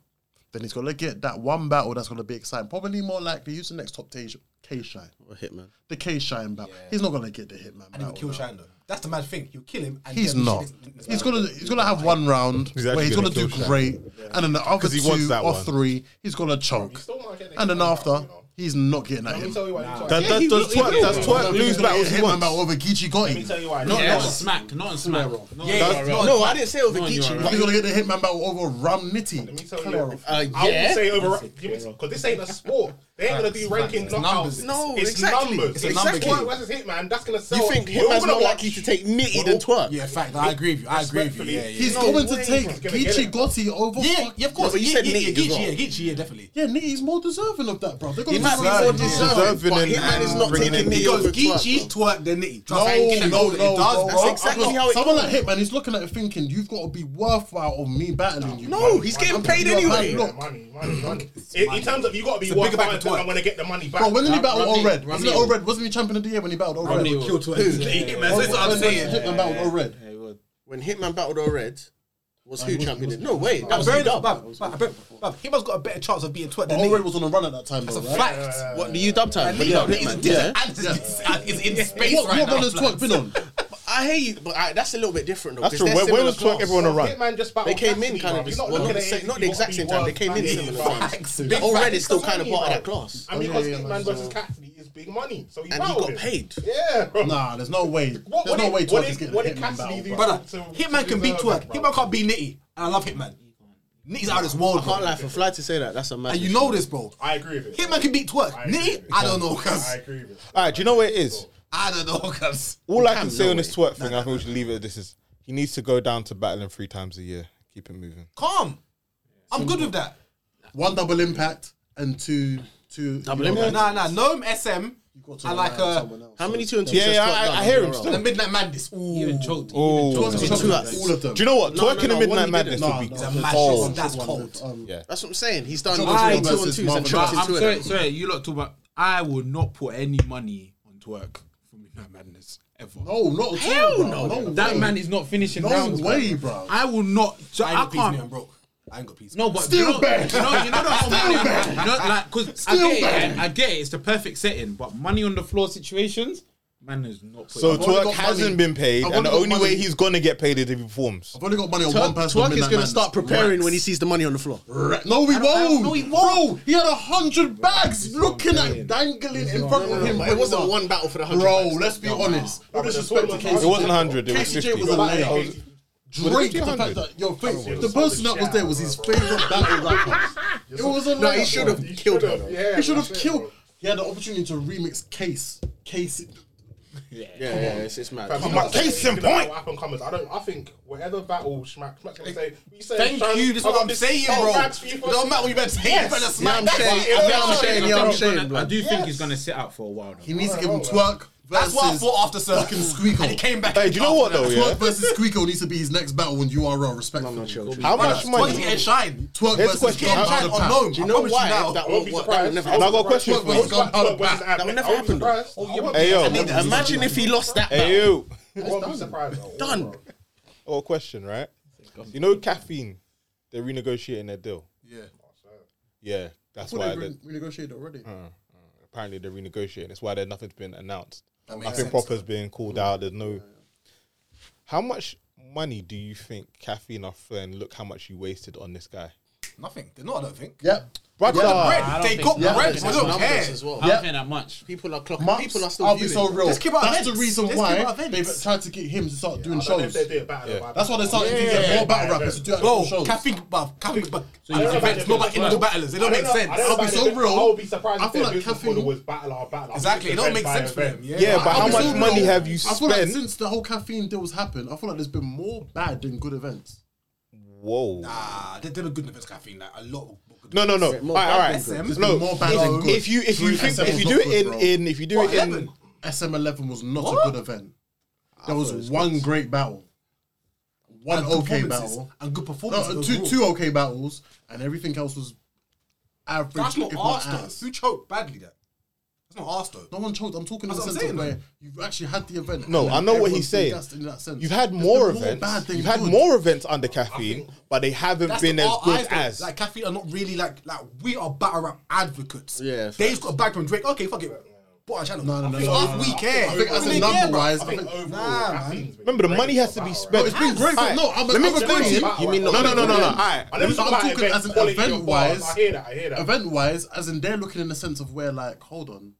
B: Then he's gonna get that one battle that's gonna be exciting. Probably more likely use the next top tier K Shine.
D: Or Hitman.
B: The K Shine battle. He's not gonna get the
L: And
B: Hitman
L: he
B: battle.
L: would kill
B: no.
L: Shine though. That's the mad thing. You kill him. And
B: He's
L: then
B: not. He's gonna he's gonna have one round
E: actually
B: where he's gonna,
E: gonna
B: do
E: kill Shine.
B: great, and then the other
E: 'Cause he
B: two
E: wants that
B: or
E: one.
B: three he's gonna choke,
K: still might get the
B: and then
K: Hitman
B: after
K: battle, you know.
B: he's not getting that
K: Let me
B: hit.
K: tell you why. Nah.
E: Does, does, does twerk does twerk lose battles he
B: Hitman
E: wants?
B: battle over Geechee got
K: Let me tell
B: him.
K: you why.
C: Not not on smack. Not on smack.
L: Yeah.
D: No, I didn't say over
C: No, you're
D: Geechee.
C: right.
B: He's gonna get the Hitman battle over Ram Nitty.
K: Let me tell you.
D: Uh,
K: I
D: yeah.
K: would say over because this ain't a sport. They ain't gonna do ranking knockouts.
D: No,
K: it's
D: exactly. It's
K: numbers.
D: a number
K: Exactly.
D: game.
K: Twerk versus Hitman. That's gonna sell.
D: You think
K: We're all
D: Hitman's
K: gonna
D: more
K: watch-
D: likely to take nitty
K: We're
D: than
K: all-
D: twerk?
L: Yeah, fact. I agree with you. I agree with you. Yeah, yeah.
B: He's
K: No
B: going to
K: way
B: take
K: he's gonna get
B: Geechee
K: it.
B: Gotti over.
L: Yeah,
B: fuck-
L: yeah, of course.
D: but you
L: yeah,
D: said
L: yeah,
D: Nate
L: yeah,
D: as
L: Geechee,
D: well.
L: yeah, Geechee, yeah, definitely.
B: Yeah, Nitty's more deserving of that, bro. They're gonna
D: He might be
B: deserve
D: more
B: it.
D: deserving, but
E: Deserving
D: Hitman
E: and
D: is not
E: bringing
D: taking
E: in-
D: me
L: Because
D: over
L: Geechee
D: twerk. bro.
L: twerk than Nitty.
B: No,
L: Trust me,
B: Oh, no, no,
L: it
B: no,
L: does.
B: bro.
L: bro.
D: That's exactly
B: Look,
D: how it
B: Someone
D: goes.
B: like Hitman is looking at it thinking, you've got to be worthwhile of me battling you.
D: No,
B: bro.
D: he's getting
B: I'm
D: paid
B: talking about
D: anyway.
B: man, Look,
K: Money, money, money. In, in terms of you gotta be
L: It's a bigger
K: worthwhile,
L: bag of twerk.
K: I'm gonna get the money back.
B: bro, when did he
C: Nah,
B: battle
C: Romney-
B: Old Red? Wasn't it
C: Romney-
B: Old Red? Wasn't he champion of the year when he battled Old Red?
C: Romney
B: When
C: will-
L: Kill twerk. Yeah, yeah, man. So That's what I'm saying.
B: Hitman battled Old Red.
D: When Hitman battled O'Red, was who championing? No way. That
L: I'm
D: was
L: very
D: very
L: dumb. Hima's got a better chance of being twerk than
B: Old Red
L: Nitty.
B: was on a run at that time,
L: That's
B: though,
L: a
B: right?
L: fact.
D: What the U dub time? When he
L: Yeah,
D: got
L: Nitty's
D: Hitman. Yeah.
L: different and is- and is in space
B: What
L: right
B: what
L: now.
B: run has
L: like.
B: Twerk been on?
D: I hear you, but I, that's a little bit different though.
E: That's
D: 'cause
E: true.
D: they're
E: When- when
D: similar
E: was twerk
D: class.
E: ever on a run?
K: Hitman just
D: They
K: battled
D: came in
K: Cassidy,
D: kind of
K: bruv. You're
D: this,
K: not
D: well, not
K: looking
D: the
K: at it
D: same,
K: as
D: not the
K: you
D: exact
K: gotta be
D: same time. They came in
K: worth
D: similar
K: money.
D: times.
L: Facts.
D: But O'Red is still
K: That's
D: kind of
K: money,
D: part of that
K: bro.
D: class.
K: I mean, because Hitman versus Cassidy is big money, so you
D: And he
K: battled
D: got
K: him.
D: paid.
K: Yeah, bro.
B: Nah, there's no way.
K: What-
B: There's
K: what
B: no
K: did-
B: way
K: what
B: Twerk is
K: did-
B: getting
K: what
B: a
K: did
B: Hitman
K: Cassidy
B: battle,
K: do?
B: bro.
L: Brother,
K: to-
L: Hitman
K: to
L: can beat
K: deserve
L: twerk.
K: it, bro.
L: Hitman can't beat Nitty. And I love Hitman. Nitty's out of this world,
D: I can't
L: bro.
D: lie, for Fly to say that, that's a mad.
L: And you know this, bro.
K: I agree with it.
L: Hitman can beat twerk.
K: I agree
L: Nitty,
K: with it.
L: I don't know, cuz.
K: I agree with it.
E: All right, do you know where it is?
L: I don't know, cuz.
E: All I
D: Cam,
E: can
D: no
E: say on
D: way.
E: this twerk thing, I think we should leave it at this is he needs to go down to battling three times a year. Keep it moving.
L: Calm. I'm good with that.
B: One double impact and two two. Double
L: Nah, nah, Gnome SM. I like uh,
D: How many two and two?
E: Yeah,
D: sets
E: yeah,
D: got
E: I-
D: done
E: I hear
D: in a
E: him
D: row?
E: still.
L: the Midnight Madness. Ooh.
C: Even choked.
E: Oh.
C: Even choked.
D: Two
B: all of them.
E: Do you know what?
D: No,
E: Twerking
D: no, no,
E: in
D: when
E: Midnight
D: he did it-
E: Madness
D: no,
E: would be
L: It's a mad
E: cold.
L: shit. That's cold.
B: um,
E: Yeah.
D: That's what I'm saying. He's done
B: I-
D: two and
B: versus
D: twos and
B: Marvin
D: chucked
B: Hagler.
C: I'm
D: into
C: sorry,
D: it.
C: sorry. You lot talk about. I would not put any money on twerk from Midnight Madness ever.
B: No, not at all.
D: Hell
B: bro.
D: no.
B: no
C: That
B: way.
C: man is not finishing
B: No
C: rounds.
B: way, bro.
C: I will not.
L: I
C: I,
L: ain't got peas, I'm
C: can't.
L: broke. I ain't got peas.
C: No, but
B: Still
C: you know,
B: bad.
C: You know, you know the whole
B: Still
C: money.
B: bad.
C: You know, like, cause I
B: Still
C: get
B: bad.
C: it. I get it. It's the perfect setting, but money on the floor situations, man has not. Put
E: So
C: it.
B: only
E: twerk
B: got
E: hasn't
B: money.
E: been paid,
B: I've
E: and
B: only
E: the
B: got
E: only
B: money.
E: way he's gonna get paid is if he performs.
B: I've only got money on one
D: Twerk,
B: person.
D: twerk is
B: on Midnight
D: going to
B: Madness.
D: start preparing
B: Rats.
D: when he sees the money on the floor.
B: Ra- No, he won't.
L: no, he
B: Bro, he had a hundred bags looking at dangling in front of him.
D: It wasn't one battle for the hundred.
B: Bro,
D: bucks.
B: let's be honest. No
K: but the
B: disrespect to
K: tournament-
B: KCJ.
E: It wasn't 100, it was
B: KCJ
E: 50.
B: was a layout.
K: Like,
B: Drake, the
E: 200?
B: fact that your favorite, the person that was there was his favorite battle rapper. It was a
D: No, he
B: layout,
D: should
B: bro.
D: have killed her. though.
K: Yeah,
B: He should have
K: that's it,
B: killed.
K: bro.
B: He had the opportunity to remix Case. Case.
D: Yeah, yeah, it's, it's mad.
K: Fam, you
E: my
K: know,
E: case
K: it's-
E: in
K: you know
E: point.
K: What happened comes, I don't. I think whatever battle Schmack, Schmack's gonna say. We say
L: Thank
K: Shan-
L: you. This is
K: I
L: what
K: got
L: I'm
K: this-
L: saying,
K: oh,
L: bro.
K: rags for you
L: It
K: for-
L: don't matter what you better say. You
K: Yes.
L: better
D: Yeah,
L: smack.
D: I'm
L: That's
D: saying,
L: it.
D: yeah, I'm saying, yeah, I'm
C: I think he's
D: saying,
C: gonna- I
D: bro.
C: do think he's gonna sit out for a while.
B: He
C: Though.
B: needs to give him
K: hold
B: twerk.
L: That's what I
B: versus-
L: thought after
B: fucking
L: Circle.
B: Squeakle.
L: And he came back.
E: Hey, do you know what though? Yeah.
B: Twerk versus Squeako needs to be his next battle in URL, respectfully.
E: How much
L: Twerk's
E: money?
L: getting shine.
B: Twerk
E: Here's the
B: versus
E: question.
B: Gunpowder
E: How-
L: Shine on
B: Pack.
L: Gnome.
D: Do you
L: I
D: know
L: promise
D: why
L: now.
D: that
K: I won't
D: won't
K: be
D: work? That
K: surprised.
D: would never
K: I
E: And I
D: happen.
E: got a question for
D: That
E: you.
D: would
K: That
D: never happen, though.
E: Hey yo,
D: Imagine if he lost that.
E: hey yo.
K: I won't be surprised. though.
D: Done.
E: Oh, a question, right? You know, caffeine. They're renegotiating their deal.
B: Yeah.
E: Yeah, that's
B: Well,
E: why.
B: they
E: They're,
B: re- renegotiated already.
E: apparently, they're renegotiating. That's why there nothing's been announced.
B: That makes
E: Nothing
B: sense.
E: proper's been called out. There's no. How much money do you think Kathy and our friend look how much you wasted on this guy?
A: Nothing. They're not. I don't think.
B: Yep.
A: They got
E: Brother.
A: the bread.
E: I don't
A: They
E: think
A: got the
E: so.
A: bread.
E: Yeah,
A: I
E: but
A: don't
E: it's
A: care.
E: numbers as well.
D: I don't think that much. People are clocking.
B: Months,
D: people are still
B: I'll
D: viewing.
B: be so real.
D: Just keep out
B: That's
D: events.
B: the reason
D: Just keep
B: why
D: out
B: they
D: events.
B: tried to get him to start doing
K: I don't
B: shows.
K: know if they're doing battle rap.
B: That's why they started to
K: Yeah.
B: get more battle
K: Yeah.
B: rappers to do actual
A: Bro,
B: shows.
A: Cafe Buff, Cafe Buff.
K: I don't know about
A: events,
K: them
A: no
K: as
A: about
K: well.
A: indoor battlers. It
K: I
A: don't make
K: know-
A: sense.
K: I don't
A: I'll be
K: know
A: so
K: about them. I
A: real.
K: would be surprised
A: I
K: if
A: feel
K: their
A: like
K: business
A: Cafe-
K: model was battle or battle.
A: Exactly, it don't make sense for them.
E: Yeah, but how
B: I'll be
E: much
B: so
E: money
B: real.
E: have you
B: I feel like
E: spent?
B: since the whole caffeine deals happened, I feel like there's been more bad than good events.
E: Whoa.
A: Nah, they did a good events caffeine. Like a lot. of good
E: No, no, no.
A: events.
E: All right, all
A: SM.
E: right. No,
B: more bad than
E: if,
B: good.
E: if you if you
B: Three
E: think,
B: SM
E: if you
B: was
E: do
B: not
E: it in
B: good, bro.
E: in if you do
A: What
E: it in
A: happened?
B: SM11 was not
A: What?
B: a good event. There was one great battle, one
A: And
B: okay
A: performances.
B: battle,
A: And good
B: no,
A: performances.
B: two
A: overall.
B: two okay battles, and everything else was average.
A: That's not
B: if
A: arse
B: not
A: though.
B: ass.
A: Who choked badly? That. That's not arse though.
B: No one choked. I'm talking
A: That's
B: in the
A: what I'm
B: sense of
A: saying,
B: where you've actually had the event.
E: No,
B: and
E: I know what
B: everyone's
E: he's
B: been
E: saying.
B: gassed In that sense.
E: You've had
B: There's
E: more
B: been bad
E: events.
B: than
E: You've had
B: good.
E: more events under caffeine, but they haven't
A: That's
E: been
A: the
E: as
A: art
E: good
A: eyes, though.
E: as.
A: like Kathy are not really like like we are battle rap advocates.
D: Yeah,
A: Dave's got a bag from Drake. Okay, fuck it. Put our channel.
B: No, no, no,
A: Fuck
B: no,
A: off,
B: no, no.
A: we care.
B: I think as
A: We care,
B: a number
A: bro.
B: wise,
K: I
B: I
K: think
B: think
K: overall,
A: man.
K: Caffeine's been
E: Remember, the
K: great
E: money
K: for
E: has to be
K: battle rap.
E: spent.
B: it's been great. for-
E: Alright,
B: No, I'm
E: let me
B: I'm
E: explain
B: telling
E: to you.
K: You mean
E: no, no,
K: not-
E: no, no, no, no. All right,
K: I
B: No,
K: never
B: but
K: talk
B: I'm
K: about
B: talking
K: event
B: as an
K: quality of
B: event
K: bars.
B: wise.
K: I hear that. I hear that.
B: event wise, as in they're looking in the sense of where like, hold on,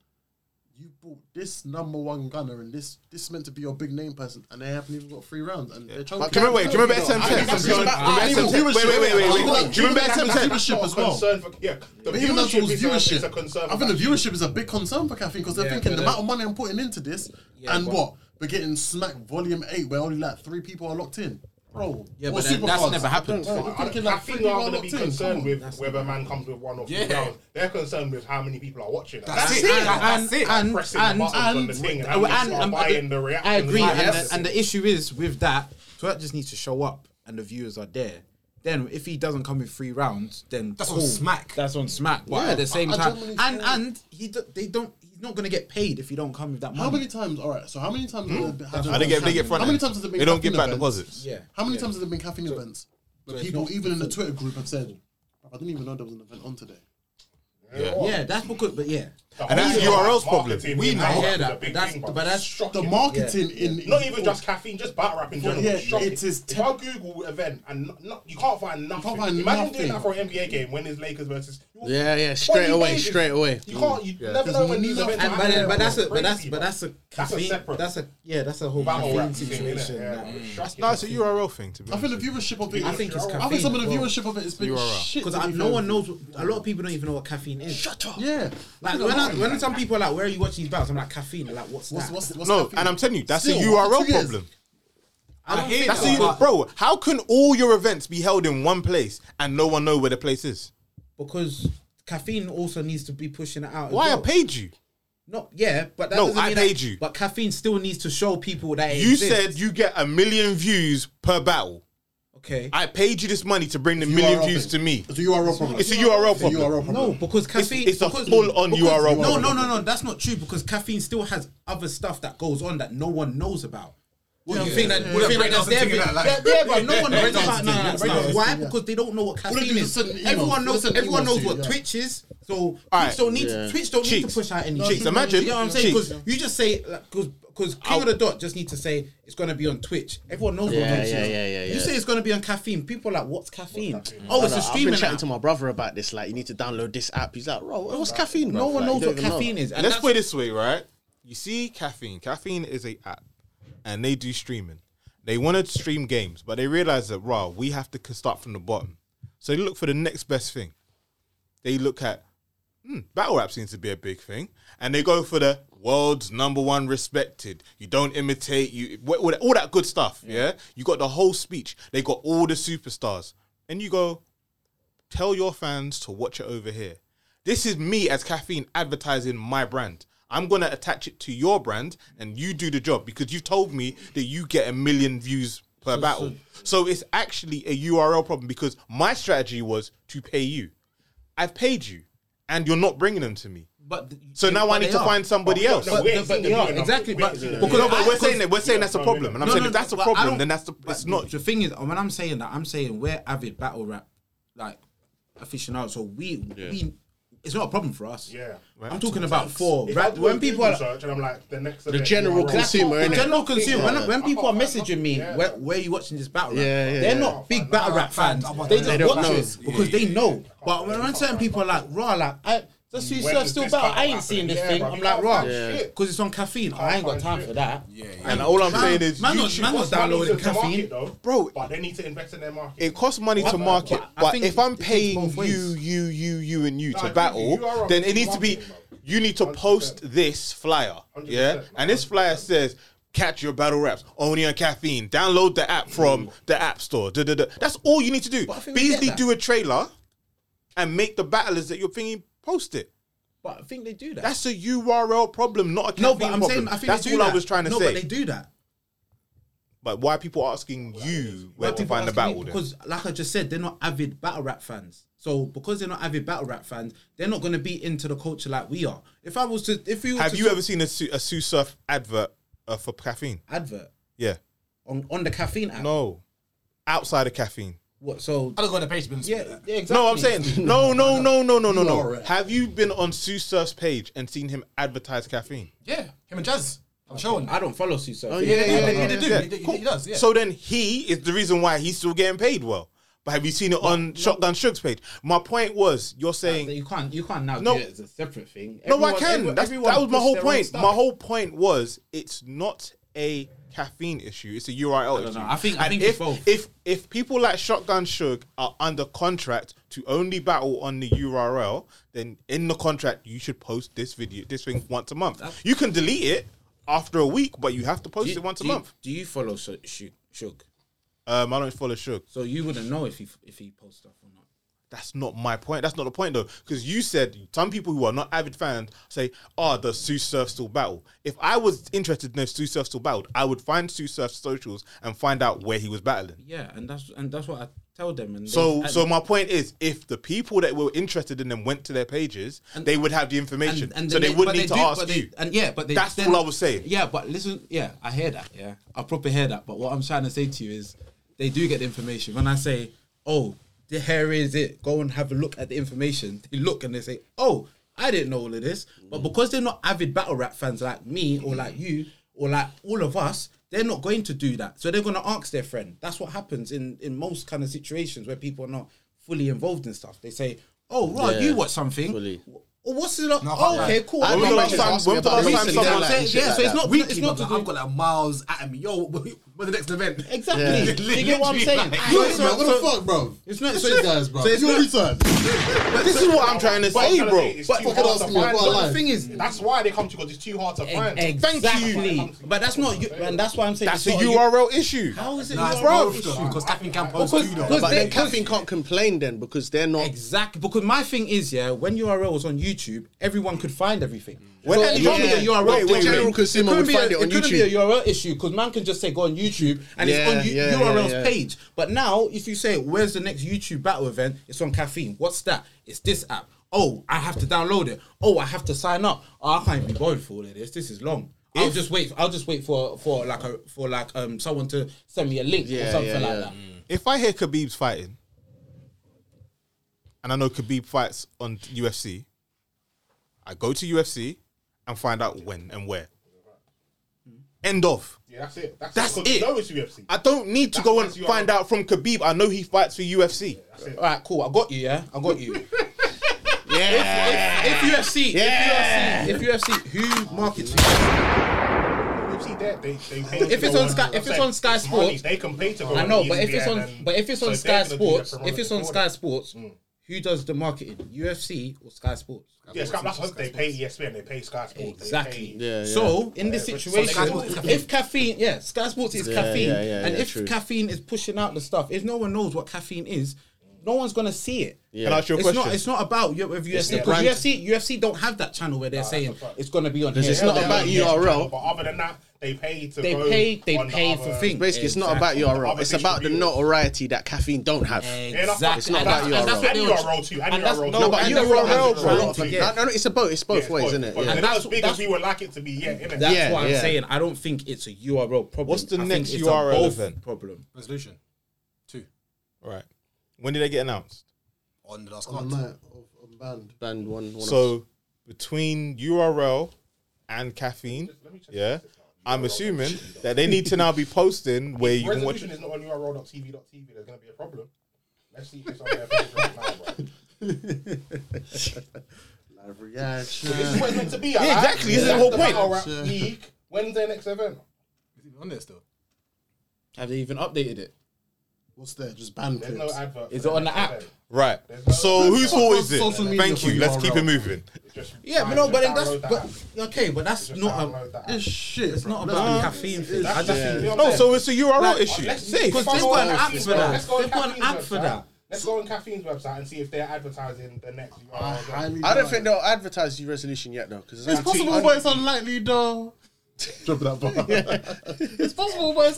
B: you bought this number one gunner and this this is meant to be your big name person, and they haven't even got three rounds, and they're choking.
E: Do you remember? Wait, do you remember
B: No,
E: SM10?
B: I
E: Do
B: think that's
E: you remember
B: about-
E: SM10? Wait, wait, wait, wait, wait. Do you remember
B: That's
E: SM10?
B: Viewership as
K: That's a
B: well.
K: concern for- yeah, the
B: But even that's all
K: viewership is a- is
B: viewership.
K: a concern
B: I
K: for
B: think the
K: that.
B: viewership is a big concern for caffeine because they're
C: Yeah,
B: thinking
C: but
B: the
C: then-
B: amount of money I'm putting into this
C: Yeah,
B: and
C: but-
B: what we're getting smack volume eight where only like three people are locked in. Bro,
C: Yeah,
B: or
C: but then that's
B: supercards.
C: never happened.
B: Bro, I'm
K: I
B: thinking
K: think
B: like three people
K: are
B: are
K: going to
B: locked
K: be
B: in. Come
K: concerned
B: on.
K: with whether a man comes with one or two
A: Yeah.
K: rounds. They're concerned with how many people are watching.
A: That's it.
C: and,
A: That's it.
C: And,
K: pressing
C: and,
K: the buttons
C: and,
K: on the thing and
C: and,
K: having to
C: and-
K: buy in the
C: I
K: reactions
C: agree.
K: and
C: And,
K: everything.
C: the, and the issue is with that, Twerk just needs to show up and the viewers are there. Then if he doesn't come in three rounds, then
A: That's on smack.
C: That's on smack. But
B: Yeah.
C: at the same
B: I- I
C: time,
B: generally
C: and
B: feel-
C: and he do, they don't. He's not gonna get paid if he don't come with that money.
B: How many times? All right. So how many
K: Hmm?
B: times? Have there, have there
E: I didn't get
B: been
E: they get front.
B: How many
E: end.
B: times has there been?
E: They don't
B: caffeine
E: give back
B: events?
E: deposits.
C: Yeah.
B: How many times have there been caffeine events? But people, even in the Twitter group, have said, "I didn't even know there was an event on today."
C: Yeah, that's what good. But yeah,
E: And that's URL's problem.
K: Marketing
E: We
K: in
E: know.
K: battle
C: I
K: rap
C: hear
K: is a
C: that.
K: big
C: That's
K: thing,
C: but
K: bro.
C: that's
B: The
K: Shocking.
B: marketing in
K: Not even just caffeine, just battle rap in general.
B: Yeah,
K: is shocking.
B: it is
K: If I Google event and no, no- you can't find nothing.
B: find
K: Imagine
B: nothing.
K: doing that for an NBA game when it's Lakers versus.
D: Yeah, yeah,
K: 20
D: straight away,
K: pages.
D: straight away.
K: You can't. You never know when these
B: nothing.
K: events.
C: And,
K: are
C: but,
K: happening,
C: but
K: bro.
C: that's a but that's but
K: Crazy, bro.
C: that's a
K: That's a
C: caffeine.
K: separate-
C: That's a yeah. That's a whole
K: battle
C: caffeine
K: rap situation.
C: situation.
K: Yeah,
C: that-
K: shocking.
E: No, it's a URL thing to be
B: I
E: honest.
B: think the viewership of it.
C: I think it's
B: I think some of the
C: caffeine as
B: viewership of it has been
E: URL.
B: shit.
C: Because
B: to
C: I-
B: be
C: no
B: fair.
C: one knows. What, a lot of people don't even know what caffeine is. Shut up.
B: Yeah.
C: Like when I, when some people are like, "Where are you watching these battles?" I'm like, "Caffeine." They're like, what's,
B: What's,
C: that?
B: what's, what's
E: No,
B: caffeine?
E: and I'm telling you, that's a
B: Still, after
E: URL
B: two years.
E: problem.
C: I don't think
E: That's
C: so,
E: a,
C: but-
E: bro. How can all your events be held in one place and no one know where the place is?
C: because caffeine also needs to be pushing it out. as
E: Why
C: well.
E: I paid you?
C: Not yeah, but that
E: No,
C: doesn't
E: I
C: mean
E: paid
C: that-
E: you.
C: But caffeine still needs to show people that it
E: You
C: exists.
E: said you get a million views per battle.
C: okay.
E: I paid you this money to bring the million
B: URL
E: views to
B: thing.
E: me.
B: It's a URL problem.
E: It's a URL
B: It's a
E: problem.
B: URL problem.
C: no, because caffeine
E: it's a
C: because-
E: full-on
C: because-
E: URL
C: No, no,
E: problem.
C: no, no, that's not true because caffeine still has other stuff that goes on that no one knows about. You know,
A: yeah.
C: thing that,
A: Yeah,
C: you know,
A: yeah,
C: thing
A: yeah.
C: that's there,
A: Yeah, yeah,
C: but-
A: yeah.
C: yeah, but no one
A: Yeah,
C: knows
A: yeah,
C: about
A: yeah.
C: none of that
A: Yeah,
C: stuff.
A: yeah.
C: Why? Because they don't know what
B: do
C: caffeine
B: you
C: is.
B: send emails?
C: Everyone knows.
B: Send
C: Everyone
B: emails
C: knows
B: to you,
C: what
B: yeah.
C: Twitch is. So Twitch
E: Alright.
C: don't need.
D: Yeah.
C: Twitch don't need
E: Cheeks.
C: to push out any.
E: Cheeks, imagine.
C: You know what I'm saying?
E: Cheeks.
C: Because you just say because because King of the Dot just need to say it's gonna be on Twitch. Everyone knows
D: Yeah,
C: what Twitch
D: yeah,
C: is.
D: yeah, yeah,
C: You
D: yeah.
C: say it's gonna be on caffeine. People are like, what's caffeine? Oh, it's a
D: I've been
C: streaming
D: chatting
C: app.
D: to my brother about this. Like, you need to download this app. He's like, bro, what's caffeine?
C: No one knows what caffeine is. And
E: Let's
C: that's-
E: put it this way, right? You see, caffeine. Caffeine is a app, and they do streaming. They want to stream games, but they realize that raw we have to c- start from the bottom. So they look for the next best thing. They look at hmm, battle rap seems to be a big thing, and they go for the world's number one respected. You don't imitate you, wh- all that, all that good stuff. Yeah. you got the whole speech. They got all the superstars, and you go tell your fans to watch it over here. This is me as caffeine advertising my brand. I'm gonna attach it to your brand, and you do the job because you told me that you get a million views per battle. So it's actually a URL problem because my strategy was to pay you. I've paid you, and you're not bringing them to me.
C: But
E: So now I
C: but
E: need
C: they
E: to
C: are.
E: find somebody else.
K: No,
E: No,
C: But-
K: we ain't
C: but
K: seen the
C: they are,
K: video, no.
C: exactly,
K: We ain't
C: but-
K: seen the
C: because
K: video.
C: of-
E: but we're saying
C: because-
E: that we're saying that's a
K: no, no,
E: problem, and I'm
C: No,
E: saying
C: no,
E: if that's a
C: but I
E: problem,
C: don't-
E: then that's the,
C: but
E: it's not.
C: The thing is, when I'm saying that, I'm saying we're avid battle rap, like aficionados. So we we it's not a problem for us.
I: Yeah.
C: I'm talking about for
I: If I
C: right,
I: do
C: when
I: a
C: people
I: Google
C: are
I: search and I'm like the next
C: The
I: event,
C: general
I: you're right.
C: consumer,
I: That's
C: innit?
I: what-
C: General consumer. When- when
I: I
C: people
I: can't
C: are
I: find
C: messaging me,
I: nothing, yeah.
C: where, where are you watching this battle rap?
D: Yeah, yeah,
C: They're
D: yeah.
C: not big battle rap fans.
D: fans.
C: They
D: Yeah.
C: just
D: They don't
C: watch
D: know.
C: it because they know. But when I'm certain people are like, rah, like, I, just see
D: Where
C: surf
D: does
C: still
D: this
C: battle.
D: battle
C: I ain't
D: happen?
C: seeing this
D: Yeah,
C: thing.
D: bro,
C: I'm
D: you
C: like,
D: can't
C: rah,
D: find shit.
C: because it's on caffeine. I ain't got time for that.
E: And all I'm
C: Man-
E: saying is,
C: man, not,
E: YouTube
C: man
E: wants
C: not
E: money
C: downloading
E: to market,
C: caffeine.
I: though,
E: bro.
I: But they need to invest in their market.
E: It costs money to
I: But-
E: market,
I: but I
E: but,
I: think
E: if I'm paying you, you, you, you, and you
I: No, I
E: to
I: think
E: battle,
I: you are on
E: then it needs to be. You need to post this flyer, yeah, and this flyer says. Catch your battle raps only on caffeine. Download the app from the app store. Da, da, da. That's all you need to do. Beasley do a trailer and make the battlers that you're thinking post it.
C: But I think they do that.
E: That's a URL problem, not a caffeine
C: No, but I'm
E: problem.
C: saying I think
E: That's
C: they do
E: all
C: that.
E: I was trying to
C: no,
E: say.
C: but they do that.
E: But why are people asking you where
C: Why
E: to
C: people
E: find the
C: asking me?
E: battle? then?
C: Because, like I just said, they're not avid battle rap fans. So because they're not avid battle rap fans, they're not going to be into the culture like we are. If I was to, if you
E: Have you ever seen a, Su- a Sue Surf advert uh, for caffeine?
C: advert
E: Yeah.
C: on on the caffeine app?
E: No. Outside of caffeine.
C: What? So
E: I
C: don't go on the page. Yeah, yeah, exactly.
E: No, I'm saying no, no, no, no, no, no,
C: You
E: no.
C: are right.
E: Have you been on Sue Surf's page and seen him advertise caffeine?
C: Yeah, him and Jazz. I'm showing. I don't follow Sue Surf.
E: Oh,
C: He
E: yeah,
C: did-
E: yeah,
C: he
E: yeah,
C: did- he
E: yeah.
C: did do. He did- He does. Yeah.
E: So then he is the reason why he's still getting paid well. But have you seen it on Shotgun Shook's page? My point was, you're saying
C: you can't, you can't now
E: No.
C: do it as a separate thing.
E: No, I
C: Everyone-
E: can.
C: every-
E: That's,
C: everyone
E: that was my
C: puts
E: whole
C: their own
E: point.
C: stuff.
E: My whole point was it's not a caffeine issue. It's a URL issue.
C: know. I think- I
E: And
C: think
E: if,
C: it's both.
E: if if people like Shotgun Shug are under contract to only battle on the URL, then in the contract you should post this video, this thing once a month. you can delete it after a week, but you have to post
M: Do you-
E: it once a
M: do you-
E: month.
M: Do you follow Su- Shug? Shug?
E: Um, I don't follow Shug.
C: So you wouldn't know if he if he posts stuff or not.
E: That's not my point. That's not the point though, because you said some people who are not avid fans say, "Oh, does Sue Surf still battle?" If I was interested in if Sue Surf still battled, I would find Sue Surf's socials and find out where he was battling.
C: Yeah, and that's and that's what I tell them. And they-
E: So,
C: and-
E: so my point is, if the people that were interested in them went to their pages, they would have the information,
C: and
E: so
C: then
E: they,
C: but
E: wouldn't need to
C: do-
E: ask
C: but they-
E: you.
C: And yeah, but they,
E: that's
C: then-
E: all I was saying.
C: Yeah, but listen, yeah, I hear that. Yeah, I proper hear that. But what I'm trying to say to you is, they do get the information. When I say, oh, the here is it. Go and have a look at the information. They look and they say, oh, I didn't know all of this.
E: Mm.
C: But because they're not avid battle rap fans like me or like you or like all of us. They're not going to do that, so they're going to ask their friend. That's what happens in in most kind of situations where people are not fully involved in stuff. They say, "Oh, right,
D: Yeah,
C: you watch something. Well, what's it up? oh, okay, cool.
D: I
C: I
D: remember
C: remember
D: when
C: time,
D: was asking
C: when was the
D: about
C: last
D: this recently,
C: time someone-
D: like
C: Yeah,
D: that
C: yeah,
D: shit
C: so it's
D: like
C: not
D: that.
C: it's not to do-
H: I've got like miles at me. Yo, when's the next event?
C: exactly.
D: Yeah.
C: You get what I'm saying?
H: Like,
C: So-
H: yo,
C: so-
H: man, what the
C: so-
H: fuck, bro?
C: It's not
H: This
C: so it's,
H: guys, bro.
C: So it's
H: You're
C: not,
H: retard.
E: This is what I'm trying to
I: But I'm
E: say,
I: trying to
E: bro.
I: say it's
E: But
I: too hard to find,
C: but
I: though.
C: the thing is-
I: that's why they come to because it's too hard to find.
C: Exactly. But that's not you, and that's why I'm saying
E: that's a
C: it's not
E: URL issue.
C: How is it
D: Nah, it's
C: URL
D: both,
C: issue?
D: though, because
C: caffeine can
D: But then caffeine can't complain then because they're not.
C: Exactly. Because my thing is, yeah, when URL was on YouTube, everyone could find everything.
D: When-
C: so it can't
D: Mm. Yeah.
C: be a URL.
D: Wait, wait,
C: thing.
D: The general
C: It
D: consumer
C: couldn't
D: would
C: be a-
D: find it on
C: It couldn't be
D: YouTube.
C: a URL issue because man can just say go on YouTube and it's
D: Yeah,
C: on U-
D: yeah, yeah,
C: URL's
D: yeah.
C: page. But now, if you say, "Where's the next YouTube battle event?" It's on Caffeine. What's that? It's this app. Oh, I have to download it. Oh, I have to sign up. Oh, I can't even be bothered for all of this. This is long. I'll just wait. I'll just wait for for like a for like um someone to send me a link or something like that.
D: Mm.
E: If I hear Khabib's fighting, and I know Khabib fights on UFC, I go to UFC and find out when and where. End of.
I: Yeah, that's it. That's,
E: That's
I: it. 'cause
E: it.
I: You know it's UFC.
E: I don't need to
I: That's
E: go and
I: why it's
E: find out from Khabib. I know he fights for UFC.
C: All right, cool. I got you. Yeah, I got you. yeah. If, if, if UFC, if UFC, if UFC, who markets
I: UFC there, they, they pay
C: If
I: to
C: it's
I: go
C: on Sky-
I: I'm
C: if it's
I: saying,
C: on Sky
I: money,
C: Sports-
I: they can pay to go.
C: I know,
I: on
C: but if it's
I: ESPN
C: on,
I: and-
C: but if it's on
I: so
C: Sky
I: they're gonna do their
C: Sports, if it's on
I: promotion.
C: Sky Sports,
I: Mm.
C: who does the marketing? UFC or Sky Sports?
I: yeah, Sky, that's what they pay E ESPN, they pay Sky Sports,
C: Exactly.
I: They pay,
C: So in this
I: Yeah, but-
C: situation,
I: So Sky Sports is caffeine.
C: if caffeine, yeah, Sky Sports is
D: Yeah,
C: caffeine,
D: yeah, yeah,
C: and
D: yeah,
C: if
D: true.
C: caffeine is pushing out the stuff, if no one knows what caffeine is, no one's gonna see it.
E: Yeah. Can I ask you a
C: it's Not,
E: question?
C: it's not about you- if
E: It's
C: UFC
E: the
C: because
E: brand.
C: UFC UFC don't have that channel where they're saying it's gonna be on.
D: Because
C: here.
D: it's not
C: Yeah,
D: about
C: yeah, yeah.
D: URL.
I: But other than that, they pay to
C: They
I: go
C: pay- they
I: on the
C: pay
I: other-
C: for things.
D: Basically, it's not about
I: Exactly.
D: URL.
I: Other
D: It's about the notoriety that caffeine don't have.
I: Yeah, that's
D: It's not about
I: And that's what
D: URL.
I: they were- URL too, and
D: And that's-
I: URL
D: No,
I: too.
D: but
I: And
D: URL
I: URL
D: has a lot of
I: too.
D: things. No, no, no, it's a both. It's both ways, isn't it?
I: But
D: Yeah.
I: they're not as big as we would like it to be, yeah, innit?
C: That's what I'm saying. I don't think it's a URL problem.
E: What's the
C: I think
E: next
C: it's a
E: URL
C: both
E: event?
C: problem?
H: Resolution two
E: Right. When did they get announced?
H: on the last
B: On
H: card.
B: the night of- on Banned.
D: Banned one. one
E: So between URL and caffeine, yeah, I'm assuming that they need to now be posting where you can watch.
N: Resolution is not on URL.tv.tv. There's going to be a problem. Let's see if it's on there right now, bro.
B: Live reaction.
N: So this is what it's meant to be.
B: Yeah,
N: alright?
B: exactly, this is the
N: That's
B: whole point.
N: battle rap
B: Yeah.
N: League. When's their next event?
C: on there still. Have they even updated it?
B: What's there? Just banned
N: There's
B: clips.
N: no advert
C: Is
N: for
C: it on
N: that
C: the app?
E: Right. So whose fault is it? Thank you. Let's keep it moving.
C: Yeah, but no, but then that's
N: Download that
C: but, okay, but that's not a,
B: it's shit.
C: It's not
E: bro.
C: about
E: Nah.
C: caffeine.
E: It's-
C: thing. I just
E: yeah.
C: think-
E: No, so it's a URL issue.
N: Let's-
E: Safe.
N: let's
C: Because they've
N: go
C: got
N: on
C: an app
N: Caffeine's
C: for that.
N: website. Let's
C: They've
N: go on
C: got an app
N: Caffeine's
C: for
N: website.
C: that.
N: Let's go on Caffeine's website and see if they're advertising the next URL.
D: I don't think they'll advertise the resolution yet, though. Because
B: It's possible, but it's unlikely, though. Drop that bar. it's possible, but it's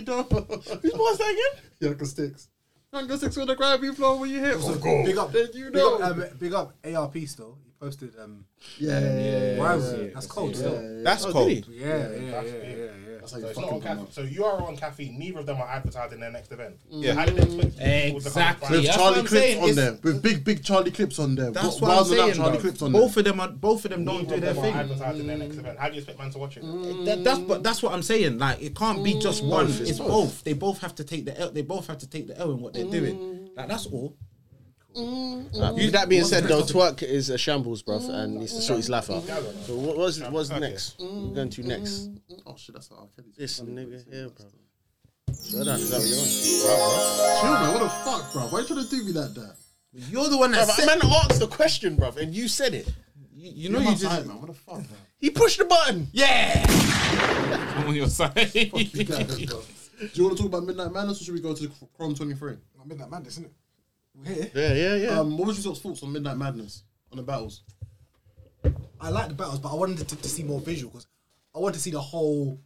B: though. Who's was that again? Yanka Sticks. Yanka Sticks with a gravity flow when you hit. Oh, God.
I: Big up,
B: Did you
I: big
B: know?
I: up, um, big up ARP still. He posted um,
B: Yeah, yeah, yeah, yeah,
I: Rival.
B: yeah,
I: that's
B: yeah,
I: cold
B: yeah,
I: still.
B: yeah.
E: That's
B: Oh,
E: cold.
B: did he?
I: Yeah, yeah, yeah,
N: that's
I: yeah,
N: it.
I: yeah, yeah.
B: That's how you
N: So it's not
B: fucking
N: on
B: come
N: caffeine. So you are on caffeine. Neither of them are advertising their next event.
C: Mm.
E: Yeah.
N: How did they expect people to come and
O: Exactly.
N: find
O: That's
B: With
O: what
B: Charlie
O: I'm
B: Clips
O: saying,
B: on
O: it's-
B: there. With big, big Charlie Clips on there.
C: That's
B: Wa-
C: what I'm
B: Wilding Out
C: saying.
B: Charlie
C: bruv.
B: Clips on
C: both of them are both of them
N: Neither
C: don't do
N: of
C: their
N: them are
C: thing. Mm.
N: advertising their next event. How do you expect man to watch it?
C: That, that's but that's what I'm saying. Like it can't be just one. It's Mm. both. They both have to take the L. They both have to take the L in what they're doing. Like that's all.
D: With that being said, though, twerk is a shambles, bruv, and needs to sort his life out. So what was what's next? We're going to next.
B: there. Oh, shit, that's R. Kelly.
D: This nigga here, bro. Well done. Is that what you want?
B: Chill, man. What the fuck, bro? Why you trying to do me like that?
C: You're the one that
D: Bruv,
C: said.
D: a man asked the question, bruv, and you said it.
C: You, you know
B: I'm
C: you
B: outside,
C: just.
B: man. What the fuck, man?
D: He pushed the button.
O: Yeah. I'm on your side.
B: You guys, bro. Do you want to talk about Midnight Madness or should we go to Chrome 23?
I: Like Midnight Madness, isn't it? We're here.
D: Yeah, yeah, yeah.
B: Um, what was your thoughts on Midnight Madness? On the battles?
I: I like the battles, but I wanted to, to see more visual because I wanted to see the whole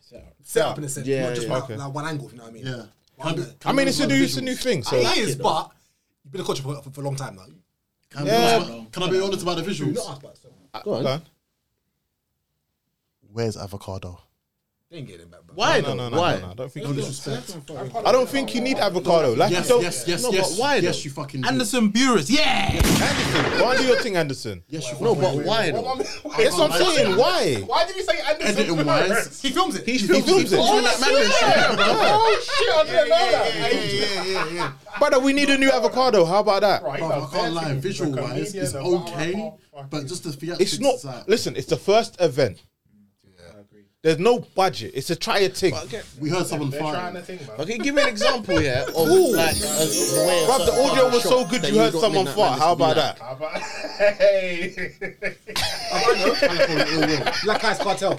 E: Set
I: set
E: up.
I: up in a sense,
D: Yeah,
I: not just
D: yeah.
I: one,
E: Okay.
I: like one angle. You know what I mean?
B: Yeah.
I: One angle.
E: I mean, it's a new, it's a new thing. So
I: it is, but you've been a coach for, for, for a long time now.
B: Can,
E: Yeah.
B: I, be honest, can I be honest about the
I: You're
B: visuals?
I: not asked about it, so
D: Go on.
E: Go on.
B: Where's Avocado?
I: They ain't getting it back, bro.
D: Why?
E: No,
D: though?
E: no, no,
D: Why?
E: no, no. I don't think. You I don't think you need avocado. Like,
B: Yes,
E: you don't.
B: yes, yes,
D: No, but
B: yes.
D: why,
B: Yes,
D: though?
B: you fucking do.
C: Anderson Burris. Yeah.
E: Anderson, why do your thing, Anderson?
B: Yes, you
D: No,
B: fucking
D: but
B: do.
D: why?
N: Well,
D: though?
N: I'm-
E: That's what I'm saying. Why?
N: Why did you say Anderson?
B: Editing
N: first?
B: wise.
I: He films it.
D: He
E: He films it.
D: Oh, that madness. Yeah, bro.
N: Oh shit! I didn't know that.
I: yeah, yeah, yeah.
E: Brother, we need a new avocado. How about that?
N: Right,
B: Bro, I can't lie. Visual wise,
N: comedian,
B: it's
N: a
B: okay,
N: battle rapper,
B: but just the theatrics.
E: It's not.
B: like,
E: Listen, it's the first event. There's no budget. It's a try a thing.
D: Okay.
B: we heard someone
N: They're trying to
B: fart.
N: think, man.
D: Okay, give me an example, yeah, of like a, the way a
E: Bruv, the
D: certain
E: audio
D: part
E: was
D: shot
E: so good
D: that
E: you heard
D: got
E: someone
D: Midnight
E: fart.
D: Madness
E: How
D: to be
E: about
D: like,
E: that?
N: How about- Hey.
I: Black Eyes Cartel.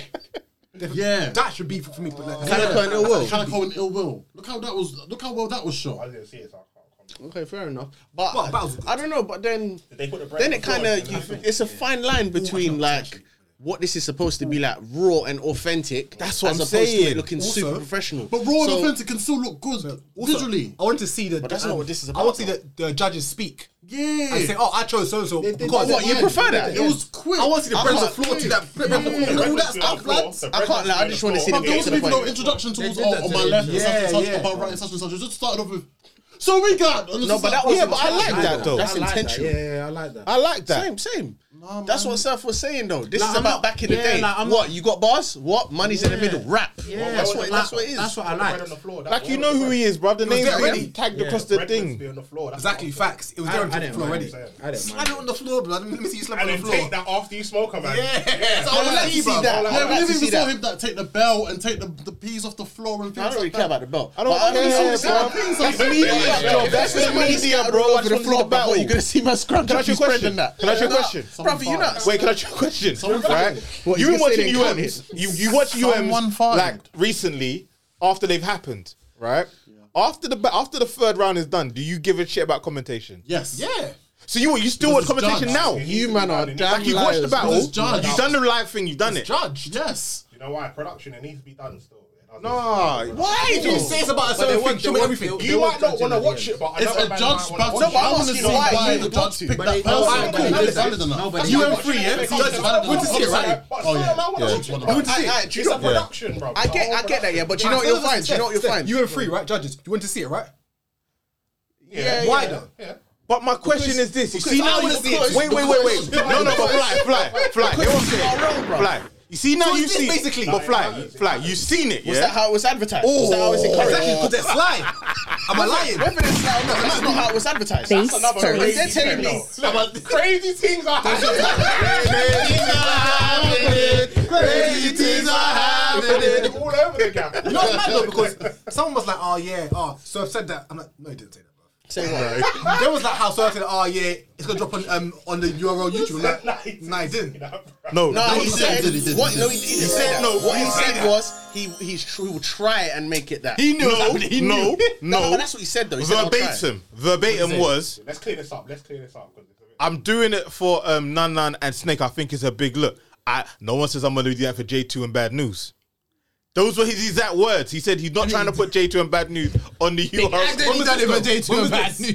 B: Yeah.
I: That should be for, for me. But like,
D: Kinda call an ill will.
B: Kanako and Ill Will. Look how that was. Look how well that was
N: I
B: shot.
N: didn't see it, so I can't comment.
D: Okay, fair enough. But
I: Well, battles were good.
D: I don't know. But then,
N: Did they put the bread on
D: then it
N: the floor
D: kind
N: and then
D: of
N: that's
D: it's a fine line between like what this is supposed to be like raw and authentic.
E: That's what
D: as
E: I'm
D: opposed to it
E: saying.
D: looking
I: Also-
D: super professional.
B: But Raw and
D: So-
B: Authentic can still look good
I: Also,
B: visually.
I: I wanted to see the. But
D: that's not what this is
I: I
D: about,
I: want to see
D: though.
I: the, the judges speak.
B: Yeah.
I: And say, oh, I chose so and so because
D: What you prefer that?
B: It was quick.
I: I want to see the
D: I
I: bread on the
D: can't-
I: floor to that bread on the floor.
N: bread
I: All
N: was on
I: that
N: the
I: stuff,
N: floor,
I: lads.
N: the
D: I
N: bread
D: can't
N: was
D: lie, I
N: on
D: just
N: the
D: wanna
N: floor.
D: see the get
B: But there
D: to
B: wasn't
D: the
B: even no
D: point.
B: introduction towards
I: did
B: oh,
I: that
B: on my
I: today.
B: left, such and
I: Yeah,
B: such,
I: yeah.
B: about right, such and such. It just started off with. So we got. and
D: No,
B: it's
D: but
B: just
D: that was
E: Yeah, but I
D: intentional.
E: like that, though.
D: That's
E: I like that,
D: intentional.
C: Yeah, yeah, I like that.
E: I like that.
D: Same, same. That's what Surf was saying though. This
C: Like,
D: is
C: I'm
D: about
C: not-
D: back in the
C: yeah,
D: day.
C: like, I'm
D: what you got bars? What money's in the middle? Rap.
C: Yeah,
D: that's what. That's what it is.
C: That's what I
N: Put the bread
C: like.
N: on the floor, that
E: Like you
N: was-
E: know who he is, bruv. The name's
I: get
E: already
I: ready.
E: tagged across the
N: Bread must be
E: thing.
N: on the floor. that's
I: Exactly,
N: what I'm
I: facts. It was
C: I,
I: there on
C: I
I: the
C: didn't
I: floor
C: mind it.
I: already.
C: I didn't
I: Slam
C: mind
I: it on the floor, bro. Let me see you slam
N: saying.
I: it on
N: And
I: the
N: then take
I: floor.
N: that after you smoke, man.
I: Yeah, so I
D: I'd
I: was
D: like
I: like,
D: to see
I: bro.
D: that.
I: Like,
D: I'd
B: Yeah,
D: like
B: we
D: to
B: didn't
D: see
B: even saw
D: that.
B: him that take the bell and take the, the peas off the floor and things
D: I don't really
B: like
D: care about
B: that.
D: the belt.
E: I don't
D: But I'm
E: care.
D: just-
E: bruv. That's media, job. That's the media, bro. I
D: Over the
E: just want to see
D: floor
E: the
D: battle. You're gonna
E: battle.
D: see my scrunch.
E: Can I ask you a question?
D: That.
E: Can I ask you a question?
D: Brother, you know.
E: Wait, can I ask you a question? Right?
D: What,
E: You've
D: you gonna
E: been
D: say
E: watching
D: they ain't
E: UMs. You you watch
B: Someone
E: UMs
B: farted.
E: like recently after they've happened, right? After the ba- after the third round is done, do you give a shit about commentation?
B: Yes.
I: yeah.
E: So you you still watch
B: Because it's
E: commentation
B: judged.
E: now?
D: You man are damn
E: Like you've watched the
D: liars,
E: battle,
B: because it's judged.
E: you've done the live thing, you've done it.
B: Judged. Yes.
N: You know why? Production, it needs to be done still. It doesn't-
E: Nah,
D: Why?
I: You say it's about a certain thing. Show me everything.
N: You might not want to watch it, but
B: It's
N: another
B: a
N: man
B: judge
N: might wanna
B: battle.
N: watch it.
B: I want to see why, the judge picked that person.
I: but they
B: That's
I: did that.
B: valid enough.
I: No, but
B: That's
I: they did
B: valid
I: that.
B: enough.
I: free, yeah?
B: That's
I: Judge
B: valid
I: battle.
B: enough.
I: Good to see it, right?
N: But
B: Oh,
N: still,
B: yeah.
N: man, I wanna
B: Yeah.
N: watch it,
B: Good
N: bro.
B: to
D: see it.
N: I- I- It's a production, bro.
D: I get, I get that, yeah. But you know what you'll find? You know what you'll find?
I: You were free, right, judges? You want to see it, right?
N: Yeah,
I: Why
N: yeah,
I: though?
N: Yeah.
E: But my question is this: You
B: because
E: see
B: I
E: now, you
B: wanna see it.
E: wait, wait, wait, wait.
B: Because-
E: No, no, but fly, fly, fly.
B: Because
E: They won't
B: you
E: say
B: are
E: it.
B: wrong, bro.
E: Fly. You see now,
B: So
E: you
B: it's this
E: see,
B: basically.
E: But fly, fly. You seen it?
D: Was
E: yeah?
D: that how it was advertised? Was that how it's encouraged?
E: Exactly, 'cause that's
D: live.
E: Am I lying?
D: Whether it's live or not, that's not how it was advertised.
E: Based
D: that's another
E: on-
D: crazy They're telling me
K: about crazy things are
J: happening.
K: Crazy things are happening. All over the gap.
I: You know what's mad though? Because someone was like, oh yeah, oh, so I've said that. I'm like, no, you didn't say that, bro.
D: Say
I: what? there was like how Surf said, oh yeah, it's gonna drop on um on the URL YouTube. I'm like, no, he didn't.
E: No,
D: No, he said.
I: He didn't,
D: What?
I: he
D: No, he
I: didn't.
D: didn't.
I: He
D: say
I: said
D: that.
I: no,
D: What
I: he
D: he
I: said
D: said
I: that.
D: was he he's tr- he will try and make it that.
E: He knew it was
D: No,
E: happening. He
D: no,
E: knew.
D: No,
E: No.
D: but that's what he said though. He said, "I'll try."
E: Verbatim. Verbatim was,
K: Let's clear this up. Let's clear this up. 'cause
E: I'm doing it for um, Nan Nan and Snake. I think is a big look. I no one says I'm gonna do that for J2 and Bad News. Those were his exact words. He said he's not trying to put J2 and Bad News on the URL.
I: accidentally
E: When was
I: done
E: this
I: it for
E: though?
I: J2
E: When was
I: and Bad
E: this? This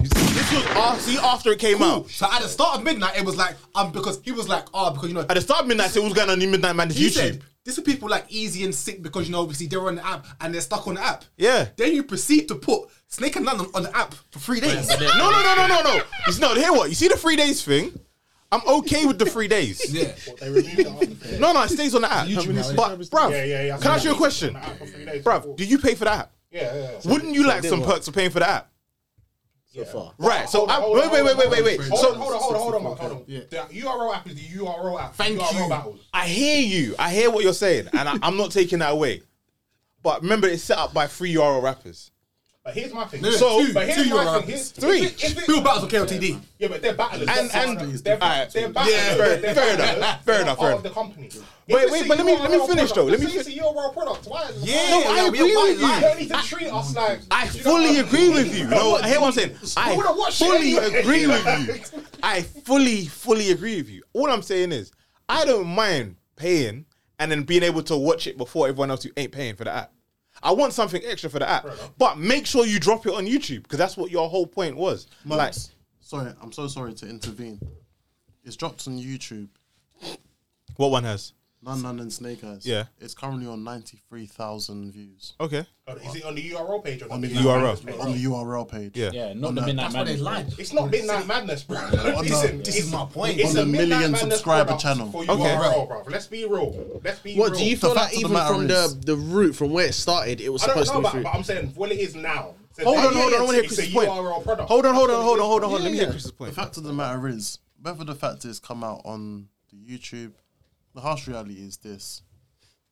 E: was after, see, after it came out.
I: So at the start of midnight, it was like um because he was like oh because you know
E: At the start of midnight, it was going on Midnight Madness
I: he
E: YouTube.
I: said this is people like easy and sick because you know obviously they're on the app and they're stuck on the app.
E: Yeah.
I: Then you proceed to put Snake and London on the app for three days.
E: no, no, no, no, no, no. It's not. Hear what? You see the three days thing? I'm okay with the three days. Yeah. no, no, it stays on the app. but, bruv,
K: Yeah, yeah, yeah.
E: can I ask you a question? Bruv, do you pay for the app?
K: Yeah, yeah, yeah.
E: Wouldn't you
K: So
E: like
K: then
E: some
K: what?
E: perks of paying for the app?
D: So far.
E: Right, so
K: Hold on,
E: I'm-
K: hold on,
E: Uh, wait, wait,
K: hold on,
E: wait, wait, wait,
K: Hold
E: So-
K: on, hold on, hold on, hold on, Mark, hold on. The URL app is the URL app.
E: Thank
K: URL
E: you.
K: battles.
E: I hear you. I hear what you're saying, and I, I'm not taking that away. But remember, it's set up by three URL rappers.
K: But here's my thing.
E: No, so
K: but here's
E: two
K: my
E: Euros.
K: thing. Here's,
E: Three.
K: if it- if it-
E: Two battles for KLTD.
K: Yeah, but they're battlers.
E: And-
K: They're
E: and-
K: battlers. they're,
E: alright.
K: they're battlers.
E: Yeah, fair-
K: They're
E: fair
K: battlers.
E: enough, fair
K: They're
E: enough,
K: part
E: fair
K: of the company.
E: Wait,
K: If
E: wait,
K: it's a
E: but let me- let me
K: URL
E: finish, though. Let
K: product,
E: me
K: It's a URL product. Why? why-
E: Yeah, No, I yeah, we agree are with white you. lies.
K: You don't need to treat us like.
E: I fully agree with you. No, I hear what I'm saying. I
K: Who the what shit
E: fully
K: anyway?
E: agree with you. I fully, fully agree with you. All I'm saying is, I don't mind paying and then being able to watch it before everyone else who ain't paying for the app. I want something extra for the app, but make sure you drop it on YouTube because that's what your whole point was. Like,
B: Monks, sorry, I'm so sorry to intervene. It's dropped on YouTube.
E: what one has?
B: None, none, and Snake Eyes.
E: Yeah.
B: It's currently on 93,000 views.
E: Okay.
K: Is it on the URL page or
B: On the
K: Midnight
B: URL.
K: Madness page?
B: On the URL page.
E: Yeah.
C: Yeah, not
B: On
C: the Midnight Madness.
K: It's not Midnight Madness, bro.
B: On
K: Listen,
B: the-
K: it's-
B: this is my point.
K: It's
B: On
K: a
B: the
K: Midnight
B: million
K: Madness
B: subscriber
K: product
B: channel.
K: For
B: Okay.
K: URL, bro. Let's be real. Let's be real.
D: What E do you feel
K: The
D: like
K: fact of
D: even
K: the matter
D: from
K: is-
D: the the root from where it started, it was
K: I don't
D: supposed to
K: know,
D: be
K: but,
D: free.
K: but I'm saying what it is now. So
E: Hold
K: that-
E: on, hold on, I wanna hear
K: it's
E: Chris's
K: a
E: point.
K: URL product.
E: Hold on, hold on, hold on, hold on, hold on. Let me hear
B: yeah.
E: Chris's point.
B: The fact of the matter is, whether the fact is come out on the YouTube, the harsh reality is this: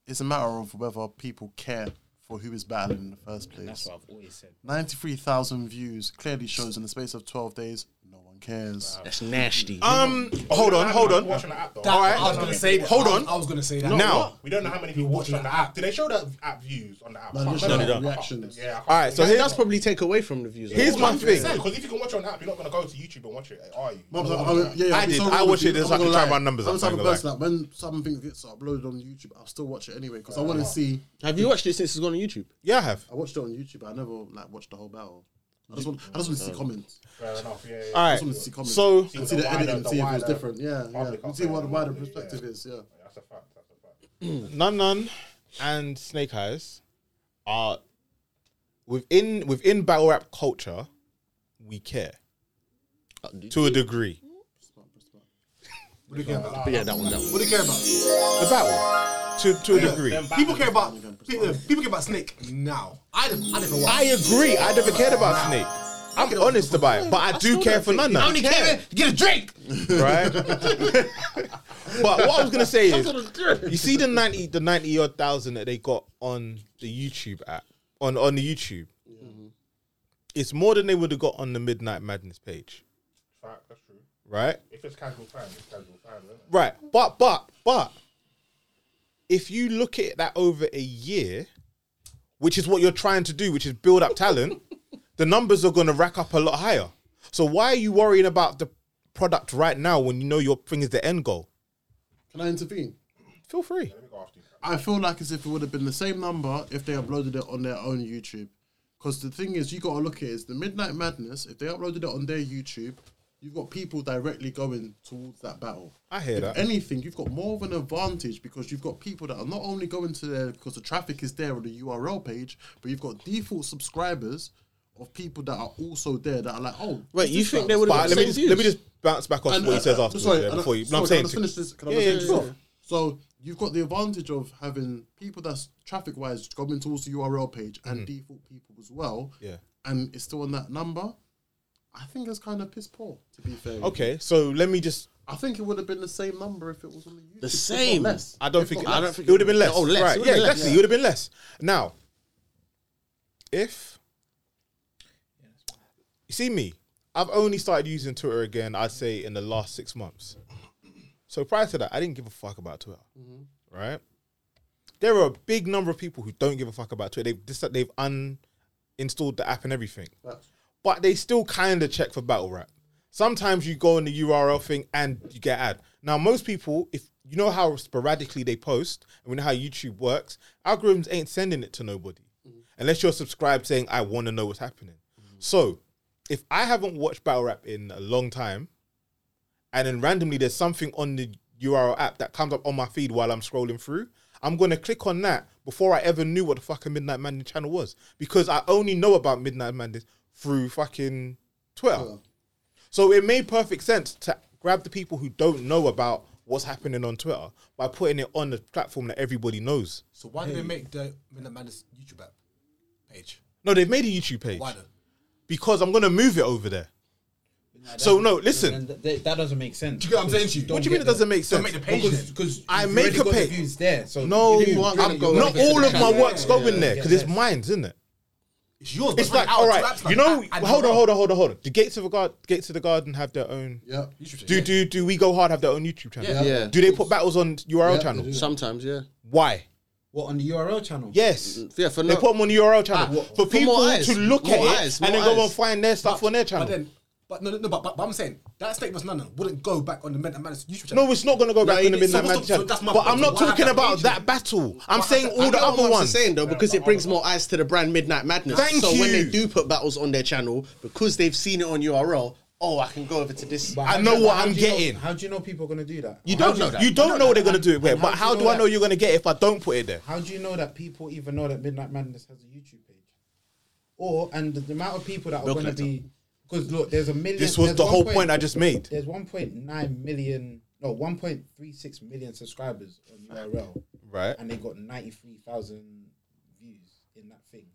B: it's a matter of whether people care for who is battling in the first place.
C: That's what I've always said.
B: Ninety-three thousand views clearly shows in the space of twelve days, no one cares.
D: That's
K: Oh,
D: nasty.
E: Um, hold on, hold on. All right,
I: I was gonna say that.
E: Hold
I: I was-
E: on.
I: I was gonna say that.
E: Now,
K: We don't know how many people watch on the app. Do they show the app views on the app?
E: No,
K: I can't
E: they don't.
K: remember.
E: No, they don't.
K: I can't- Yeah. I can't-
E: All right, so
D: that
E: here-
D: does probably take away from the views.
E: Here's my thing.
K: Because if you can watch on the app, you're not going to go to YouTube and watch it, are you?
B: Mum's like, oh, yeah, yeah,
E: I
B: it's
E: did.
B: so
E: I
B: wrong
E: watched
B: with
E: it
B: you.
E: just
B: I'm
E: so
B: not
E: I could try
B: gonna lie.
E: my numbers
B: I'm the
E: up,
B: type
E: I'm
B: of
E: not
B: person that when something gets uploaded on YouTube, I'll still watch it anyway because I want to see.
D: Have you watched it since it's gone on YouTube?
E: yeah, I have.
B: I watched it on YouTube, but I never like watched the whole battle. I just want, I just want to see comments.
K: Fair enough, yeah. yeah.
E: All
B: I
E: right.
B: just want to see comments.
E: So-
B: and see the editing, see if it was different. Yeah, yeah.
K: public
B: And see what the
K: opinion,
B: wider
K: yeah.
B: perspective is. Yeah.
K: That's a fact. That's a fact.
E: Nun Nun and Snake Eyes are within within battle rap culture. We care
D: Uh,
E: to a degree.
I: What do you care about?
D: yeah, that one, that one.
I: What do you care about?
E: The battle to to a
I: Yeah.
E: degree.
I: People care about people, people care about Snake now. I didn't. I didn't.
E: I agree. I never cared about Snake. I'm honest about it, but I do care for Nun Nun.
I: to get a drink.
E: right? but what I was gonna say is, you see the ninety, the ninety odd thousand that they got on the YouTube app, on on the YouTube.
K: Mm-hmm.
E: It's more than they would have got on the Midnight Madness page,
K: Fact, That's true.
E: right?
K: If it's casual fan, it's casual fan, isn't it?
E: Right, but but but if you look at that over a year, which is what you're trying to do, which is build up talent, the numbers are going to rack up a lot higher. So why are you worrying about the product right now when you know your thing is the end goal?
B: Can I intervene?
E: Feel free.
B: I feel like as if it would have been the same number if they uploaded it on their own YouTube. Because the thing is, you got to look at is the Midnight Madness. If they uploaded it on their YouTube, you've got people directly going towards that battle.
E: I hear
B: if
E: that.
B: Anything, you've got more of an advantage because you've got people that are not only going to there because the traffic is there on the URL page, but you've got default subscribers of people that are also there that are like, oh,
D: Wait,
B: this
D: you
B: is
D: think
B: that-
D: they would've
E: But let me just, let me just bounce back off
B: And,
E: what
B: uh,
E: he says
B: uh,
E: afterwards.
B: sorry,
E: yeah,
B: and, uh,
E: before you, no,
B: sorry,
E: I'm saying
B: can I
E: to-
B: finish this? Can I
E: yeah,
B: finish
E: yeah,
B: this?
E: sure.
B: So you've got the advantage of having people that's traffic wise going towards the URL page and
E: Mhm.
B: default people as well.
E: Yeah.
B: And it's still on that number. I think it's kind of piss poor, to be fair. with you.
E: Okay, so let me just.
B: I think it would have been the same number if it was on the YouTube.
D: The
B: if not
D: same.
B: less.
E: I don't
B: If
E: think.
B: not
E: I
B: less.
E: don't think it would have been less.
D: Oh, less. It
E: Right?
D: would've
E: Yeah,
D: been less,
E: exactly.
D: yeah.
E: It would have been less. Now, if you see me, I've only started using Twitter again. I'd say in the last six months. So prior to that, I didn't give a fuck about Twitter.
J: Mhm.
E: Right? There are a big number of people who don't give a fuck about Twitter. They've just they've uninstalled the app and everything, but they still kind of check for battle rap. Sometimes you go in the URL thing and you get ad. Now most people, if you know how sporadically they post, and we know how YouTube works, algorithms ain't sending it to nobody unless you're subscribed saying I want to know what's happening. So if I haven't watched battle rap in a long time, and then randomly there's something on the URL app that comes up on my feed while I'm scrolling through, I'm gonna click on that before I ever knew what the fucking Midnight Madness channel was because I only know about Midnight Madness through fucking Twitter. So it made perfect sense to grab the people who don't know about what's happening on Twitter by putting it on the platform that everybody knows.
I: So why did they make the Midnight Madness YouTube app page?
E: No, they've made a YouTube page
I: Why not?
E: because I'm gonna move it over there. So no, listen.
L: That, that- that doesn't make sense.
E: Do you get what I'm saying to you? What do you mean it doesn't make sense?
L: Don't get the-
E: Because-
L: because
E: I
L: you've
E: make
L: already
E: a
L: got the
E: page.
L: views there. So
E: No,
L: you didn't-
E: I'm-
L: you didn't go
E: not
L: over to
E: all
L: the
E: of my
L: channel.
E: work's going
L: Yeah,
E: there
L: yeah,
E: because
L: yeah.
E: it's mine's, isn't it?
I: It's yours.
E: It's
I: but
E: like,
I: our
E: all
I: two
E: right,
I: apps, like,
E: you know,
I: I- I-
E: hold on, hold on, hold on, hold on. The gates of the guard, gates of the garden have their own.
B: Yeah.
E: Do do do we go hard have their own YouTube channel?
D: Yeah. Yeah.
E: Do they put battles on URL
D: Yeah,
E: channel?
D: Sometimes, yeah.
E: Why?
L: What on the URL channel?
E: Yes.
D: Yeah, for
E: they
D: no-
E: put them on the URL channel
D: Ah, for
E: for people
D: more eyes.
E: to look
D: More
E: at it
D: eyes,
E: and
D: more
E: then go and
D: eyes.
E: find their stuff on their channel.
I: But then, but no, no, no, but, but, but I'm saying that statement was none of them wouldn't go back on the Midnight Madness YouTube channel.
E: no, it's not going to go
I: No,
E: back
I: it
E: in the
I: is. So
E: midnight Madness
I: what's the- so
E: channel.
I: that's my
E: but
I: point.
E: I'm not
I: Why have
E: talking
I: that
E: about
I: page
E: that battle. I'm
I: Why
E: saying
I: have
E: all
I: that-
E: the
D: I know what
E: other
D: Mavs are
E: ones.
D: saying though because it brings more eyes to the brand Midnight Madness.
E: Thank
D: so when
E: you.
D: they do put battles on their channel because they've seen it on URL, oh, I can go over to this.
L: But how do you- how do you know- how do you know people are going to do that?
E: You
L: How
E: don't
L: do
E: know You don't know what they're going to do it with.
L: And
E: But how do I know
L: that?
E: you're going to get it if I don't put it there?
L: How do you know that people even know that Midnight Madness has a YouTube page? Or and the amount of people that are
E: Milk
L: going to
E: later.
L: be because look, there's a million.
E: This was
L: there's
E: the whole
L: 1.
E: point I just made.
L: There's 1.9 million, no, 1.36 million subscribers on URL,
E: Right.
L: And they got 93,000 views in that thing.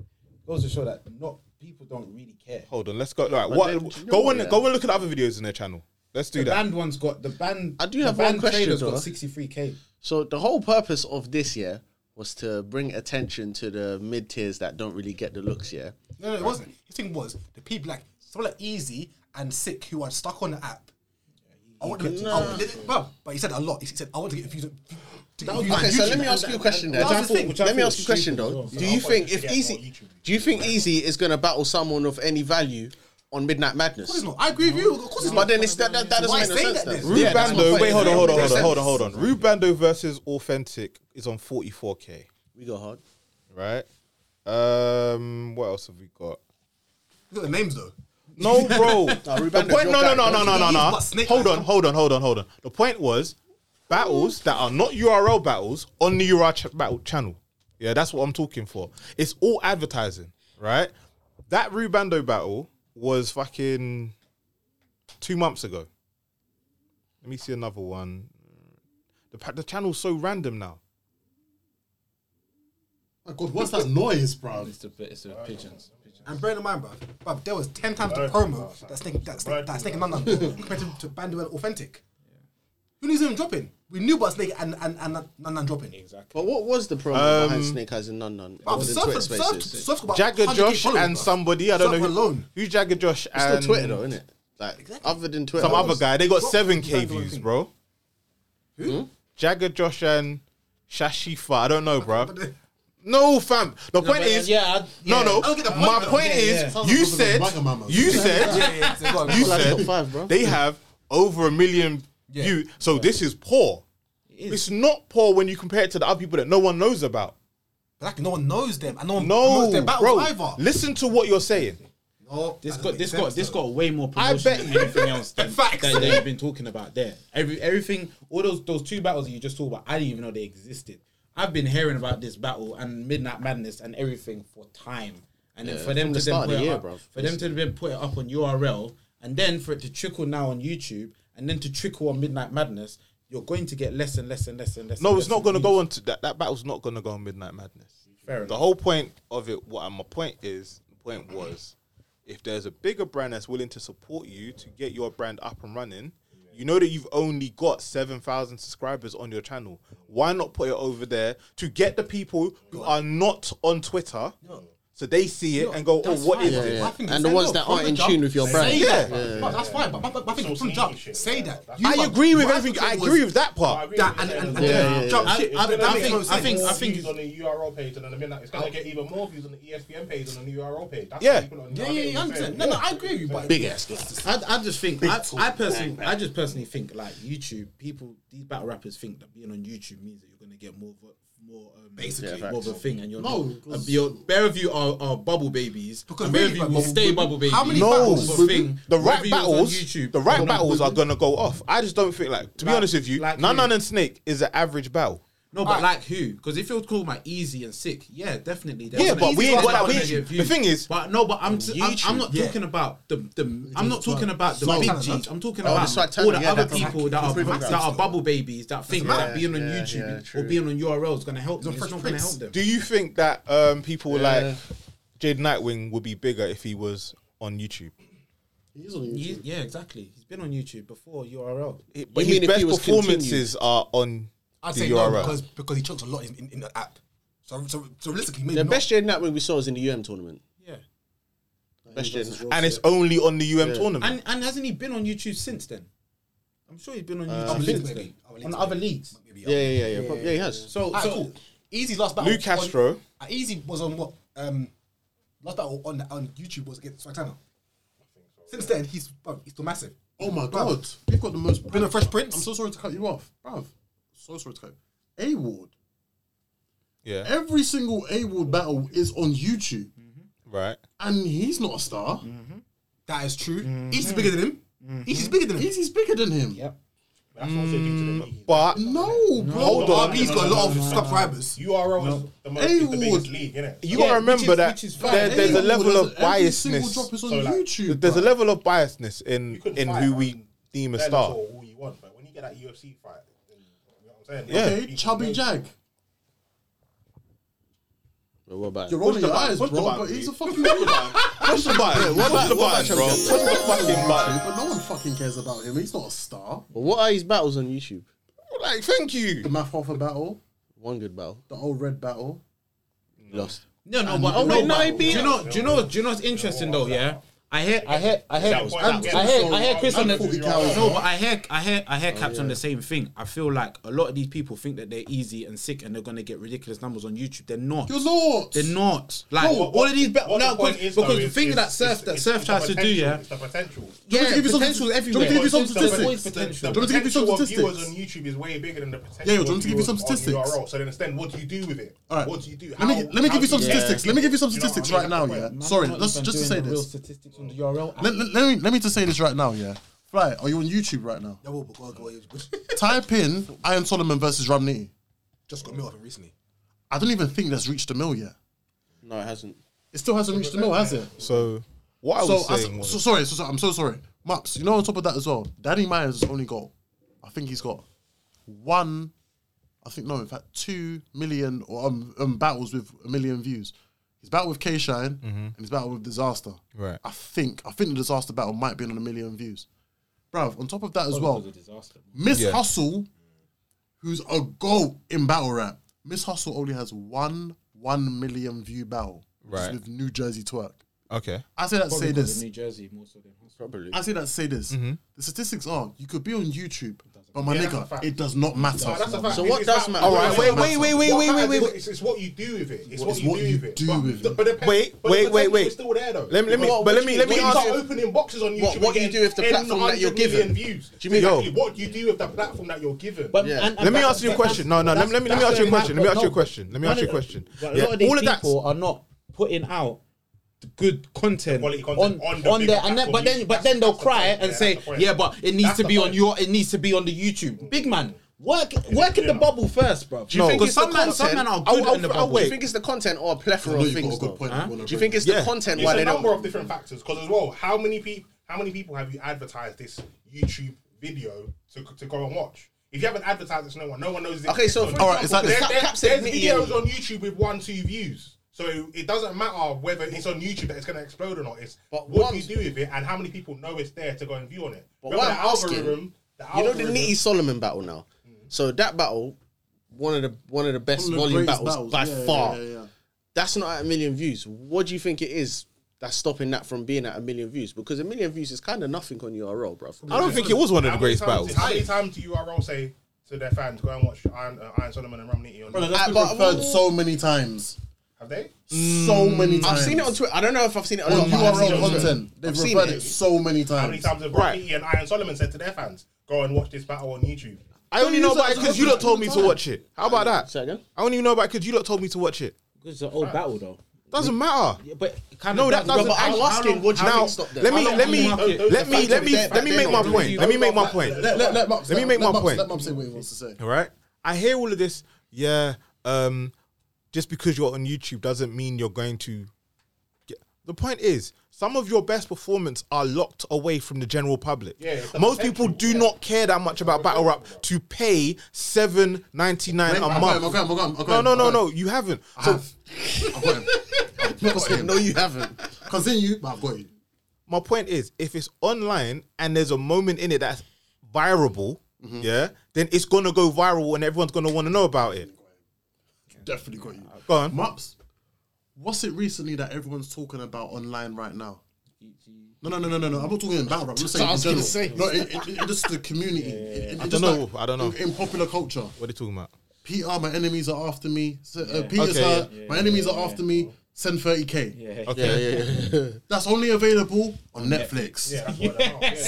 L: Goes to show that not people don't really care.
E: Hold on, let's go. All right,
L: But then, do
E: what?
L: you know
E: Go
L: what,
E: and
L: yeah?
E: go and look at other videos on their channel. Let's do
L: the
E: that.
L: band one's got the band.
D: I do
L: the
D: have
L: band
D: one question
L: trader's
D: though.
L: got 63k.
D: So the whole purpose of this year was to bring attention to the mid tiers that don't really get the looks. Yeah,
I: No, no, it wasn't. His thing was the people like someone like Easy and Sick who are stuck on the app. I want them.
D: could-
I: I want- bro, but he said a lot. He said I want to get views. on- To get views on
D: Okay, so
I: YouTube."
D: let me ask you a question then.
I: That was his thing.
D: Let me ask you a question though. Do you think if easy, do you think easy is going to battle someone of any value on Midnight Madness?
I: Of course not. I agree with you. Of course
D: But
I: it's not.
D: then it's, that, that, that doesn't
I: Why
D: make no
I: say
D: sense.
I: that
D: though.
I: then?
E: Rube
D: Yeah, that's my
E: Bando,
D: point.
E: wait, hold on, hold on, hold on,
D: Makes
E: hold on,
D: sense.
E: hold on. Rube Bando versus Authentic is on 44k.
D: We go hard,
E: right? Um, what else have we got?
I: Look at the names though.
E: No, bro. the
I: Bando's
E: point,
I: your
E: no, no,
I: guy,
E: no, no,
I: bro.
E: no, no, no.
I: He's but Snake
E: Hold on, hold on, hold on, hold on. The point was battles that are not URL battles on the URL ch- battle channel. Yeah, that's what I'm talking for. It's all advertising, right? That Rubando battle was fucking two months ago. Let me see another one. The, pa- the channel's so random now.
B: My God, what's that noise, bro?
L: It's the it's the pigeons.
I: And bear in mind, bro, bro, there was ten times the promo that's taking that's that's taking none compared to, to Bandu and Authentic. Who needs him dropping? We knew about Snake and and and none none dropping. Exactly.
D: But what was the problem
E: Um,
D: behind Snake Eyes and None None?
I: Bruv,
D: Other than
I: surf-
D: Twitter
I: surf-
D: Spaces.
I: surf about
E: Jagger
I: 100K
E: Josh
I: followers,
E: and
I: bruh.
E: somebody, I don't
I: Surf
E: know who,
I: alone.
E: who's Jagger Josh
D: It's
E: and
D: still Twitter though, isn't it? Um, Like other than Twitter,
E: some other guy. They got
I: What?
E: seven
I: Don't
E: k
I: do
E: views,
I: anything.
E: bro.
I: Who?
E: Jagger Josh and Shashifa. I don't know, bro. No, fam. The point
L: but, uh,
E: is,
L: yeah, I-
E: no,
L: yeah.
E: no.
L: I don't get the
E: My
L: point,
E: point
L: though. Yeah, yeah.
E: is,
L: Sounds
E: you
L: like
E: said,
L: Bugger Mamas.
E: you
L: Yeah,
E: said,
L: yeah, yeah, yeah. Go on,
E: you
L: go on.
E: said,
L: Top five, bro.
E: they have over a million views. So this is poor. It's not poor when you compare it to the other people that no one knows about.
I: But like no one knows them and no one knows
E: No,
I: their battles
E: bro.
I: either.
E: Listen to what you're saying.
I: No,
L: This
I: that
L: got
I: doesn't
L: this
I: make
L: got
I: sense,
L: this
I: though.
L: got way more
I: I
L: promotion than anything else than,
I: Facts.
L: that that you've been talking about there. Every everything, all those those two battles that you just talked about, I didn't even know they existed. I've been hearing about this battle and Midnight Madness and everything for time.
C: and
D: Yeah,
C: then for them
D: from
C: to
D: the start
C: then
D: of
C: put
D: the
C: it
D: year,
C: up,
D: bruv.
C: for them to then put it up on URL, and then for it to trickle now on YouTube, and then to trickle on Midnight Madness, you're going to get less and less and less and less.
E: No,
C: and
E: it's
C: less
E: not going to
C: views.
E: go on to that. That battle's not going to go on Midnight Madness.
C: Fair
E: the
C: enough.
E: whole point of it, what my point is, the point was, if there's a bigger brand that's willing to support you to get your brand up and running, you know that you've only got seven thousand subscribers on your channel. Why not put it over there to get the people who are not on Twitter? So they see it and go, "Oh, what
D: fine.
E: is
D: Yeah,
E: this?"
D: yeah. I think And the ones that aren't in tune with your brand.
E: yeah.
D: Yeah.
I: But that's fine. But, but, but I think from jump, say that.
E: I
I: lot-
E: agree with
I: what
E: everything. I
I: think was-
E: agree with that part.
I: That and, and, and
E: Yeah,
I: then
E: yeah, yeah.
I: jump
E: I-
I: shit.
E: I-
I: that
E: I
I: makes
E: think-
I: no sense.
E: I think- I
P: more
E: think-
P: views on the URL page than on the midnight. It's gonna get even more views on the E ESPN page than on the URL page. That's
E: Yeah.
P: what people are
I: Yeah,
P: nowadays
I: yeah, yeah,
P: saying.
I: 100%. No, no, I agree with you, but
D: Big ass.
C: I, I just think
D: Big
C: I,
D: talk.
C: I personally
D: Bang,
C: I just personally think like YouTube people these battle rappers think that being on YouTube means that you're gonna get more of a, more um,
I: Basically.
D: Yeah,
C: more of a
D: facts.
C: thing and you're
I: No,
C: not, uh,
I: because-
C: you're, bare of you are, are bubble babies
I: Because
C: because bare
I: really,
C: of you
I: like,
C: will
I: but
C: stay
I: we-
C: bubble babies
I: how many
E: No,
I: battles?
C: But thing,
E: the
C: whether
E: right
C: you was on
E: battles,
C: YouTube-
E: the right
C: Hold on.
E: battles are gonna go off. I just don't think like to be
C: Like-
E: honest with you,
C: like
E: Nan
C: who?
E: Nan and Snake is an average battle.
C: no but like who because if you're called my easy and sick yeah definitely they're
E: Yeah,
C: gonna-
E: but we
C: Easy's
E: ain't got
C: not
E: that- we
C: gonna
E: ain't-
C: get
E: the
C: views.
E: thing is-
C: but no but I'm t- I'm, I'm not
I: YouTube.
C: talking about the the I'm not
I: is
C: talking
I: well.
C: about the
I: Smart
C: big
I: talent,
C: G's
I: huh?
C: I'm talking
D: Oh, the
C: about
D: smart
C: all
D: talent,
C: the
D: yeah,
C: other
D: that's-
C: people that are
I: that's
C: that are
I: massive.
C: bubble babies that think
I: matter.
C: that being on
D: Yeah, yeah,
C: YouTube
D: true.
C: or being on URL is gonna help them
I: a
C: it's
I: fresh
C: not gonna
I: prince.
C: help them
E: Do you think that um, people
D: Yeah.
E: like Jade Nightwing would be bigger if he was on YouTube?
D: He's on YouTube.
C: Ye- yeah, exactly. He's been on YouTube before URL.
E: It-
D: You
E: but his
D: mean if
E: best
D: he was
E: performances are on
I: I'd
E: the
I: say no
E: URL.
I: because because he chokes a lot in, in, in the app. So so, so realistically, maybe
D: The
I: not.
D: best Jaden Atwood we saw was in the UM tournament.
C: Yeah.
D: Best Jaden.
E: and it's only on the UM tournament.
C: And and hasn't he been on YouTube since then? I'm sure he's been on YouTube
I: Other leagues,
C: since
I: maybe.
C: then. on other leagues.
I: Maybe
D: Yeah, yeah, yeah, yeah. Prob- Yeah, he has.
C: So,
I: Alright,
C: so
I: cool. Easy's last battle.
E: Lou Castro.
I: On, uh, Easy was on what? Um, last battle on on YouTube was against Santana. Since then, he's bro, he's still massive.
B: Oh my
I: Bruv.
B: god, we've got the most.
I: Been a fresh prince.
B: I'm so sorry to cut you off, bruv. So sorry to cut. A Ward.
E: yeah,
B: Every single A Ward battle is on YouTube,
E: right.
B: and he's not a star.
I: That is true. Easy's bigger than him. Easy's bigger than him.
B: He's, he's bigger than him.
C: Yep.
P: That's also due to the league.
E: But
B: No, bro.
E: hold on.
I: He's got a lot of subscribers.
P: URL is the most
B: Hey,
P: is the biggest
B: Wood.
P: league, innit?
E: you
C: Yeah,
E: gotta
C: which
E: remember
C: is-
E: that
C: which is fine.
E: there, there's a
B: Every
E: level
B: single-
E: of
B: every single drop
E: biasness.
B: is on
P: So, like,
B: YouTube.
E: There's a
B: bruv.
E: level of biasness in
P: couldn't
E: in
P: fight
E: who
P: on
E: we deem a
P: Bellator
E: star.
P: all you want, but when you get that UFC fight, then, you know what I'm saying?
E: Yeah.
B: Okay, Chubby Jag.
D: But what about
B: You're rolling your
E: button,
B: eyes, bro.
E: push the
B: But
E: button,
B: he's a
E: dude.
B: fucking button.
E: Push the button. Push the button, bro. Push the fucking button.
B: But no one fucking cares about him. He's not a star.
D: But what are his battles on YouTube?
E: Like, thank you.
B: The Math Hoffa battle,
D: One good battle.
B: the old red battle.
D: Lost.
C: No, no, but,
D: oh,
C: no,
D: wait, no,
C: but
D: he
C: do
D: beat-
C: you know? Do you know? Do you know? It's interesting though. Yeah, I hear, I hear, I hear,
P: That was- that
C: I
P: was-
C: hear, I hear,
P: that was-
C: Chris on the.
P: that was-
C: No, but I hear, I hear, I hear Caps on the same thing. I feel like a lot of these people think that they're easy and sick and they're gonna get ridiculous numbers on YouTube. They're not.
B: You're not.
C: They're not. Like
P: What-
C: all of these,
P: what-
C: ba-
P: what
C: no,
P: the point
C: because
P: is,
C: because
P: though,
C: the
P: is-
C: thing
P: is-
C: that surf
P: is-
C: that
P: is
C: surf
P: the
C: tries to do,
P: potential,
C: yeah,
P: It's the potential.
C: yeah,
B: give you some-
C: potential's
B: do you want me to
C: everywhere.
B: give you some
C: Potential-
B: statistics?
C: always
P: The-
C: potential.
P: The
B: want me to give you some
P: potential of viewers
B: statistics?
P: on YouTube is way bigger than the potential.
B: Yeah, yo, do you
P: of
B: want me to give you
P: viewers
B: some
P: on
B: statistics?
P: URL. So then, instead, what do you do with it?
B: All right.
P: What do you do?
B: Let me
P: How-
B: let me
P: how
B: give
P: do
B: you some
P: use
B: statistics.
P: it?
B: Let me give you some
P: Do know what I
B: statistics
P: mean?
B: right now.
P: That's the
B: Yeah.
P: point.
B: Sorry,
C: Not
B: let's
C: even
B: just to
C: doing
B: say
C: the Real
B: this.
C: statistics on the URL.
B: Let, let, let me let me just say this right now. Yeah. Fly, are you on YouTube right now?
I: Yeah, well, but God, God, he was-
B: Type in Iron Solomon versus Ramney.
I: just got milk recently.
B: I don't even think that's reached a mill yet.
D: No, it hasn't.
B: It still hasn't reached a mill, has it?
E: So what I
B: so,
E: was
B: as-
E: saying was
B: so sorry, so sorry, I'm so sorry. Maps, you know, on top of that as well, Danny Myers has only got, I think he's got one, I think, no, in fact, two million or um, um battles with a million views. His battle with K Shine and his battle with Disaster.
E: Mm-hmm. Right.
B: I think, I think the Disaster battle might be on a million views. Bruv, on top of that as well, Miss
E: Yeah.
B: Hustle, who's a goat in battle rap, Miss Hustle only has one, one million view battle. which is
E: Right.
B: With New Jersey twerk.
E: okay.
B: I say that to say this.
C: New Jersey more so than Hustle.
D: Probably.
B: I say that to say this. The statistics are you could be on YouTube, but my
P: Yeah, that's a
B: nigga,
P: fact.
B: it does not matter.
P: No, that's a fact.
D: So
P: It's-
D: what
P: it's
D: does
P: that-
D: matter? All right,
P: what
E: wait, wait, wait,
P: matters.
E: wait,
P: What
E: wait, wait,
P: matters
E: wait,
P: is
E: wait.
P: It's, it's what you do with it. It's
B: What-
P: what,
B: it's
P: you
B: what
P: do
B: you
P: with it.
B: do
P: but,
B: with
P: the-
B: it.
P: But the pe-
E: Wait,
P: but the
E: wait, wait, wait.
P: potential is still there though.
E: Let me- let me-
P: Well,
E: but let
P: what
E: me-
P: you-
E: let me
P: when you start
E: ask-
P: opening boxes on YouTube.
D: What- what do you
P: again,
D: do if the platform that you're
P: 10 million
D: given?
P: Views.
D: Do you mean-
P: Exactly, what do you do with the platform that you're given?
Q: But
D: Yeah.
Q: and, and
E: Let me
Q: that-
E: ask you a
Q: but
E: question. No,
Q: that's-
E: no. Let me let me let me
Q: that's
E: ask you a
Q: the
E: question. Let me
Q: matter.
E: ask you a
Q: No,
E: question. Let me
Q: no,
E: ask you a
Q: no.
E: question.
Q: But a
E: Yeah,
Q: lot of these
E: all of that.
Q: people are not putting out the good content,
P: Quality content
Q: on
P: on the
Q: on there,
P: bigger
Q: and then, but
P: platform.
Q: then but
P: That's-
Q: then they'll
P: that's the
Q: cry
P: point.
Q: and
P: Yeah,
Q: say,
P: that's the point.
Q: yeah, but it needs
P: That's
Q: to
P: the
Q: be on
P: point.
Q: your, it needs to be on the YouTube. Big man,
D: Work, work in the bubble first, bro.
C: Do you No. think it's the content? I'll- I'll- I'll
D: Do
C: wait.
D: you think it's the content or a plethora
C: No,
D: of
C: you've got
D: things?
C: a good
D: though?
C: point.
D: Huh?
C: I'm gonna
D: Do you think it's
C: Yeah.
D: the content
K: It's
D: why
K: a
D: they
K: number
D: don't?
K: of different factors because as well, how many people, how many people have you advertised this YouTube video to, to go and watch? If you haven't advertised it to no one, no one knows. It.
D: Okay, so for example,
K: all right,
D: there's-
K: there's,
D: Cap
K: there's,
D: said Nitty and-
K: videos on YouTube with one two views, so it doesn't matter whether it's on YouTube that it's going to explode or not. It's but what do you do with it and how many people know it's there to go and view on it.
D: But
K: Remember
D: what I'm
K: the
D: asking,
K: algorithm, the
D: you know
K: algorithm,
D: the Nitty Solomon battle now. So that battle, one of the one of the best
B: One of the
D: volume
B: greatest
D: battles,
B: battles,
D: by
B: yeah,
D: far.
B: yeah, yeah, yeah.
D: That's not at a million views. What do you think it is that's stopping that from being at a million views? Because a million views is kind of nothing on URL, bro.
E: I don't think it was one of the greatest
K: How many
E: battles.
K: times- How many times do URL say to their fans go and watch Iron, uh, Iron Solomon and Ram Nitty on?
B: Brother, that's
K: YouTube?"
B: been referred so many times.
K: Have they?
B: So many
D: I've
B: times.
D: seen it on Twitter. I don't know if I've seen it on,
B: On
D: but I've seen it
B: URL
D: on Twitter.
B: content. They've
D: I've seen
B: referred it so many times.
K: How many times have Rocky and Iron Solomon said to their fans, go and watch this battle on YouTube?
E: I only know about it because you lot told me to watch it. How about that?
D: Say again?
E: I only know about it because you lot told me to watch it.
C: It's an old battle though.
E: Doesn't matter.
C: but
E: no, that doesn't. actually- now, Let me let me let me let me let me make my point. Let me make my point.
B: Let, let, let, Mubs-
E: Let me make my
B: Mubs-
E: point.
B: Let Mum say what he wants to say.
E: All right. I hear all of this. Yeah. Um, just because you're on YouTube doesn't mean you're going to. Get... The point is, some of your best performance are locked away from the general public.
K: Yeah, it's the
E: Most people do not care that much about battle rap to pay seven ninety nine
B: Wait,
E: a
B: I've got
E: month.
B: him, I've got him, I've got him, I've got
E: No,
B: him,
E: no,
B: I've
E: no,
B: got
E: no. You haven't. So
B: no,
D: you haven't.
B: Continue, but I've got you.
E: my point is, if it's online and there's a moment in it that's virable, yeah, then it's gonna go viral and everyone's gonna want to know about it.
B: Definitely got you.
E: Go on.
B: Mups, what's it recently that everyone's talking about online right now? No, no, no, no, no, no. I'm not talking about rap. I'm just saying
D: I was
B: in
D: gonna
B: general.
D: say.
B: No, it, it, it, just the community. It- it-
E: I
B: it
E: don't
B: just
E: know.
B: like-
E: I don't know.
B: In, in popular culture.
E: What are you talking about?
B: PR, my enemies are after me. So, uh,
E: Yeah.
B: Peter's
E: Okay,
B: hurt.
E: yeah.
B: my
E: Yeah,
B: enemies
E: yeah,
B: are
E: yeah.
B: after me. Send 30k.
E: Yeah. Okay. Yeah, yeah, yeah.
B: That's only available on Netflix.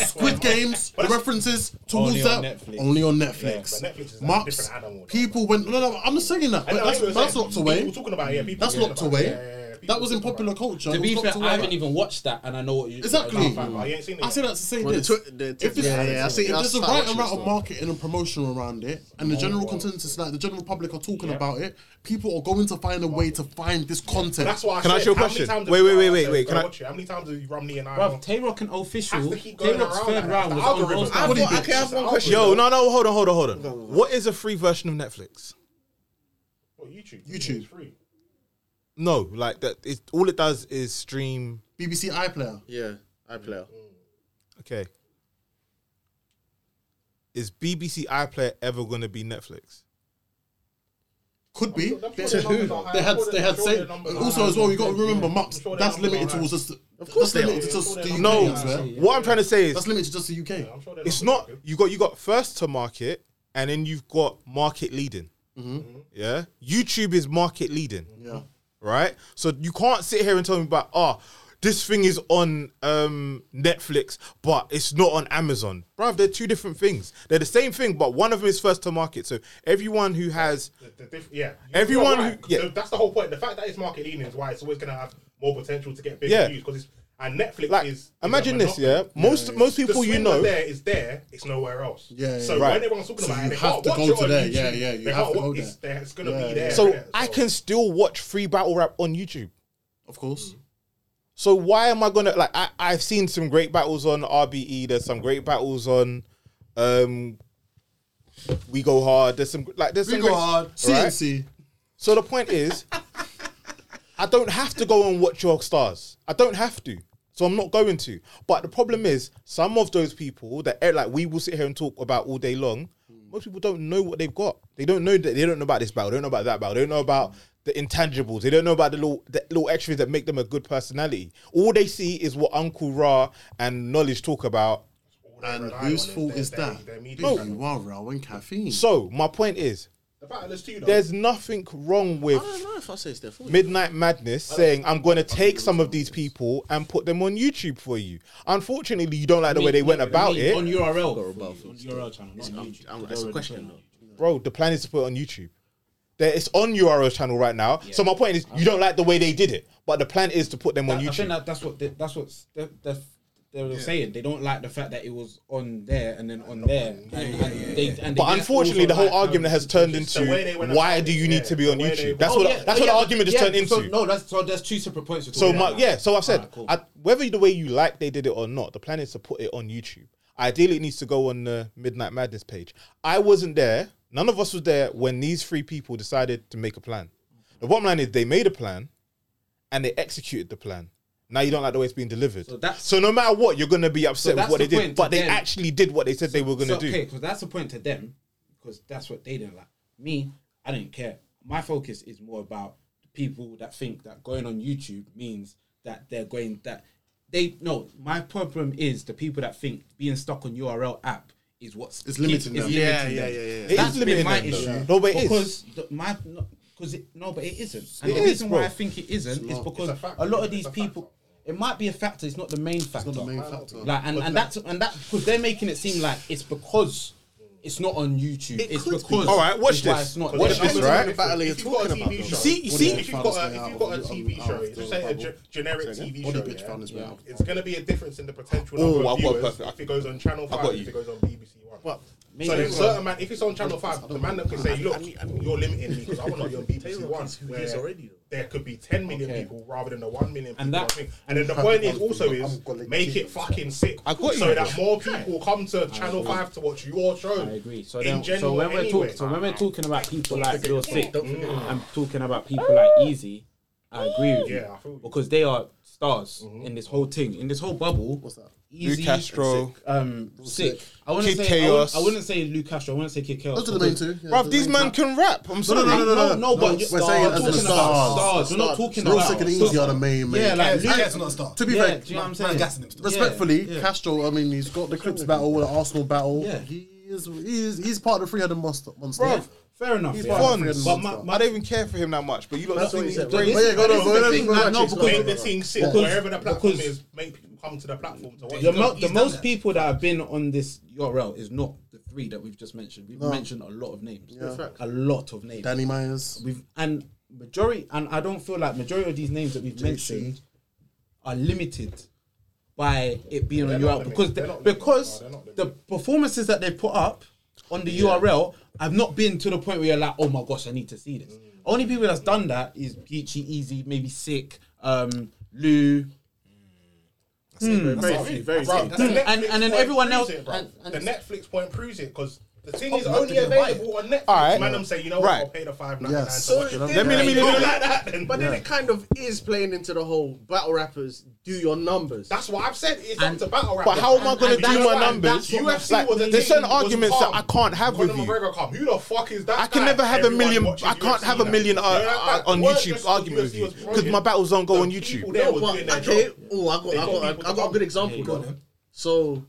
B: Squid Games, the references towards
K: Only on
B: that,
K: Netflix.
B: only on Netflix.
K: Yeah, but Netflix is a
B: Marks,
K: different animal.
B: people went, no, no, I'm just saying that.
K: I
B: But
K: know,
B: that's,
K: I know what you're
B: that's
K: saying.
B: locked away.
K: People talking about it, yeah, people
B: That's
K: talking
B: locked
K: about
B: away.
K: it, yeah, yeah, yeah. People
B: That was in popular culture.
C: To
B: it
C: be
B: was
C: fair,
B: locked away.
C: I haven't even watched that, and I know what you
B: Exactly.
C: I know- I ain't seen it
B: I
C: yet.
B: said that to say
C: Well, the
B: this.
C: twi- the-
B: if it's-
C: yeah, yeah, I see-
B: if
C: I
B: there's a
C: started
B: right
C: watching
B: amount
C: it.
B: of marketing and promotion around it, and
C: Oh,
B: the general consensus, like the general public are talking about it, people are going to find a way to find this
K: But
B: content.
K: that's why I
E: Can I
K: said,
E: ask you a
K: how many
E: question?
K: times have
E: Wait, wait,
K: you
E: wait, wait,
K: said,
E: wait,
K: go
E: can I-
K: watch it? How many times have Romney and I?
C: Bruv, Tay Rock and official.
K: Have to keep
C: Tay
K: going
C: Rock's
K: around
C: third
K: like that.
C: round was
K: It's
C: on
K: the
C: Rose
K: algorithm.
C: Battle.
K: I can have one question.
E: Yo, no, no, hold on, hold on, hold on. What is a free version of Netflix?
K: Well, YouTube.
B: YouTube.
K: It's free.
E: No, like that. It, all it does is stream.
B: BBC iPlayer.
D: Yeah, iPlayer.
E: Okay. Is BBC iPlayer ever going to be Netflix?
B: Could be. They,
K: sure their numbers are high.
B: they had
K: I'm sure
B: they
K: their-
B: had
K: I'm sure
B: say,
K: their numbers are
B: also
K: high.
B: as well. You got to remember, Max.
K: sure their
B: that's
K: numbers are
B: limited to
K: high.
B: just.
K: Of
B: that's
K: course they
B: limited
K: are.
B: to
K: I'm sure
B: just the
K: their
B: UK.
E: No.
B: as well.
E: What I'm trying to say
B: That's
E: is,
B: limited to just the UK.
E: it's not. You got you got first to market, and then you've got market leading. Yeah, YouTube is market leading.
B: Mm-hmm. Yeah.
E: right? So you can't sit here and tell me about oh, this thing is on um, Netflix, but it's not on Amazon, bruv. They're two different things. They're the same thing, but one of them is first to market. So everyone who has
K: The diff- yeah.
E: Everyone
K: You're right.
E: who- yeah.
K: So That's the whole point. The fact that it's market leaning is why it's always going to have more potential to get bigger
E: Yeah.
K: views because it's and Netflix is. is a
E: imagine this, yeah.
K: monopoly.
E: Most most people
K: the
E: you
K: swindler
E: know,
K: there is there. It's nowhere else.
B: Yeah, yeah,
K: so
E: yeah. Right.
K: when everyone's talking
B: So
K: about
B: you
K: it, they
B: have
K: can't
B: to
K: watch
B: go
K: it
B: to
K: on
B: there.
K: YouTube.
B: Yeah, yeah, you
K: They
B: have
K: can't
B: to go
K: watch-
B: there.
K: It's, there. it's going to
B: Yeah,
K: be
B: yeah.
K: there.
E: so
K: innit?
E: I can still watch free battle rap on YouTube.
B: Of course.
E: So why am I gonna like? I, I've seen some great battles on RBE. There's some great battles on, um, we go hard. There's some like there's
B: We
E: some
B: go
E: great-
B: hard.
E: right?
B: CNC.
E: So the point is, I don't have to go and watch your stars. I don't have to. So I'm not going to. But the problem is, some of those people that eh, like we will sit here and talk about all day long. Most people don't know what they've got. They don't know that they don't know about this battle. They don't know about that battle. They don't know about the intangibles. They don't know about the little the little extras that make them a good personality. All they see is what Uncle Ra and Knowledge talk about.
B: And whose fault is that?
E: No.
B: You are Raw and caffeine.
E: So my point is,
K: The fact that there's two, though.
E: there's nothing wrong with
D: I don't know if I say it's their fault.
E: Midnight Madness saying, I'm going to take some of these people and put them on YouTube for you. Unfortunately, you don't like the way they went about
C: on
E: it.
C: on URL. On URL channel, not on YouTube.
D: That's a question though.
E: Bro, the plan is to put it on YouTube. There, it's on URL channel right now. So my point is, you don't like the way they did it, but the plan is to put them on
C: I think
E: YouTube.
C: that, that's what they, that's what the, the, they were saying they don't like the fact that it was on there and then on there. And- and they- and they
E: But
C: didn't
E: unfortunately,
C: also
E: the whole
C: like- um,
E: argument has turned into
C: way they went
E: why
C: about
E: do
C: it,
E: you need to be on YouTube? That's
C: Oh,
E: what
C: yeah,
E: that's
C: oh,
E: what the
C: yeah,
E: argument just
C: yeah,
E: turned into.
C: so- no, that's so there's two separate points. we're
E: So
C: talking
E: my,
C: about.
E: yeah, so I've
C: Ah,
E: said I, whether the way you like they did it or not, the plan is to put it on YouTube. Ideally, it needs to go on the Midnight Madness page. I wasn't there. None of us was there when these three people decided to make a plan. The bottom line is they made a plan, and they executed the plan. Now you don't like the way it's being delivered. So, no matter what, you're going to be
C: So
E: upset with
C: that's
E: what
C: the
E: they did.
C: point
E: But they
C: then.
E: actually did what they said they were going to
C: So,
E: do.
C: Okay, because that's the point to them, because that's what they didn't like. Me, I didn't care. My focus is more about the people that think that going on YouTube means that they're going that they no. My problem is the people that think being stuck on URL app is what's
D: It's limiting
C: is
D: them.
C: limiting
D: Yeah,
C: them.
D: yeah, yeah, yeah, yeah.
C: That's
D: It is
C: been
D: limiting
C: my
D: them,
C: issue.
D: though. No, but it is.
C: because the, my because it no, but it isn't. And
D: It
C: the
D: is,
C: reason why
D: bro.
C: I think it
D: It's
C: isn't is
D: not.
C: because
D: It's a
C: a,
D: factor.
C: lot of these people. It might be a factor. It's not the main factor.
D: the main factor.
C: Like, and,
D: But like-
C: and that's and that because they're making it seem like it's because it's not on YouTube. it's
D: could be.
C: because
E: All right, watch
C: it's why
E: this.
C: It's not
E: Watch
C: there.
E: this, right?
I: If you've got a TV show,
E: See, you see,
I: if you've got a, if you've got a TV show, just say a ge- generic TV show, yeah, it's going to be a difference in the potential
E: Oh,
I: number
E: I've
I: of
E: got a
I: viewers
E: perfect-
I: if it goes on Channel
E: I've
I: Five,
E: got
I: if
E: you.
I: it goes on BBC One. so
E: maybe-
I: there's certain man, if it's on Channel Five, the man that can say, "Look, you're limiting me because I want to be on BBC One,"
R: is
I: where
R: already,
I: there could be 10 million people rather than the 1 million people.
R: And that-
I: I think. and then the point is also is make it fucking sick
R: I got
I: so
R: you.
I: that more people come to Channel
R: agree.
I: Five to watch your show.
S: I agree. So,
I: in
S: then, so
I: general
S: when we're
I: anyway.
S: talking, so when we're talking about people like Real Sick, I'm talking about people like Easy. I agree with you
I: Yeah, I feel you.
S: because they are stars in this whole thing, in this whole bubble. What's that? Easy,
C: Lou Castro,
S: um, sick.
C: I wouldn't
S: Kid
C: say
S: Chaos.
C: I wouldn't, I wouldn't say Lou Castro. I wouldn't say Kid Chaos.
D: Those are the main
C: because-
D: two, yeah.
E: Bruv, these men can rap. I'm
C: No,
E: sorry.
C: no, no, no, no, no. No, no, but
D: we're
C: stars.
D: saying as
C: We're
D: the
C: talking
D: stars.
C: about stars. We're not talking
D: Real
C: about-
D: sick and easy are the main. main.
C: Yeah, like,
D: I-
C: Lucas not a star.
D: To be
C: Yeah,
D: fair,
C: do you know what I'm
D: man,
C: saying?
D: gassing him still.
C: Yeah,
D: respectfully,
C: yeah.
D: Castro. I mean, he's got the Crips battle, the Arsenal battle.
C: Yeah.
D: he is. He is. He's part of the three-headed monster. monster.
E: Bro,
C: fair
D: He's
E: He's
D: part of the three-headed
E: Fonz. But
D: monster.
E: my, my, I don't even care for him that much. But you lot
D: That's
E: think
D: what he
E: he's
D: said,
E: great.
D: but yeah, go on,
I: That's
D: go on,
I: the
D: go
I: thing,
D: on, go
I: like,
D: on,
I: no,
D: actually,
I: because
D: go on.
I: make the thing sit
D: Because-
I: wherever the platform
C: because-
I: is. Make people come to the platform to watch.
C: The,
I: it.
C: mo- the most people that have been on this URL is not the three that we've just mentioned. We've
D: No.
C: mentioned a lot of names,
D: Yeah. Correct.
C: a lot of names.
D: Danny Myers.
C: We've and majority, and I don't feel like majority of these names that we've mentioned are limited by it being on URL because the, because the performances that they put up on the URL have not been to the point where you're like, oh my gosh, I need to see this. Only people that's done that is Geechee, Easy, maybe Sick, um, Lou. Hmm.
I: Very few, very few.
C: Hmm. and and then everyone else. and- and-
I: the Netflix point proves it because the thing
C: Oh,
I: is
C: no,
I: only
C: they didn't buy
I: available on Netflix.
E: All right.
I: Man, I'm saying you know
E: Right.
I: what? I'll pay the five ninety nine.
E: Yes.
I: to watch it.
E: Let me- let me- let me-
I: like that. Then.
B: But then it kind of is playing into the whole battle rappers do your numbers.
I: That's what I've said. It's up to battle
E: But how am I going to do my numbers?
I: UFC
E: like,
I: was a
E: there's certain
I: thing, was
E: arguments that
I: calm.
E: I can't have with
I: Conor
E: you.
I: McGregor calm. Who the fuck is that?
E: I can
I: guy?
E: never have a
I: Everyone
E: million.
I: watches
E: I can't
I: UFC
E: have a
I: now.
E: million uh,
I: You know that
E: uh,
I: fact?
E: on
I: Word
E: YouTube
I: just
E: argument with
I: UFC
E: you
I: was
E: because my
I: brilliant.
E: battles don't go on
I: people
E: YouTube.
I: there
B: No,
I: was
B: but
I: doing their
B: okay.
I: job.
B: Oh, I got,
I: They
B: I
I: got
B: got,
I: people
B: I
I: to
B: got a good example.
I: Yeah, go on
B: though. So,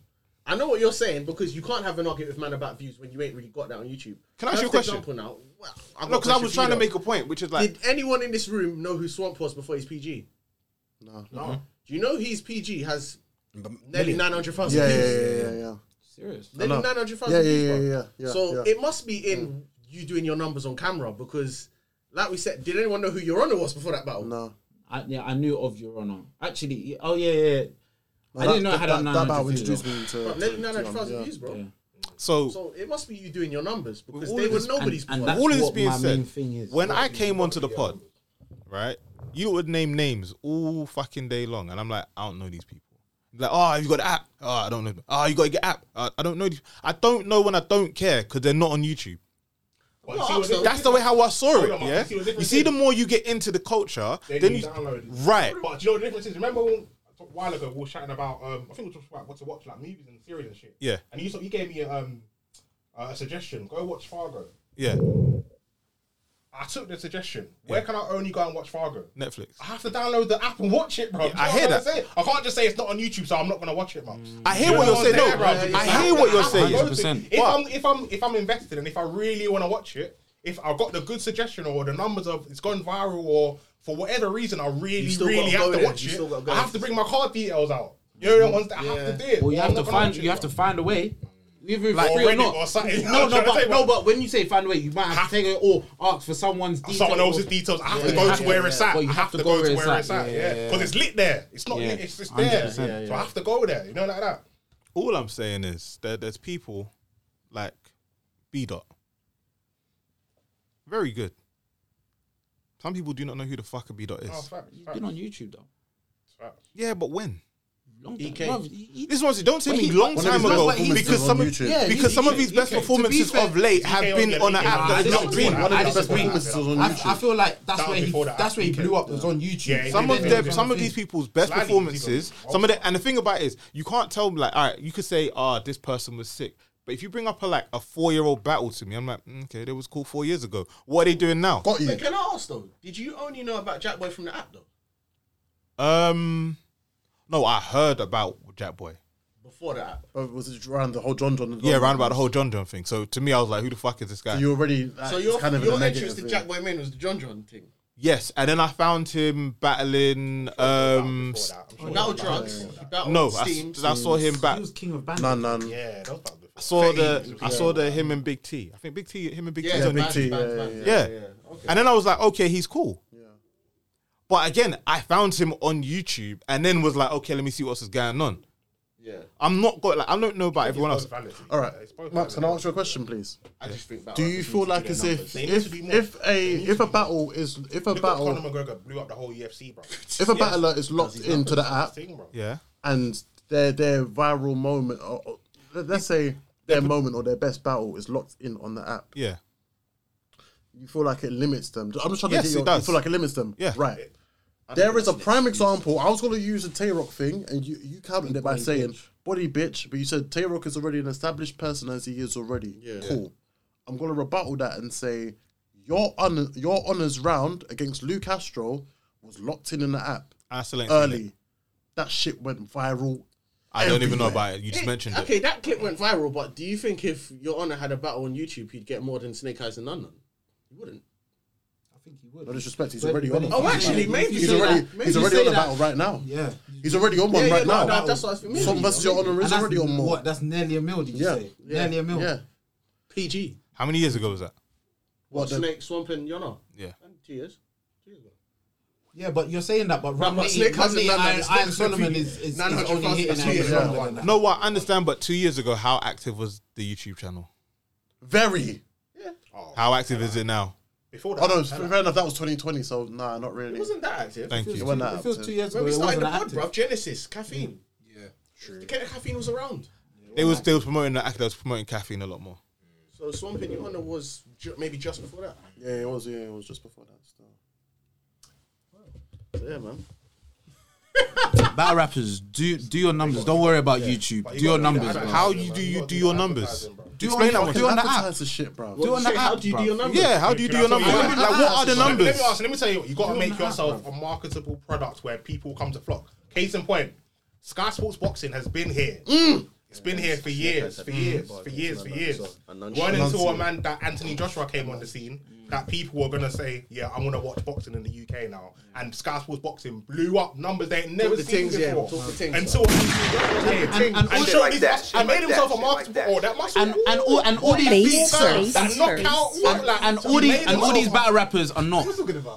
B: I know what you're saying because you can't have an argument with man about views when you ain't really got that on YouTube.
E: Can I ask you
B: Perfect
E: a question?
B: Example now. Well, I got
E: No,
B: a
E: because I
B: question
E: was
B: for you
E: trying to
B: though.
E: make a point, which is like,
B: Did anyone in this room know who Swamp was before he's PG? No.
E: No.
B: Do you know he's PG has nearly
D: million.
B: nine hundred thousand
D: Yeah, yeah, yeah,
B: views?
D: yeah, yeah, yeah.
C: Serious.
B: Nearly
D: I know.
B: nine hundred thousand.
D: Yeah, yeah,
B: views,
D: yeah,
B: bro.
D: yeah, yeah,
B: So
D: yeah.
B: it must be in you doing your numbers on camera because, like we said, did anyone know who your honor was before that battle?
D: No.
S: I, yeah, I knew of your honor. Actually, oh yeah, yeah. I didn't know I had a nine.
B: But nearly nine hundred thousand views, bro.
E: so
B: So it must be you doing your numbers because
E: all
B: they
E: of
B: were
E: this-
B: nobody's.
E: and,
B: before.
E: and all of this being
S: my main
E: said,
S: thing is.
E: when I came onto the pod, right, you would name names all fucking day long, and I'm like, I don't know these people. Like, oh, you got an app? Oh, I don't know. Oh, you got to get app? Uh, I don't know. These. I don't know when I don't care because they're not on YouTube.
I: But see what they-
E: That's the way how I saw
I: Hold
E: it.
I: on, man.
E: Yeah,
I: See what the
E: you see, the more you get into the culture,
I: Then,
E: then
I: you
E: you
I: download it.
E: right.
I: But do you know what the difference is? Remember when, a while ago we were chatting about um, I think we were talking about what to watch, like movies and series and shit.
E: Yeah.
I: And you saw you gave me um, a suggestion. Go watch Fargo.
E: Yeah,
I: I took the suggestion. Where can I only go and watch Fargo?
E: Netflix.
I: I have to download the app and watch it, bro.
E: Yeah, I
I: You know
E: hear
I: what
E: that.
I: I'm saying? I can't just say it's not on YouTube, so I'm not gonna watch it,
C: Mm.
I: man.
E: I hear what you're saying. No, I hear what you're saying. 100%.
I: If I'm if I'm if I'm invested and if I really want to watch it, if I've got the good suggestion or the numbers of it's gone viral or for whatever reason I really
B: still gotta
I: really
B: go
I: have to
B: there.
I: watch
B: You
I: it,
B: still gotta go
I: I have to bring my card details out. You know the ones that I have to do. it,
S: Well, you
I: or I'm
S: have to
I: not gonna
S: find.
I: watch it,
S: You have to
I: bro.
S: find a way.
C: Either
E: Like,
C: free or
E: already
C: not.
E: or something.
C: No,
E: I'm trying
C: no,
E: to say,
C: but, no,
E: but-
C: but when you say find a way, you might have to take it or ask for someone's details.
E: Someone else's details. I have to
C: Yeah,
E: go
C: yeah,
E: to
C: yeah,
E: where it's
C: yeah.
E: at.
C: Well,
E: I have to go to where it's at. Yeah, because it's lit there. It's not
I: Yeah.
E: lit. It's just there.
I: 100%. Yeah, yeah.
E: So I have to go there. You know, like that.
I: All I'm saying is that there's people like B dot. Very good. Some people do not know who the fuck a B dot is.
E: Oh, facts, You've
T: been facts. on YouTube though.
I: Yeah, but when?
T: Long
E: E
I: time.
T: Bruv,
I: This one, don't say
T: Well,
I: me
T: he-
I: long
T: one of
I: time
T: his
I: ago
T: best performances
I: because
T: on
I: some of
T: YouTube. Yeah, he-
I: because some
T: he-
I: of his
T: he
I: best
T: came- to be
I: performances
T: fair,
I: of late
T: he
I: have
T: came
I: been
T: on
I: on
T: the-
I: an app that's
T: I
I: not
T: disagree.
I: been.
T: One of his best performances was on
C: I-
T: YouTube.
C: I feel like that's
T: That
C: where
T: was
C: he
T: before that.
C: that's where he
E: E
C: blew up was on YouTube.
I: some of their, some of these people's best performances, some of the, and the thing about it is, you can't tell them like, all right, you could say, ah, this person was sick, but if you bring up a like a four year old battle to me, I'm like, mm, okay, they was cool four years ago. What are they doing now?
D: But can I ask though? Did you only know about Jack Boy from the app though?
I: Um, no, I heard about Jack Boy.
D: Before the app.
B: Or was it around the whole John John?
I: Yeah, round about the whole John John thing. So to me, I was like, who the fuck is this guy?
B: You already.
D: so your
B: kind of in
D: your
B: the negative,
D: interest in
B: yeah.
D: Jack Boy Main was the John John thing.
I: Yes, and then I found him battling. Um,
D: He battled drugs. He battled
I: no, I,
D: steam.
I: I saw him back.
C: King of
I: Bandits.
B: No, no, no.
E: Yeah, that was
I: I saw
E: Fame.
I: the I saw
E: Yeah.
I: the him and Big T. I think Big T, him and Big
E: Yeah,
I: T.
E: yeah, Big T, yeah, yeah, yeah, yeah, yeah. Okay.
I: And then I was like, okay, he's cool. But again, I found him on YouTube, and then was like, okay, let me see what's going on.
D: Yeah.
I: I'm not got like I don't know about everyone else.
B: All right, Maps, can I ask you a question, please?
D: I just think
B: Do Uh, you feel like as if if if a if a battle is if a
E: Look at Conor
B: battle
E: McGregor blew up the whole UFC, bro.
B: if a battler is locked into the app,
I: yeah,
B: and their their viral moment, or, or let's say their moment or their best battle is locked in on the app,
I: Yeah.
B: you feel like it limits them. I'm just trying
I: Yes,
B: to get
I: it
B: your, you
I: does.
B: feel like it limits them.
I: Yeah.
B: Right. There is a prime example. I was going to use the Tay Rock thing, and you, you countered it by
D: Body
B: saying body bitch, but you said Tay Rock is already an established person as he is already.
D: Yeah.
B: Cool. I'm going to rebuttal that and say your honor, your honors round against Lou Castro was locked in in the app
I: I still ain't seen
B: early. That shit went viral.
I: I don't even know
B: everywhere.
I: about it. You just mentioned it.
D: Okay, that clip went viral, but do you think if Your Honor had a battle on YouTube, he'd get more than Snake Eyes and Nun Nun? He wouldn't.
B: No disrespect, he's
D: But-
B: already
D: but
B: on.
D: if
B: it.
D: you- Oh, actually, maybe
B: he's
D: you say
B: already
D: that. Maybe
B: he's
D: you
B: already
D: say
B: on a
D: that.
B: battle right now.
C: Yeah.
B: he's already on one
C: Yeah, yeah,
B: right
C: no,
B: now.
C: no, that's what I mean.
B: Son versus your honor
C: And
B: is
C: that's
B: already on more.
C: What? That's nearly a mil. Did you
B: Yeah.
C: say
B: Yeah.
C: nearly a mil?
B: Yeah.
D: PG.
I: How many years ago was that?
D: What,
C: the-
D: Snake, Swamp, and Your Honor?
I: Yeah.
D: Two years.
C: Yeah, but you're saying that, but
D: Nah, but
C: Romney,
D: Snake hasn't
C: Romney,
D: done that.
C: Iron,
D: It's
C: Iron
D: not
C: Solomon
D: Snake.
C: is, is, is
D: Nah, nah,
C: only
D: it's
C: hitting
D: not Snake.
C: at
D: Yeah.
C: Romney.
I: No, what I understand, but two years ago, how active was the YouTube channel?
B: Very.
I: How active is it now?
E: Before
B: Oh no, fair enough. That was 2020, so nah, not really. It
D: wasn't that active.
I: Thank
B: It
I: you.
B: wasn't that active.
D: When we started the pod, bruv, Genesis, caffeine.
E: Yeah,
D: true. The ca- caffeine was around.
I: They was they was promoting the they was promoting caffeine a lot more.
D: So Swamp and Your Honor was ju- maybe just before that.
B: Yeah, it was. Yeah, it was just before that. Still.
D: So, yeah, man.
C: Battle rappers, do do your numbers. Don't worry about YouTube. Do your numbers. bro.
I: How you do you do your numbers?
C: Do
I: Do
C: it
I: Explain
C: on-
I: that one.
C: do it on the app.
B: That's the shit, bro.
C: Do it on the app. bruv.
I: Yeah, how do you do your numbers? Like, what are the
E: Let
I: numbers?
E: me ask. Let me tell you. what, You got to make yourself a marketable product where people come to flock. Case in point, Sky Sports Boxing has been here.
C: Mm.
E: It's been here for years, for years, for years, for years. Weren't until a man that Anthony Joshua came on the scene that people were gonna say, "Yeah, I'm gonna watch boxing in the UK now." And Sky Sports Boxing blew up numbers they ain't never
D: the
E: seen
D: things, yeah,
E: before.
D: talk the things,
E: Until Anthony Joshua came
C: and- and
E: and
C: also-
E: showed
C: Shit like
E: his box-
C: that,
E: and
C: shit
E: made
C: like
E: himself
C: that,
E: a marketable. Oh, that must
C: and and all and all these
E: Face, face,
C: that
E: face.
C: knockout
E: And-
C: and all these and all these battle rappers are not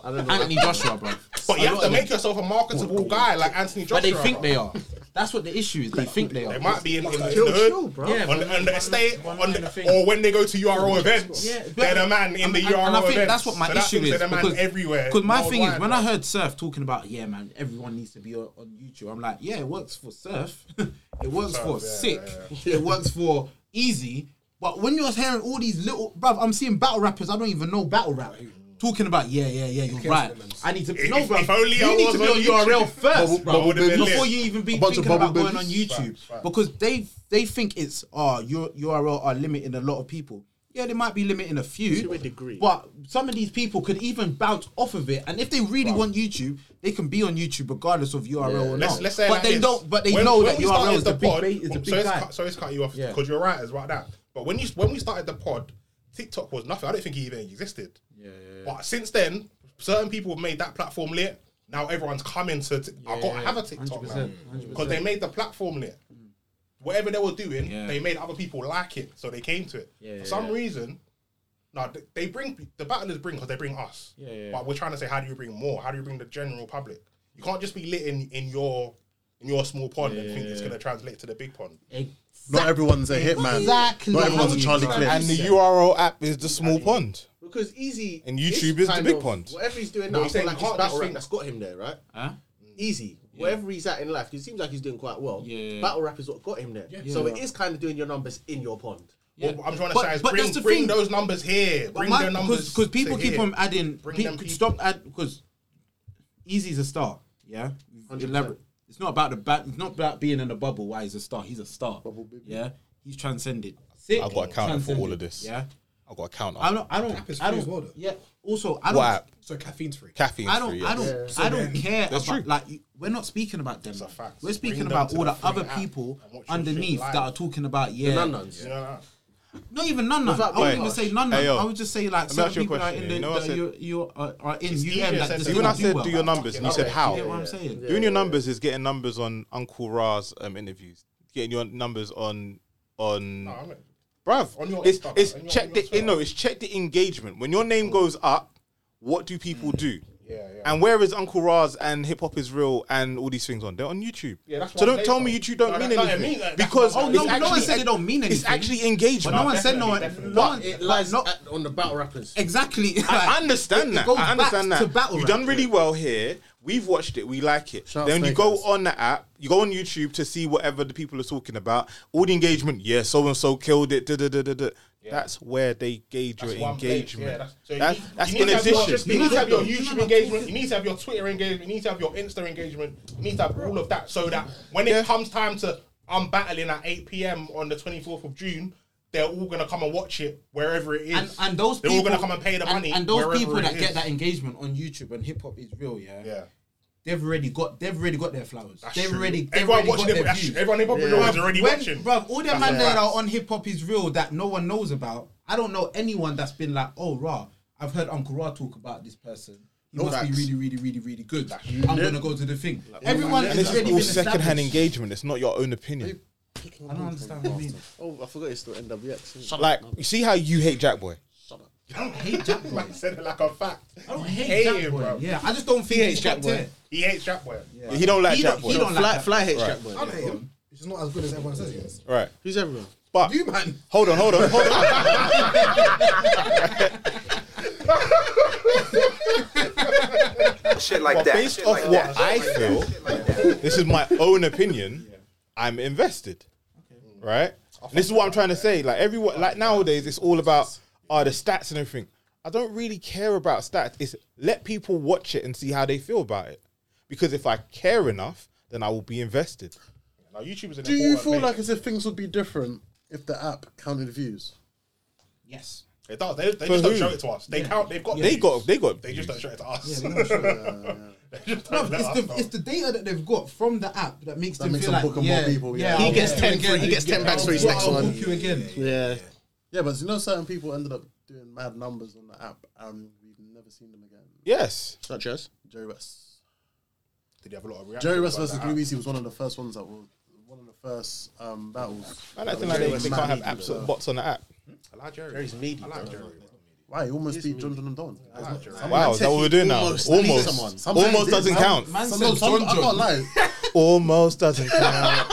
C: Anthony Joshua, bro.
E: But you have to make yourself a marketable guy like Anthony Joshua.
C: But they think
E: bro.
C: they are. That's what the issue is. They think they are.
E: They might be in, in, in the
C: Chill,
E: hood,
C: chill, bro. Yeah,
E: on,
C: but
E: the, on the estate, on the,
C: thing.
E: or when they go to URO events. they're the man in
C: and,
E: the
C: and-
E: URO
C: and I think
E: events.
C: that's what my
E: So that
C: issue
E: thinks
C: is
E: They're the man
C: because
E: everywhere.
C: Because my thing is,
E: worldwide,
C: when
E: bro.
C: I heard Surf talking about, yeah, man, everyone needs to be on, on YouTube. I'm like, yeah, it works for Surf, it works
E: Surf,
C: for
E: yeah,
C: Sick, it works for Easy. But when you're hearing all these little, bruv, I'm seeing battle rappers I don't even know battle rap talking about, yeah, yeah, yeah, you're right. I need to
E: If-
C: no,
E: if-
C: bruv.
E: if only
C: you
E: I
C: need
E: was
C: to be
E: on
C: on URL
E: YouTube.
C: first,
E: Bubble-
C: bro,
E: bubble babies.
C: before you even be
E: A bunch of
C: thinking about
E: bubble
C: going on
E: babies.
C: YouTube
E: Facts, facts.
C: because they they think it's oh your URL are limiting a lot of people. Yeah, they might be limiting a few
D: To a degree.
C: but some of these people could even bounce off of it, and if they really want YouTube, they can be on YouTube regardless of URL or not.
E: Let's, let's say it
C: but
E: like
C: they
E: this.
C: don't. But they
E: When-
C: know
E: when
C: that
E: we
C: URL
E: started
C: is the, big
E: pod- oh,
C: big, is the
E: so
C: big
E: it's
C: guy.
E: cut- So it's cut you off
C: Yeah.
E: because you're right, it's like that. But when you when we started the pod, TikTok was nothing. I don't think it even existed. But since then, certain people have made that platform lit. Now everyone's coming to. T- I got to have a TikTok now
C: 100%, 100%.
E: because they made the platform lit. whatever they were doing,
C: Mm. Yeah.
E: they made other people like it, so they came to it.
C: Yeah,
E: For
C: yeah,
E: some
C: yeah.
E: reason, no, th- they bring the battlers bring because they bring us.
C: Yeah, yeah, yeah.
E: But we're trying to say, how do you bring more? How do you bring the general public? You can't just be lit in, in your in your small pond and think it's going to translate to the big pond.
B: Not everyone's a hitman.
E: Exactly.
B: Not everyone's a Charlie Cliff.
I: And the URL app is the small pond.
D: Because Easy
I: And YouTube is the
D: kind
I: big
D: of-
I: pond.
D: Whatever he's doing now,
I: But you
D: I feel
I: say
D: like it's
I: you can't
D: battle
I: just
D: rap
I: think-
D: that's got him there, right?
C: Huh?
D: Easy. Wherever he's at in life, 'cause it seems like he's doing quite well.
C: Yeah.
D: Battle rap is what got him there.
C: Yeah.
D: So
C: Yeah.
D: it is kind of doing your numbers in your pond.
E: Well, I'm trying to say is bring, bring those numbers here. Bring their numbers
C: because people
E: to
C: keep
E: here.
C: on adding.
E: Bring
C: pe-
E: them people.
C: stop add because Easy's a star. Yeah, We've elaborate. It's not about the bat. It's not about being in a bubble. Why he's a star? He's a star. Yeah, he's transcended. Sick.
I: I've got a counter for all
C: transcended,
I: of this.
C: Yeah,
I: I've got a counter.
C: I don't. I don't. I don't. yeah. Also, I don't.
I: What app?
H: So caffeine's free.
I: Caffeine.
C: I don't.
I: free,
C: I don't.
I: yes.
C: I don't care
I: That's
C: about
I: true.
C: like you- we're not speaking about them. We're speaking
I: Bring them
C: about
I: to
C: all
I: the
C: the other
I: free app
C: people
I: and watch your shit
C: underneath
I: live.
C: that are talking about
I: The
C: yeah.
I: nun-nuns.
E: Yeah.
C: Not even none none. I wouldn't even say none none.
I: Hey, yo.
C: I would just say
I: Let
C: like
I: me
C: some
I: ask you a
C: people that are in
I: question, yeah.
C: the,
I: You know what I
C: that
I: said?
C: you you are, are in
I: It's
C: UM
I: easier
C: that
I: said
C: just
I: than Even I
C: don't do
I: said
C: well.
I: do your numbers, and you said how.
C: You get what I'm saying?
I: Doing your numbers is getting numbers on Uncle Ra's um, interviews. Getting your numbers on on. Bruv,
E: On your
I: it's,
E: Insta,
I: it's
E: on your- Mm.
I: check
E: on
I: the no, it's check the engagement. When your name goes up, what do
E: Mm.
I: people do? Yeah, yeah. And where is Uncle Ra's and Hip Hop is Real and all these things on? They're on YouTube.
C: Yeah, that's
I: so
C: what I'm
I: don't tell
C: saying.
I: me YouTube don't
C: No,
I: mean
C: that- no, it
I: anything
C: means that- that's
I: because
C: what I'm
I: it's
C: saying. Oh, no, no
I: actually
C: one said it don't mean
I: It's
C: anything.
I: actually engagement.
C: But no one said no one. No one
D: It lies at, on the battle rappers.
C: Exactly.
I: I understand
D: it
I: that.
D: goes
I: I understand
D: back
I: that.
D: to battle
I: You've
D: rap,
I: done really well here. We've watched it. We like it.
D: Shout out
I: then you
D: Snake
I: go on the app. You go on YouTube to see whatever the people are talking about. All the engagement. Yeah, so and so killed it. Da, da, da, da, da. That's where they gauge your
E: one place,
I: engagement.
E: yeah, that's- so you
I: that's
E: need-
I: that's
E: you need
I: in
E: to have your-
I: addition.
E: You need to have your YouTube engagement. You need to have your Twitter engagement. You need to have your Insta engagement. You need to have all of that so that when it comes time to I'm battling at 8 p.m. on the 24th of June, they're all gonna come and watch it wherever it is.
C: And, and those
E: they're
C: people
E: all gonna come and pay the money.
C: And, those
E: wherever
C: people
E: it
C: that
E: is.
C: get that engagement on YouTube and hip hop is real, yeah.
E: Yeah.
C: They've already got. They've already got their flowers.
E: That's
C: they've
E: true.
C: already. They've
E: Everyone
C: already
E: watching
C: got
E: hip-
C: their
E: that's-
C: views.
E: everyone hip hop is
C: Bruv,
E: already
C: when-
E: watching.
C: Bruv, all
E: That's
C: them man that
E: facts.
C: are on hip hop is real that no one knows about. I don't know anyone that's been like, oh, rah, I've heard Uncle Ra talk about this person. He
I: No
C: must
I: facts.
C: be really, really, really, really good. I'm
I: Yeah.
C: gonna go to the thing. Everyone
I: and
C: is
I: it's
C: already
I: all
C: been
I: second-hand
C: established.
I: engagement. It's not your own opinion.
C: I don't understand what you mean.
D: Oh, I forgot it's the NWX.
I: Like you see how you hate Jack Boy.
C: I don't hate Jack Boy.
E: said it like a fact.
C: I don't
E: hate,
C: hate Jack
E: him,
C: Boy.
E: bro.
C: Yeah, I just don't think
E: He
C: he's
E: hates Jack
C: top
E: Boy.
C: tier.
E: He hates Jack Boy.
I: He don't like
C: He
I: Jack
C: don't-
I: Boy.
C: he don't like Fly- Jack Fly Boy. hates
I: Right.
C: Jack Boy.
H: I don't hate him. It's just not as good as everyone says he is.
I: Right.
D: Who's everyone?
I: But
H: you man.
I: Hold on, hold on, hold on.
F: Shit like
I: But
F: that.
I: Based
F: Shit
I: off
F: like
I: what
F: that.
I: I
F: Shit like
I: feel, this is my own opinion. I'm invested, right? And this is what I'm trying to say. Like everyone, like nowadays, it's all about are the stats and everything. I don't really care about stats. It's let people watch it and see how they feel about it. Because if I care enough, then I will be invested.
E: Now YouTube is an
B: Do you
E: important
B: feel
E: place.
B: like as if things would be different if the app counted views?
C: Yes.
E: It does. They, they
B: For
E: just don't
B: who?
E: show it to us. They
B: Yeah.
E: count. They've got.
B: They
E: views.
B: got-
I: they got
E: They just don't show it to
C: Yeah,
E: us.
C: they don't show it.
E: They just
C: Bruv,
E: don't let us
C: it's the
E: know.
C: it's the data that they've got from the app that makes
E: That
C: them
E: makes
C: feel
E: them
C: like
E: book 'em
C: yeah,
E: more people,
C: yeah,
E: yeah.
C: I'll
E: He gets
C: book
E: 10
C: you again,
E: free- he gets 10
C: I'll
E: bags for his
C: book-
E: next
C: I'll
E: one.
C: book you again.
D: Yeah.
B: Yeah, but you know, certain people ended up doing mad numbers on the app, and we've never seen them again.
I: Yes.
D: Such as
B: Jerry West.
E: Did he have a lot of reactions
B: Jerry West
E: about
B: versus
E: that
B: Blue
E: app?
B: Easy was one of the first ones that were one of the first um, battles.
I: I like to think like they, they can't have apps or bots on the app.
E: I like Jerry.
D: Jerry's meaty.
E: I like Jerry.
B: Why? He almost beat John John and Don.
I: Wow, is that what we're doing now? Almost. Almost, doesn't count.
B: I can't lie.
I: Almost doesn't count.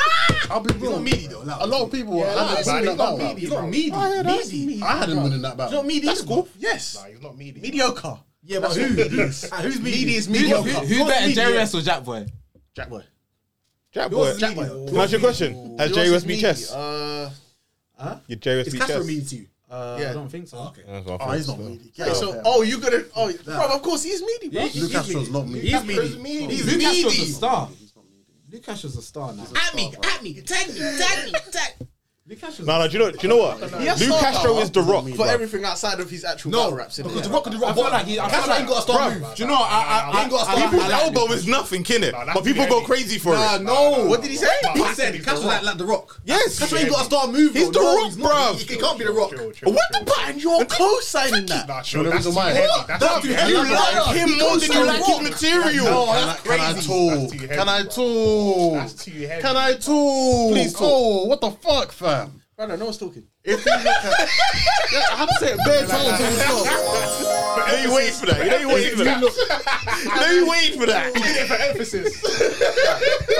B: I'll be real. a lot of people.
E: Yeah,
B: I had him
E: like, he's
B: winning
E: not
B: that battle.
E: meaty, He's not bro. meaty.
B: I had-
E: Meaty.
B: I had him winning that battle.
E: He's not meaty,
B: That's
E: is he?
B: cool. Yes.
E: Nah, he's not meaty.
B: Mediocre.
H: Yeah,
B: but who?
H: Ah, who's meaty?
B: Meaty is
H: Who-
B: mediocre.
H: who-
C: Who
B: What's
C: better,
B: meaty?
C: Jerry West or Jack Boy?
D: Jack Boy.
I: Jack
C: Who
I: Boy.
C: was
I: Can
C: meaty? Who
I: I
C: was
I: ask you a question? Has
C: Who
I: Jerry
C: was
I: West beat
C: meaty?
I: chess?
D: Uh,
C: huh?
I: Your Jerry West beat
C: Castro
I: chess?
C: means you. Uh,
D: Yeah.
C: I don't think so. okay.
I: That's what I
B: Oh,
I: thought.
B: he's not meaty.
D: Yeah, so oh, you gonna oh, bro? Of course, he's meaty, bro.
B: Yeah, he's Luke Castro's meaty. not meaty.
D: He's
B: Castro's
D: meaty.
B: meaty.
D: He's
B: Luke
D: meaty.
B: Castro's
C: He's a star. Luke Cash was a star now.
D: At me, at me, tag me, tag me, tag.
E: No, no, do you know, do you know what?
D: He has
E: Lou
D: star
E: Castro
D: power
E: is the rock.
D: for
E: bruv.
D: everything outside of his actual battle raps.
E: because The Rock could do rock
D: I feel
E: bottom.
D: like he- I feel
E: Castro
D: like-
E: ain't got a star
D: Bruv,
E: move. Do you know what? I, I, I,
D: ain't got a star
E: I,
D: move.
E: people's
D: I like
E: elbow
D: Lou.
E: is nothing, innit?
D: Nah,
E: it?
D: that's
E: but people
D: the
E: go
D: enemy.
E: crazy for
D: Nah,
E: it.
D: no. What did he say?
E: He said
I: Castro's like, like The Rock.
E: Yes.
I: Castro ain't got a star move.
E: He's The
I: bro. No,
E: Rock,
I: he's not.
E: bruv.
I: He, he can't be The Rock.
E: What the pattern? You're co-signing that.
K: Nah,
B: You know the reason why?
E: That's too heavy. You like him more than you like his material.
B: No, that's crazy. Can I talk? Can I talk?
D: Please talk.
B: Oh, what the fuck, fam?
D: Brother, no one's talking.
B: If you look at, yeah, I have to say it bare times on the
E: Are you waiting for that? You know you waiting for that. You know you waiting for that.
K: For emphasis.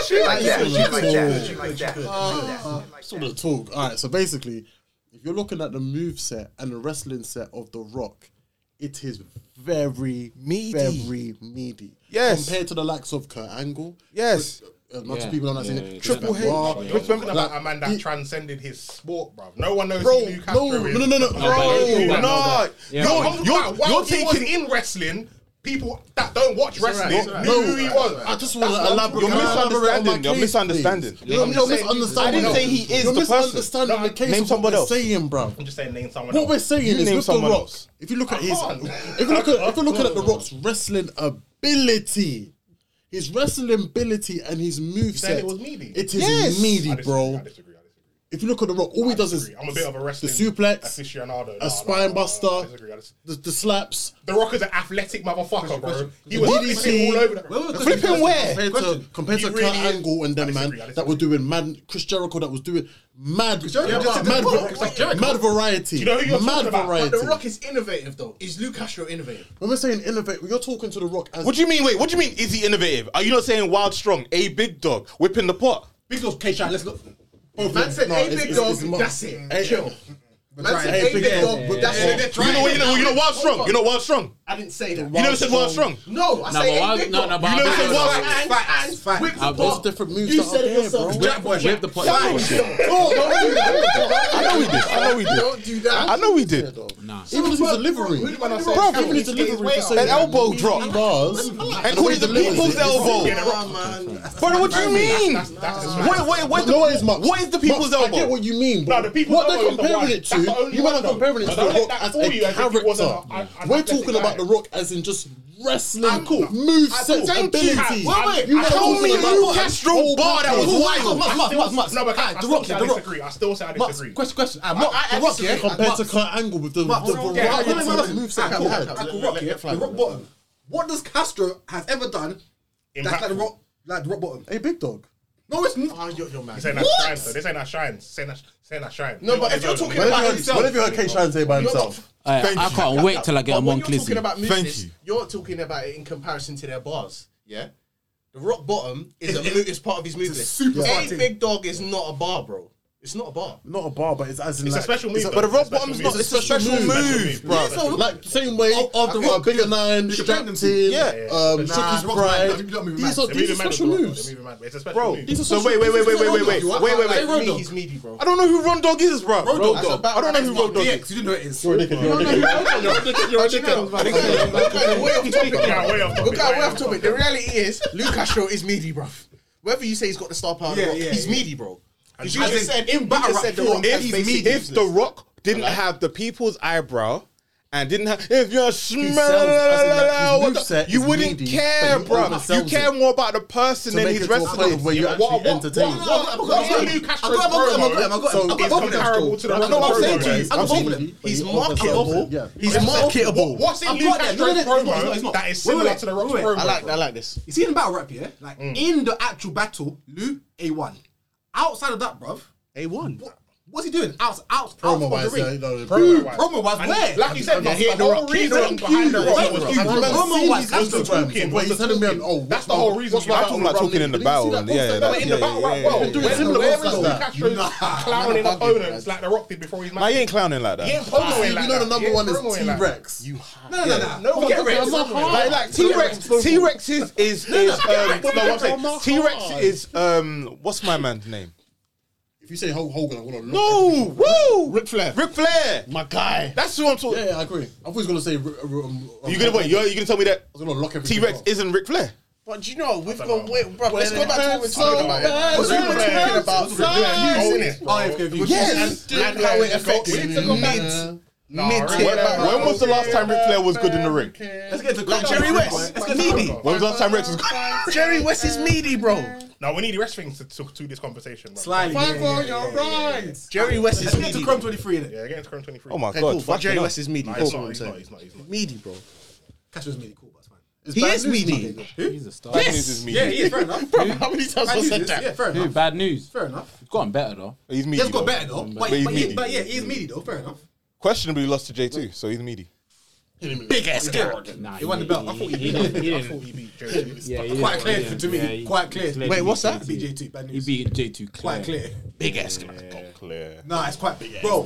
F: Shit like that. Shit like that.
B: Cool.
F: Shit like that. Shit like that.
B: Uh, Sort of talk. All right. So basically, if you're looking at the move set and the wrestling set of The Rock, it is very meaty. Very meaty.
E: Yes.
B: Compared to the likes of Kurt Angle.
E: Yes.
B: Uh, not
K: Yeah.
B: to people on that
K: Yeah,
B: saying
K: yeah, yeah.
B: Triple H.
K: Wow. You're talking
B: Like,
K: about a man that transcended his sport, bro. No one knows
B: Bro,
K: who Lou Castro
B: no,
K: is.
B: no, no, no,
K: Bro,
B: no, but-
K: no,
B: Yeah,
K: no.
B: but- yeah,
K: You're,
B: but-
K: you're,
B: you're-
K: while
B: you're
K: he
B: taking-
K: was in wrestling, people that don't watch
B: alright,
K: wrestling
B: it's alright.
K: knew
B: No,
K: who he was.
B: I just wanna
K: That's what I'm
B: elaborate-
K: talking
E: You're
K: about.
E: misunderstanding.
B: You're
E: You're misunderstanding.
B: misunderstanding.
E: I didn't say he is
B: You're
E: the person.
B: misunderstanding the case
E: Name
B: of what
E: somebody
B: we're
E: else.
B: saying, bro.
K: I'm just saying name someone
B: What
K: else.
B: we're saying
E: You
B: is
E: name
B: with The
E: someone
B: Rock.
E: else.
B: If you look at
K: I
B: his,
K: can't.
B: if you look at, if you're looking at The Rock's wrestling ability, his wrestling ability and his moveset,
K: said it was meaty.
B: It is
K: Yes. I
B: meaty,
K: disagree,
B: bro. If you look at The Rock, all he does is
K: I'm a bit of a wrestling
B: the suplex,
K: aficionado.
B: a spine buster, the, the slaps.
K: The Rock is an athletic motherfucker, bro. He
B: the
K: was
B: DDT.
K: flipping all over the
B: Flipping where? Compared to, compared to
K: You
B: Kurt
K: really-
B: Angle and them, man, that were doing mad. Chris Jericho that was doing mad.
D: Jericho just
B: mad,
D: did
B: mad,
D: the Rock. Like Jericho.
B: mad variety. mad variety.
D: But The Rock is innovative, though. Is Lou Castro innovative?
B: When we're saying innovate, you're talking to The Rock as.
E: What do you mean? Wait, what do you mean? Is he innovative? Are you not saying wild strong? A big dog whipping the pot.
I: Big dog's K Shine. Let's go.
B: Both
D: Man
B: of
D: said,
B: them.
D: "Hey,
B: it's-
D: big
B: it's-
D: dog,
B: it's mo-
D: that's it,
B: Hey,
D: chill."
B: but
D: Man
B: try
D: said,
B: it.
D: "Hey, big
B: Yeah,
D: dog,
B: yeah,
D: but
B: yeah,
D: that's
B: yeah.
D: it, they're
E: You know what? You know, you know wild strong. You know wild strong.
D: I didn't say that.
E: You never said wild strong.
D: No, I
E: No,
D: say
E: but why-
D: ain't big
E: no,
D: dog.
E: no, but You I never said wild strong.
D: And- and whip the
B: There's
D: ball.
B: different moves
D: You
B: that
D: said
B: are
D: it
B: there,
D: yourself.
B: bro.
D: Jack boy,
C: Whip the pot.
E: I know we did. Oh, I know we did.
D: Don't do that.
E: I know we did.
C: Nah.
B: Even his delivery,
E: Bro,
B: even his delivery for saying
E: An elbow
B: meaty
E: drop.
B: bars,
E: And call it the people's elbow. Brother, what do you mean? Wait, wait, wait.
B: No, it's Mark.
E: What is the people's
B: Mark,
E: elbow?
B: I get what you mean, bro.
K: No, the people's
B: what they're
K: elbow is the
B: comparing it to,
K: one. That's the only
B: you
K: one,
B: might
K: though.
B: not comparing it to
K: But
B: The
K: don't
B: Rock
K: let that
B: as
K: fool you
B: a
K: as if he wasn't
B: character.
K: a- an- an
B: We're
K: athletic
B: talking
K: guy.
B: about The Rock as in just wrestling
K: Uncle.
B: move
K: Uncle.
B: set
K: Thank you.
B: ability.
K: Wait, wait,
B: You
K: tell
B: know
K: me
B: what I'm
K: Lou
B: talking about?
E: Castro
B: Oh,
E: bar that was
B: who-
E: wild.
I: Mark, Mark, Mark, Mark.
K: No, but I, I
I: Alright, The
K: still
I: Rock,
K: say
I: yeah,
K: I
I: The Rock.
K: disagree. I still say I
I: Mark,
K: disagree.
I: question, question. Uh, Mark,
D: I- I
I: The Rock,
D: disagree.
I: yeah?
B: compared to
I: Mark,
B: Kurt Angle with the,
I: Mark,
B: the
I: Rock, yeah.
K: Yeah,
I: Mark,
B: variety
I: yeah,
B: of
I: Mark,
B: moveset
I: Mark,
B: he
I: Mark,
B: had.
I: Mark, Mark, Rock, yeah? The Rock Bottom. What does Castro has ever done that's like The
K: Impactful.
I: Rock, like The Rock Bottom?
B: Hey, big dog.
I: No, it's not.
D: Oh, you're, you're mad.
K: This ain't that shine, though. This ain't that shine. Saying that, saying that shine.
D: No, but if you're talking
B: What
D: about
B: have you heard,
D: himself,
B: what have you heard K Shine say by himself?
C: Alright, I can't wait till I get
D: But
C: him
D: when
C: on
D: you're talking about
C: Clizzy.
D: moves,
E: Thank
D: it's-
E: you.
D: You're talking about it in comparison to their bars. Yeah. The rock bottom is a mo- is part of his move list.
I: super smart
D: Hey,
I: team.
D: big dog is not a bar, bro. It's not a bar.
B: Not a bar, but it's as in
K: It's a
B: like,
K: special
B: it's
K: move,
E: But the
K: though.
E: rock
K: It's a
E: bottom's
K: special
E: not. It's a special move, bro.
B: Right. like same way
I: Of- of The
B: I've got
I: Rock,
B: a bigger
I: yeah.
B: nine,
I: You should
B: strapped
I: blame them
B: in,
E: oh. Yeah.
B: um,
I: Nah,
B: Shook his
I: Rock
B: pride.
I: Man, you don't move
B: These
I: mad.
B: are
K: They're
B: these are
K: moving mad
B: special
K: as well.
B: moves.
K: They're moving mad, but It's a special
E: Bro,
K: move.
B: These are
E: so
B: social-
E: wait, wait, wait,
B: these are
E: wait, wait, wait,
B: social
E: wait,
B: media.
E: wait, wait,
D: Like,
E: wait.
D: me, he's meaty, bro.
E: I don't know who Ron Dog is, bro. Ron
I: Dogg.
E: Dog. I don't know who Ron Dog is.
I: DX, you didn't know it is.
B: You're a dickhead, you're a dickhead. You're a dickhead, you're a dickhead.
D: We're going we're going way off topic.
K: Yeah, way off topic,
D: We're going
K: way
D: way
K: off
D: off topic. The reality is, Luke Castro is meaty, bro. Whether you say he's got the star power, or
I: Yeah,
D: not,
I: yeah,
D: he's
I: yeah.
D: meaty, bro. Because you
I: As
D: just
I: in,
D: said
I: in
D: you
I: battle
D: just
I: rap
D: said the
I: form,
D: rock
I: if
D: has
I: he's
D: basic
I: meaty,
E: if the rock didn't have the people's eyebrow and didn't have if you're smell
B: as in, like, his
E: what the-
B: moveset
E: you
B: is
E: wouldn't
B: meaty,
E: care
B: but he
E: bro you
B: oversells
E: care
B: it.
E: more about the person
B: To
E: than
B: make
E: he's
B: it to a
E: wrestling
B: point where you're actually entertained.
K: No,
E: no, I'm saying
K: promo.
E: to you,
I: I'm
E: I'm
I: over
E: saying-
I: it.
D: He's
B: marketable.
D: marketable.
B: Yeah.
D: He's marketable.
K: What's in
I: I've
K: Luke
I: got that. No, no,
K: Castro's
I: no,
K: promo
I: it's not, it's not, it's not.
K: that is
I: Wait, wait,
K: similar to the Rock's
I: wait, wait.
K: promo?
D: I like, I like this.
I: You see in battle rap, yeah? Like in the actual battle, Lou, A1. Outside of that, bruv,
D: A1.
I: what, what's he doing? Out, out, out
B: Promo
I: of the
B: wise, yeah,
I: ring.
B: no,
K: Promo
B: promo.
K: wise.
I: Promo wise,
K: And
I: where?
K: Like you said,
D: Yeah,
K: that's
D: hit
K: the
D: The
K: whole
D: Rock, hit The
K: reason
D: Rock,
K: behind the
I: hit The
K: Rock
I: Rock,
K: was
I: hit
K: huge.
I: The Rock.
K: Remember,
I: Promo wise,
K: was
I: that's
K: the
I: the
K: talking.
B: But
K: was
B: you're telling me,
K: talking.
B: oh,
K: that's the whole reason.
E: I'm talking about talking in the battle
B: that
E: and yeah,
K: But in the
E: yeah,
K: battle
E: yeah,
K: rap world,
E: yeah,
B: doing
E: yeah.
K: when
B: similar
K: whereas
B: works
K: Luke
B: like that.
K: Castro's
B: Nah.
K: clowning
D: Nah, bugging,
K: opponents like the Rock did before he's
E: Nah,
K: match.
E: you ain't clowning like
K: He ain't
E: that.
K: promoing
B: You
K: like
B: know
K: that.
B: the number
K: He ain't
B: one is
K: promoting
B: T
K: like that.
B: Rex.
I: No, no, no, no.
K: No, forget Rex.
E: Like, like T Rex, T Rex is is is um, no, I'm saying T Rex is um, what's my man's name?
B: If you say Hulk Hogan, I want to look.
E: No, woo,
B: Ric Flair.
E: Ric Flair.
B: My guy.
E: That's who I'm talking.
B: Yeah, yeah, I agree. I thought he was going to say. um, um,
E: You gonna wait? You're you gonna tell me that
B: I was going to lock everything
E: T Rex
B: up.
E: isn't Ric Flair?
D: But do you know, we've gone, wait, bro,
J: When
D: let's go
J: it
D: back to what we're
J: hurts
D: talking
J: so
D: about.
J: bad,
D: Because we
J: when
D: were
J: it
D: talking
J: hurts
D: about
J: so bad.
D: reviews, innit?
J: Oh, if reviews.
D: Yes.
J: And
D: And how it
J: like,
D: affects
J: we need to
D: mid,
J: go back. Nah,
D: mid
E: When, when was the last time Ric Flair was good in the ring?
D: Let's get to Like Jerry West. Let's get meaty.
E: When was the last time Rex was good?
D: Jerry West is meaty, bro.
K: No, we need the wrestling to, to, to this conversation. Bro.
D: Slightly, Fight yeah, for yeah, your yeah, yeah. rights. Jerry West is meaty.
K: Chrome 23 in it. Yeah, get into Chrome 23.
E: Oh my
D: Okay,
E: God,
D: cool, but
E: fucking
D: Jerry
E: hell.
D: West is meaty.
K: Nah,
D: That's
K: he's
D: what
K: not,
D: I'm
K: he's not,
D: saying.
K: he's not, he's not.
D: Meaty, bro.
I: Castro's meaty, cool, but it's fine. It's
D: He
I: bad
D: is
I: news
D: meaty.
I: Who?
C: He's a star.
I: Yes.
E: Bad news is meaty.
I: Yeah, he is, fair enough.
D: Bro, how many times
I: Bad
D: have I
I: news
D: said
I: is-
D: that?
I: Yeah, fair
C: Who?
I: enough.
C: Bad news.
I: Fair enough.
C: He's gotten better though.
E: He's
I: He
E: meaty.
I: has got better though. But,
E: But he's
I: but,
E: meaty.
I: he, but yeah, he is meaty though. Fair enough.
E: Questionably lost to J2, so he's meaty.
D: Big ass
C: Nah,
I: He won the belt. I thought he beat
C: didn't-
I: him.
C: he
I: I
C: didn't-
I: thought he beat
K: Jerry Lewis.
C: Yeah, he
I: Quite
C: didn't-
I: clear
C: yeah,
I: to me.
C: yeah, he-
I: Quite clear.
C: he-
D: Wait, what's that?
C: he
I: Beat
C: beat-
I: J2. Bad
C: He
I: news.
C: beat J2 clear.
I: Quite clear.
D: Big ass
E: Clear.
I: Nah, it's quite big. Bro.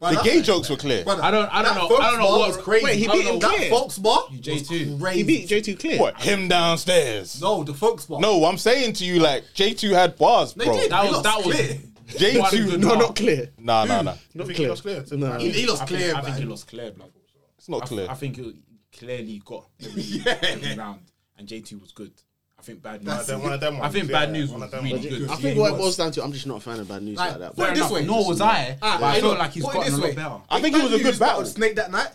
E: The gay jokes were clear.
C: I don't. I don't know. I don't know what was crazy.
D: Wait, he
C: I don't
D: beat him
C: know
I: That
D: clear.
I: Fox bar?
C: J2.
I: Crazy.
D: He beat J2 clear.
E: What? Him downstairs.
I: No, the Fox bar.
E: No, I'm saying to you, like, J2 had bars,
I: No,
E: bro.
I: he did.
C: That
I: He
C: was-
I: lost
C: that was-
I: clear.
E: J2.
D: No, not clear.
E: Nah, nah, nah.
K: You
D: Not
K: think
D: clear.
K: He lost clear. to-
D: No.
I: He, he lost
C: I think-
I: clear,
C: I think he
I: man.
C: lost clear, blood.
E: It's not clear.
C: I think he clearly got every, every round, and J2 was good. I think bad
K: One of
C: news.
K: them- one of them
C: I
K: ones,
C: think
K: yeah,
C: bad news
K: one of
C: was
K: them
C: really
K: ones.
C: good.
D: I think what it boils down to, I'm just not a fan of bad news like,
I: Like,
D: that.
I: put it
D: But
I: this way.
C: Nor was I.
I: Ah,
C: but I
I: hey,
C: feel
I: look,
C: like he's
I: put it
C: gotten a
I: this
C: lot
I: way.
C: better.
E: I think it was a good battle.
I: Snake that night.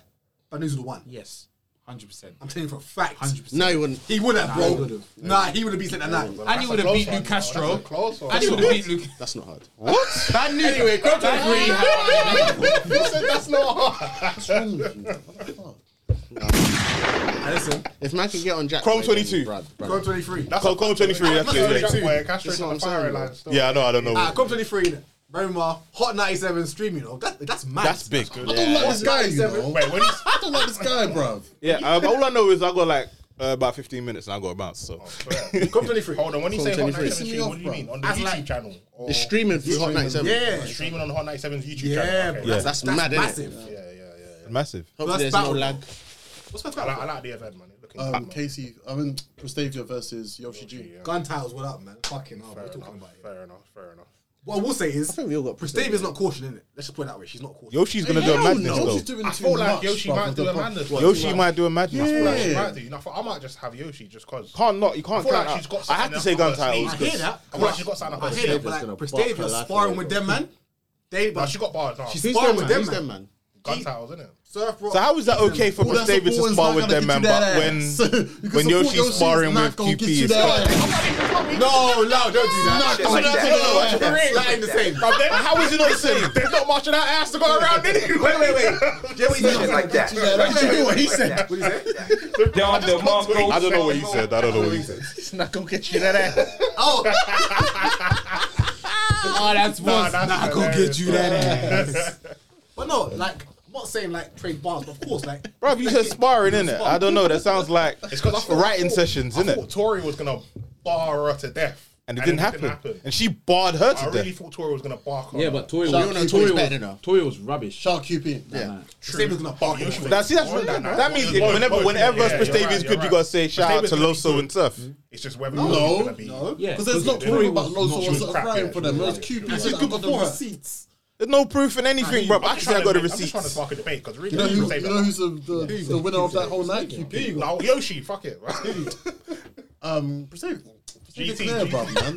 I: Bad news would have won.
C: Yes, hundred percent,
I: I'm telling you for a fact.
C: hundred percent.
D: no, he wouldn't.
I: He would have,
C: Nah, he
I: bro.
C: would've.
I: Nah, he would have beat Snake that night.
C: And he would have beat Luke Castro.
K: Close one.
C: And he would have beat Luke.
D: That's not hard.
C: Bad news. Anyway,
K: Who said that's not hard?
I: Listen,
D: If man can get on Jack.
E: Chrome
D: Wade,
E: 22.
D: Brad, Brad.
I: Chrome 23.
E: Co- Cone 23, that's it. yeah.
K: Where Castro's
D: That's what
K: on
D: I'm
K: the firing
D: saying,
K: line
D: bro.
K: still.
E: Yeah, I know, I don't know.
I: Ah, Chrome 23 in it. Roma, Hot 97 stream, you know. That, that's mad.
E: That's big.
B: I don't like this guy, you know.
K: Wait, when he's
B: I don't like this guy, bruv.
E: Yeah, um, all I know is I got like uh, about 15 minutes and I got a bounce. So
I: Chrome 23.
K: Hold on, when you say Hot 97
B: Pissing me
K: stream,
B: off,
K: what do you
B: bro.
K: mean? On the YouTube channel? Or
D: It's streaming through Hot 97.
I: Yeah.
K: streaming on the Hot 97's YouTube
I: Yeah,
K: channel?
I: bro.
K: Okay,
E: Yeah.
K: that's-
D: That's mad, innit?
I: massive.
K: Yeah, yeah, yeah. yeah.
E: massive.
D: Hopefully
I: That's
D: there's no
I: battle.
D: lag.
I: What's best
K: I like,
I: battle?
K: I like the event, man. It's looking
B: Um,
K: good, man.
B: Casey, I mean, Prestavia versus Yoshi G.
I: Gun titles, what up, man? Fucking hell, we're
K: Fair
I: talking
K: enough,
I: about it.
K: fair enough, fair enough.
I: What I will say is,
D: think we all got
I: Prestavia's not caution, innit? Let's just put it that way. She's not caution.
E: Yoshi's gonna do a madness
B: Yoshi's
E: though.
B: doing
K: I
B: too
K: feel like
B: much,
K: Yoshi
B: bruv,
K: might
B: with
K: do
B: the
K: a
B: pro-
K: madness.
E: Yoshi might do a madness.
K: Well,
E: bro.
K: like, she might do. You know, I thought I might just have Yoshi just because.
E: Can't not. You can't
K: I feel
E: count
K: like she's
E: out.
K: got
E: I have to say
K: something
E: gun
K: up her
E: titles.
I: I
K: sleeve.
I: hear that.
K: I feel like she's got something up
I: I
K: her
I: hear that,
K: sleeve.
I: but
D: gonna
I: like,
D: bark her
I: Prestavia
D: life
I: sparring
D: away,
I: with
D: bro.
I: them, man. They,
K: Nah,
I: but
K: she got bars now.
I: she's
D: Who's
I: sparring
D: them,
I: with
D: man?
I: them,
D: Who's them,
I: man.
D: man?
K: Gun titles, isn't it?
I: Surf rock.
E: So how is that okay for
B: All that
E: Chris Davis
B: support
E: to
B: is
E: spar
B: not
E: with
B: gonna get
E: them, man?
B: you
E: But
B: that
E: when
B: ass. You can
E: when
B: support
E: Yoshi's
B: Yoshi,
E: sparring
B: it's not
E: with
B: gonna get
E: QP,
B: you
E: it's
B: that
E: fine.
B: ass.
I: No, no, don't do that.
F: Shit like that.
I: That ain't the same.
E: Bro, then How is it not saying?
K: There's not much of that ass to go around anyway.
I: Wait, wait, wait. Yeah, what he
F: Shit like that.
I: said. Wait, wait, wait, what he
F: What
I: said.
F: he
G: Dom the
E: I
G: Monko.
E: don't know what he said. I don't know what he said.
D: It's not gonna get you that ass.
I: Oh,
C: Oh, that's
K: Nah,
C: one.
K: that's
C: Nah, go get
K: hilarious.
C: you that ass.
I: but no, like, I'm not saying like trade bars, but of course, like,
E: Bro, if you said sparring, innit? I don't know. That sounds like writing sessions,
K: I thought
E: innit?
K: Tori was gonna bar her to death,
E: And it didn't happen.
K: happen.
E: And she barred her
K: I
E: to
K: really
E: death.
K: thought Tori was gonna bark her.
C: Yeah, but Tory
D: Shout out
C: was
D: to
C: Tory
D: Tory's better
C: was
D: now.
C: Tory was rubbish.
B: Shark QP.
D: Yeah.
I: Sabia's gonna bark him.
E: Now, see, that's, that, that means if- whenever, whenever Prestavia is good, you gotta say shout out to Loso and Turf.
K: It's just whether
B: No,
K: be.
B: no.
C: Yeah.
B: Because there's
C: Yeah,
B: not
C: they
B: talking
C: were
B: about loads
K: not-
B: of
K: she was
B: sort of
K: crap, yeah,
B: crying for them.
K: she
B: There's
K: was crap.
B: QP.
K: She's
B: She's
I: good
B: good
I: before her.
B: receipts.
E: There's no proof in anything, bro. I
K: I'm
E: can
K: just
E: say I
K: trying
E: got
K: to
E: the
K: make- I'm just trying to
E: receipts.
K: spark a debate because really,
B: You know,
K: I'm
B: who,
K: saying
B: you
K: that.
B: know who's the, the, the winner of that whole night? QP.
K: No, Yoshi, fuck it. bro.
B: Um, Prestavia.
K: GT,
B: There, bruv, man.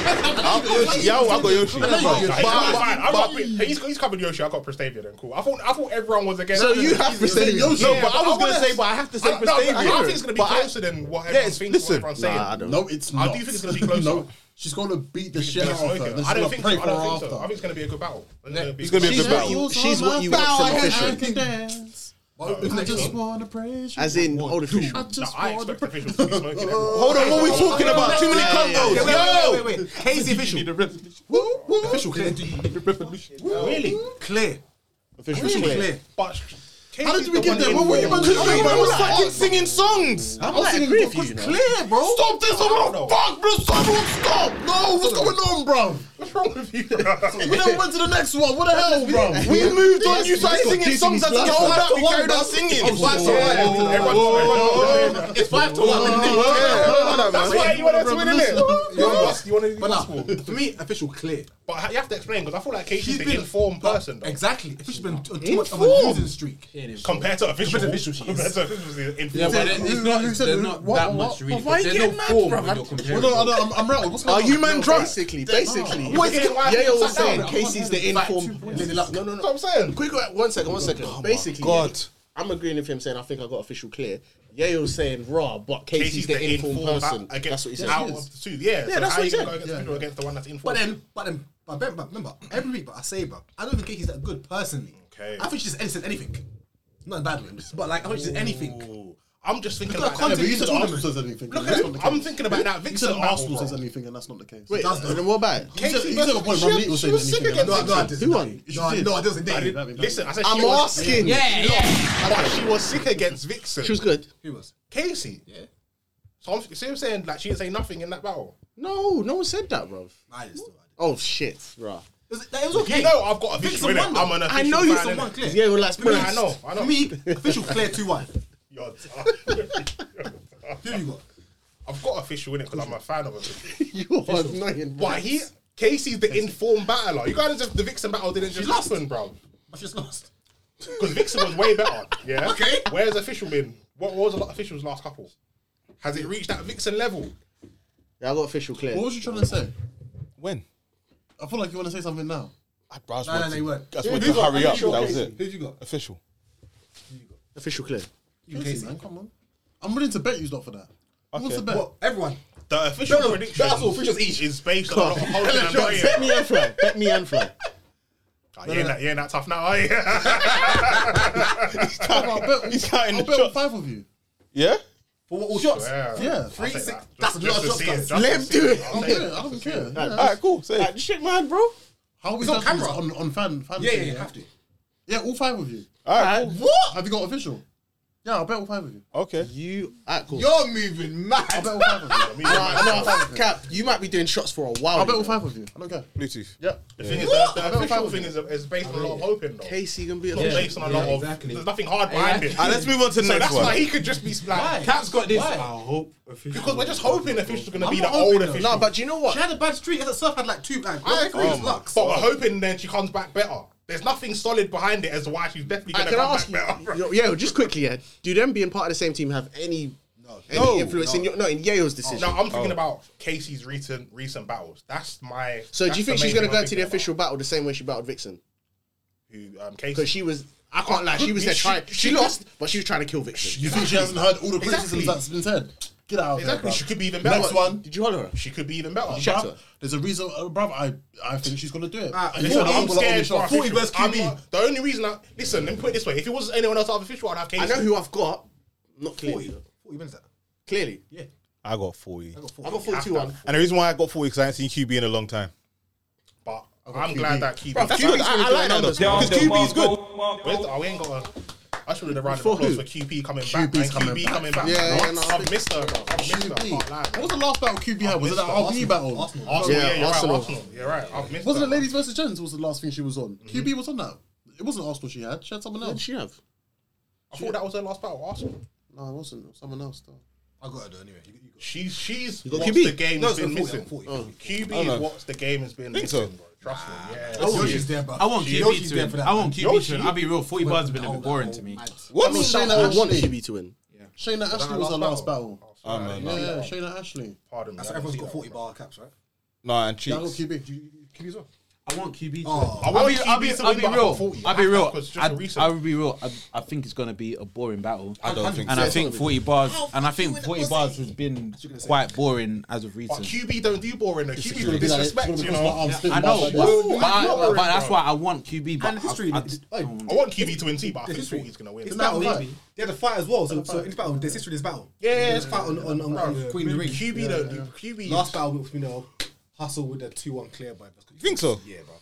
E: Yo, I got Yoshi.
K: Nah, he's
E: But-
K: fine, fine. I got-
E: but-
K: He's he's covered Yoshi. I got Prestavia then. Cool. I thought I thought everyone was against.
D: So you have to say Yoshi.
E: No, but I was
K: I
E: gonna
K: wanna-
E: say, but I have to say
K: I, no,
E: Prestavia.
K: I think it's gonna be
E: But I-
K: closer than what
E: Yeah,
K: everyone
E: it's-
K: thinks.
E: listen.
K: what everyone's saying.
D: Nah, I don't.
B: No, it's
K: I
B: not.
K: do think it's gonna be closer.
B: No, she's gonna beat the shit out
K: Yeah,
B: of
K: okay.
B: her. Then
K: I
B: she's
K: don't
B: gonna
K: think so.
B: pray
K: I
B: for her
K: don't think
B: after.
K: so. I think it's gonna be a good battle.
E: It's gonna be a good battle.
D: you- she's what you want from official.
B: dance. I just wanna praise you.
D: As in, old official.
B: I just
K: I
B: wanna
K: expect
B: praise
K: officials to be smoking.
E: Hold on, what are we talking about? Too many combos.
I: Wait, wait,
E: Yo!
I: wait, wait, wait. Hazy official. Official clear.
K: Really?
I: Clear.
D: Official
I: Official clear.
K: But
B: How did we get there? What were you
E: Because
B: about
E: we was fucking singing songs.
D: I was agree with you, you know.
I: Clear, bro.
B: Stop this! I'm not fuck, bro. Someone stop! No, what's going on, bro?
K: What's wrong with you?
B: We then went to the next one. What the hell, bro?
E: We moved on. You
B: Yes,
E: started
B: we
E: singing
B: got
E: songs as
B: Disney's
E: we got
B: last
E: up. We
B: one.
E: carried on singing.
B: Oh,
E: Why-
B: oh,
K: Everyone's- everyone's-
E: It's five to one.
U: man.
E: That's why you wanted to win, innit? You wanted us- You wanted
B: oh.
I: But nah,
E: us to
I: for me, official clear.
E: But you have to explain because I feel like Casey's
I: He's
E: the
I: been-
E: informed person. though.
I: Exactly. Official's been on too much of a losing streak.
E: Compared to official,
I: Compared to official, she
E: compared
I: is.
E: to official, she's informed.
C: Yeah, but it- it's not. It's, there's not that much really.
E: why
C: There's
E: you
C: no
E: getting mad,
C: form
E: bruv?
C: when you're
E: I'm-
C: comparing.
B: Well, no, no, I'm, I'm rattled. What's going
D: Are
B: on?
D: you man
B: No,
D: drunk?
B: Basically,
D: They're-
B: basically.
D: no. What's-
B: Yayo
D: yeah, yeah,
B: was
D: what's
B: saying
D: that?
B: Casey's the
D: Like,
B: informed. No, no,
E: That's what
B: no.
E: I'm saying. Oh
D: Quick, one second, one second. Basically,
B: God.
D: yeah, I'm agreeing with him saying I think I got official clear. Yayo's saying raw, but Casey's, the, informed, person.
E: I guess
D: that's what he said.
E: Out of the two, yeah.
D: Yeah,
E: so
D: that's
E: how
D: what he
E: you gonna
D: said.
E: go against the people against the one that's informed.
I: But then, but then, but then- but remember, every week, but I say, bro, I don't even think he's that good personally.
E: Okay.
I: I think she's innocent anything. Not in a bad way, but like, I think she's anything.
E: I'm just thinking
I: Look at
E: about
I: the
E: that.
I: content
E: Vixen
I: he's talking
E: Arsenal.
I: about.
B: Says anything.
E: Look
B: That's
E: at
B: not the
E: it.
B: case.
E: I'm thinking about that
B: He
E: Vixen
B: said Arsenal says
E: Arsenal.
B: anything, and that's not the case.
D: Wait,
B: That's
D: and then what about it?
B: You said- you said a point,
E: she-
B: Romney was
E: she
B: saying
E: was sick
B: anything, and
E: against
B: that's not the
E: Vixen.
B: case.
D: Who won?
B: You
I: No, I-
B: did.
I: no, I didn't say
B: I
I: Dave.
B: didn't.
E: Listen, I said
D: I'm
E: she was-
D: asking.
E: Yeah, yeah. But she was sick against Vixen.
D: She was good.
I: Who was?
E: Casey.
I: Yeah.
E: So I'm, see what I'm saying? Like, she didn't say nothing in that battle.
D: No, no one said that, bro.
I: I just thought.
D: Oh shit, raw.
I: It was, like, it was okay.
E: You know I've got a
I: Vixen
E: vision, innit?
I: won, though.
E: I'm an official
I: I know you
E: fan,
I: someone
E: innit?
I: clear.
D: Yeah, well, let's
I: For me,
E: I know, I know.
I: For me, official clear 2 1.
E: You're tough.
I: Who you got?
E: I've got official in it because I'm a fan of official.
D: You are annoying. bruv.
E: But he, Casey's the informed battler. You guys just the Vixen battle didn't just
I: lost.
E: happen, bro.
I: I just lost.
E: Because Vixen was way better. Yeah.
I: Okay.
E: Where's official been? What, what was a lot official's last couple? Has it reached that Vixen level?
D: Yeah, I got official clear.
B: What was you trying to say?
U: When?
B: I feel like you want to say something now.
U: I just
I: No, no,
U: wanted
I: they weren't.
U: I just wanted
E: Who
U: to
E: got-
U: hurry up.
E: who got
U: That was
E: Casey?
U: it.
I: Who you got?
U: Official.
D: Official clear.
I: You, Casey.
B: Man, come on. I'm willing to bet you not for that. Who wants to bet?
I: What? Everyone.
E: The official
I: No, no,
E: prediction
I: that's all officials each.
E: is based on a lot of polling and voting.
D: Bet me and fly. Bet me and fly.
E: Oh, you ain't that- you ain't that tough now, are you?
B: I'll bet,
U: He's counting
B: I'll
U: the
B: bet on
U: shots.
B: five of you.
U: Yeah?
I: For what all shots?
E: Yeah.
B: Three,
E: I'll take
I: six-
E: that.
I: that's
E: Just-
I: a lot of
E: just to
I: shots,
E: see just
I: guys.
E: to
D: Let's
E: see
D: do it.
E: I'll
B: I
E: take
B: don't care. I don't care. Yeah.
U: All right, cool. Say.
D: Shit, man, bro.
B: How are we
I: It's on
B: judging this
I: camera.
B: On, on fan, fan
I: Yeah,
B: thing,
I: yeah, you have to.
B: Yeah, all five of you.
U: All right,
I: What?
B: Have you got official? Yeah, I'll bet all five of you.
U: cool. Okay.
D: You at cool.
I: You're moving
B: I'll
I: mad.
B: bet all five of you.
E: I mean, like,
D: No, cap. You might be doing shots for a while.
B: I'll bet all
D: you know.
B: five of you. I don't care.
U: Bluetooth.
B: Yeah.
E: The thing is, the, the official thing is, is based on a lot of hoping, though.
D: Casey gonna be
E: It's not
D: official.
E: based on a lot of.
V: exactly.
E: There's nothing hard behind it.
U: All right, let's move on to the
E: So
U: next
E: that's why
U: one.
E: he could just be splat.
V: Cat's got this.
I: Why?
V: I hope official.
E: Because we're just hoping officials are going to
I: I'm
E: be the
I: not
E: old
I: hoping, though.
E: official.
D: No, but you know what?
I: She had a bad streak. I thought Surf had like two. Like,
E: I agree.
B: Oh,
I: It sucks.
E: but we're hoping then she comes back better. There's nothing solid behind it as to why she's definitely
D: Uh,
E: going to
D: can I
E: come
D: ask
E: back better. bro.
D: you? Yeah, just quickly. Yeah, do them being part of the same team have any any
U: No,
D: influence in your no in Yayo's decision?
E: No, I'm thinking about Casey's recent recent battles. That's my.
D: So do
E: that's
D: you think
E: the
D: she's
E: main
D: gonna
E: thing I'm
D: go to the
E: thinking about.
D: official battle the same way she battled Vixen?
E: Who, um, Casey?
D: Because she was, I can't lie, she was there
E: She-
D: trying.
E: she-
D: She, lost, but she was trying to kill Vixen.
B: You think she hasn't heard all the criticisms
E: Exactly.
B: that's been said? Get out of here.
E: Exactly.
B: bruv.
E: She could be even better.
B: Next one.
D: Did you holler her?
E: She could be even better.
D: Shut
B: Bruv,
D: her.
B: There's a reason, uh, bruv. I, I think she's gonna do it.
E: And listen, I'm scared for official. I'm not- the only reason I listen, let me put it this way: if it was anyone else out of official, I'd have Casey.
D: I know who I've got. Not clearly.
I: 40. 40 minutes that.
D: Clearly,
I: Yeah.
U: I got 40.
E: E.
D: I got
U: E
D: forty-two one.
U: And the reason why I got 40 because I haven't seen QB in a long time.
E: but I'm glad that
D: Bro,
E: QB.
D: that's
E: That's
D: good. I, I like
U: No, no,
D: numbers.
U: because QB is good.
E: Where's the, oh, we ain't got a. I should have a round of
D: For
E: applause
D: who?
E: for QP coming back.
B: QP's
E: man. QB coming, back.
D: Yeah,
E: What?
D: yeah, no, I
E: I've missed her. Bro. I've missed her. I can't lie.
B: What was the last battle QB had? Was it that RB battle?
E: Arsenal, Oh, yeah,
D: Yeah,
E: you're
D: Arsenal.
E: right. Arsenal, you're right. I've missed
B: Wasn't it
E: her.
B: Ladies versus Gents? Was the last thing she was on? Mm-hmm. QB was on that. It wasn't Arsenal she had. She had someone
D: What did
B: else.
D: she have?
E: I thought that was her last battle. Arsenal.
B: No, it wasn't. It was someone else though.
I: I got it though anyway. You, you got
E: She's she's
D: got
E: what
D: QB?
E: the game has been missing.
I: 40.
E: QB is what the game has been
U: Think so.
E: missing. bro. Trust me. Yeah.
I: I want Yoshi's there, bro.
C: I won't keep
I: Yoshi's
C: Yoshi's
I: there
C: to
I: for
C: win.
I: that.
C: I won't keep Yoshi's
E: Yoshi?
C: to win. I'll be real. Forty bars have been a bit boring to me.
I: Oh,
B: What?
D: I want QB to win.
B: Shayna Ashley was her last battle.
E: Oh, man.
B: Yeah, Shayna Ashley.
E: Pardon me.
I: That's
E: I
I: why
E: haven't
I: everyone's
E: seen
I: got
E: that
I: 40
E: one.
I: bar caps, right?
U: No, and
B: Yeah, I got
U: cheats.
B: QB. Oh, Do you- QB as well.
V: I want QB.
I: Oh.
E: I
C: I'll
E: want
C: be, I'll be,
E: QB to
C: I'll
E: win,
C: be
E: but I got
C: real.
E: 40.
C: I'll be real.
E: Because just a
C: I-
E: recent-
C: I'll be real. I, I think it's gonna be a boring battle.
U: I don't think
C: And
U: so.
C: I think 40 bars, and I think 40 bars has been quite boring as of
E: But
C: recent.
E: QB don't do boring. though. QB will
B: gonna be like-
E: disrespect,
B: it's
E: you
B: gonna cross my
E: know.
B: arms, spit
C: I know,
B: my-
C: but,
B: Ooh,
C: but, I-
E: boring,
C: but that's
E: bro.
C: why I want QB. But
I: And history.
C: I, I,
I: it's-
C: I,
I: oh,
E: I want QB to win T, but I think
I: history.
E: 40 is going to win.
I: This battle, like, they had a fight as well. So, so in this battle, there's history in this battle.
E: Yeah, yeah,
I: This fight on, on, on, on Queen of the Ring.
E: QB don't do. QB.
I: Last battle, was, you know, Hustle with the 2 1 clear by.
U: You think so?
I: Yeah, bro.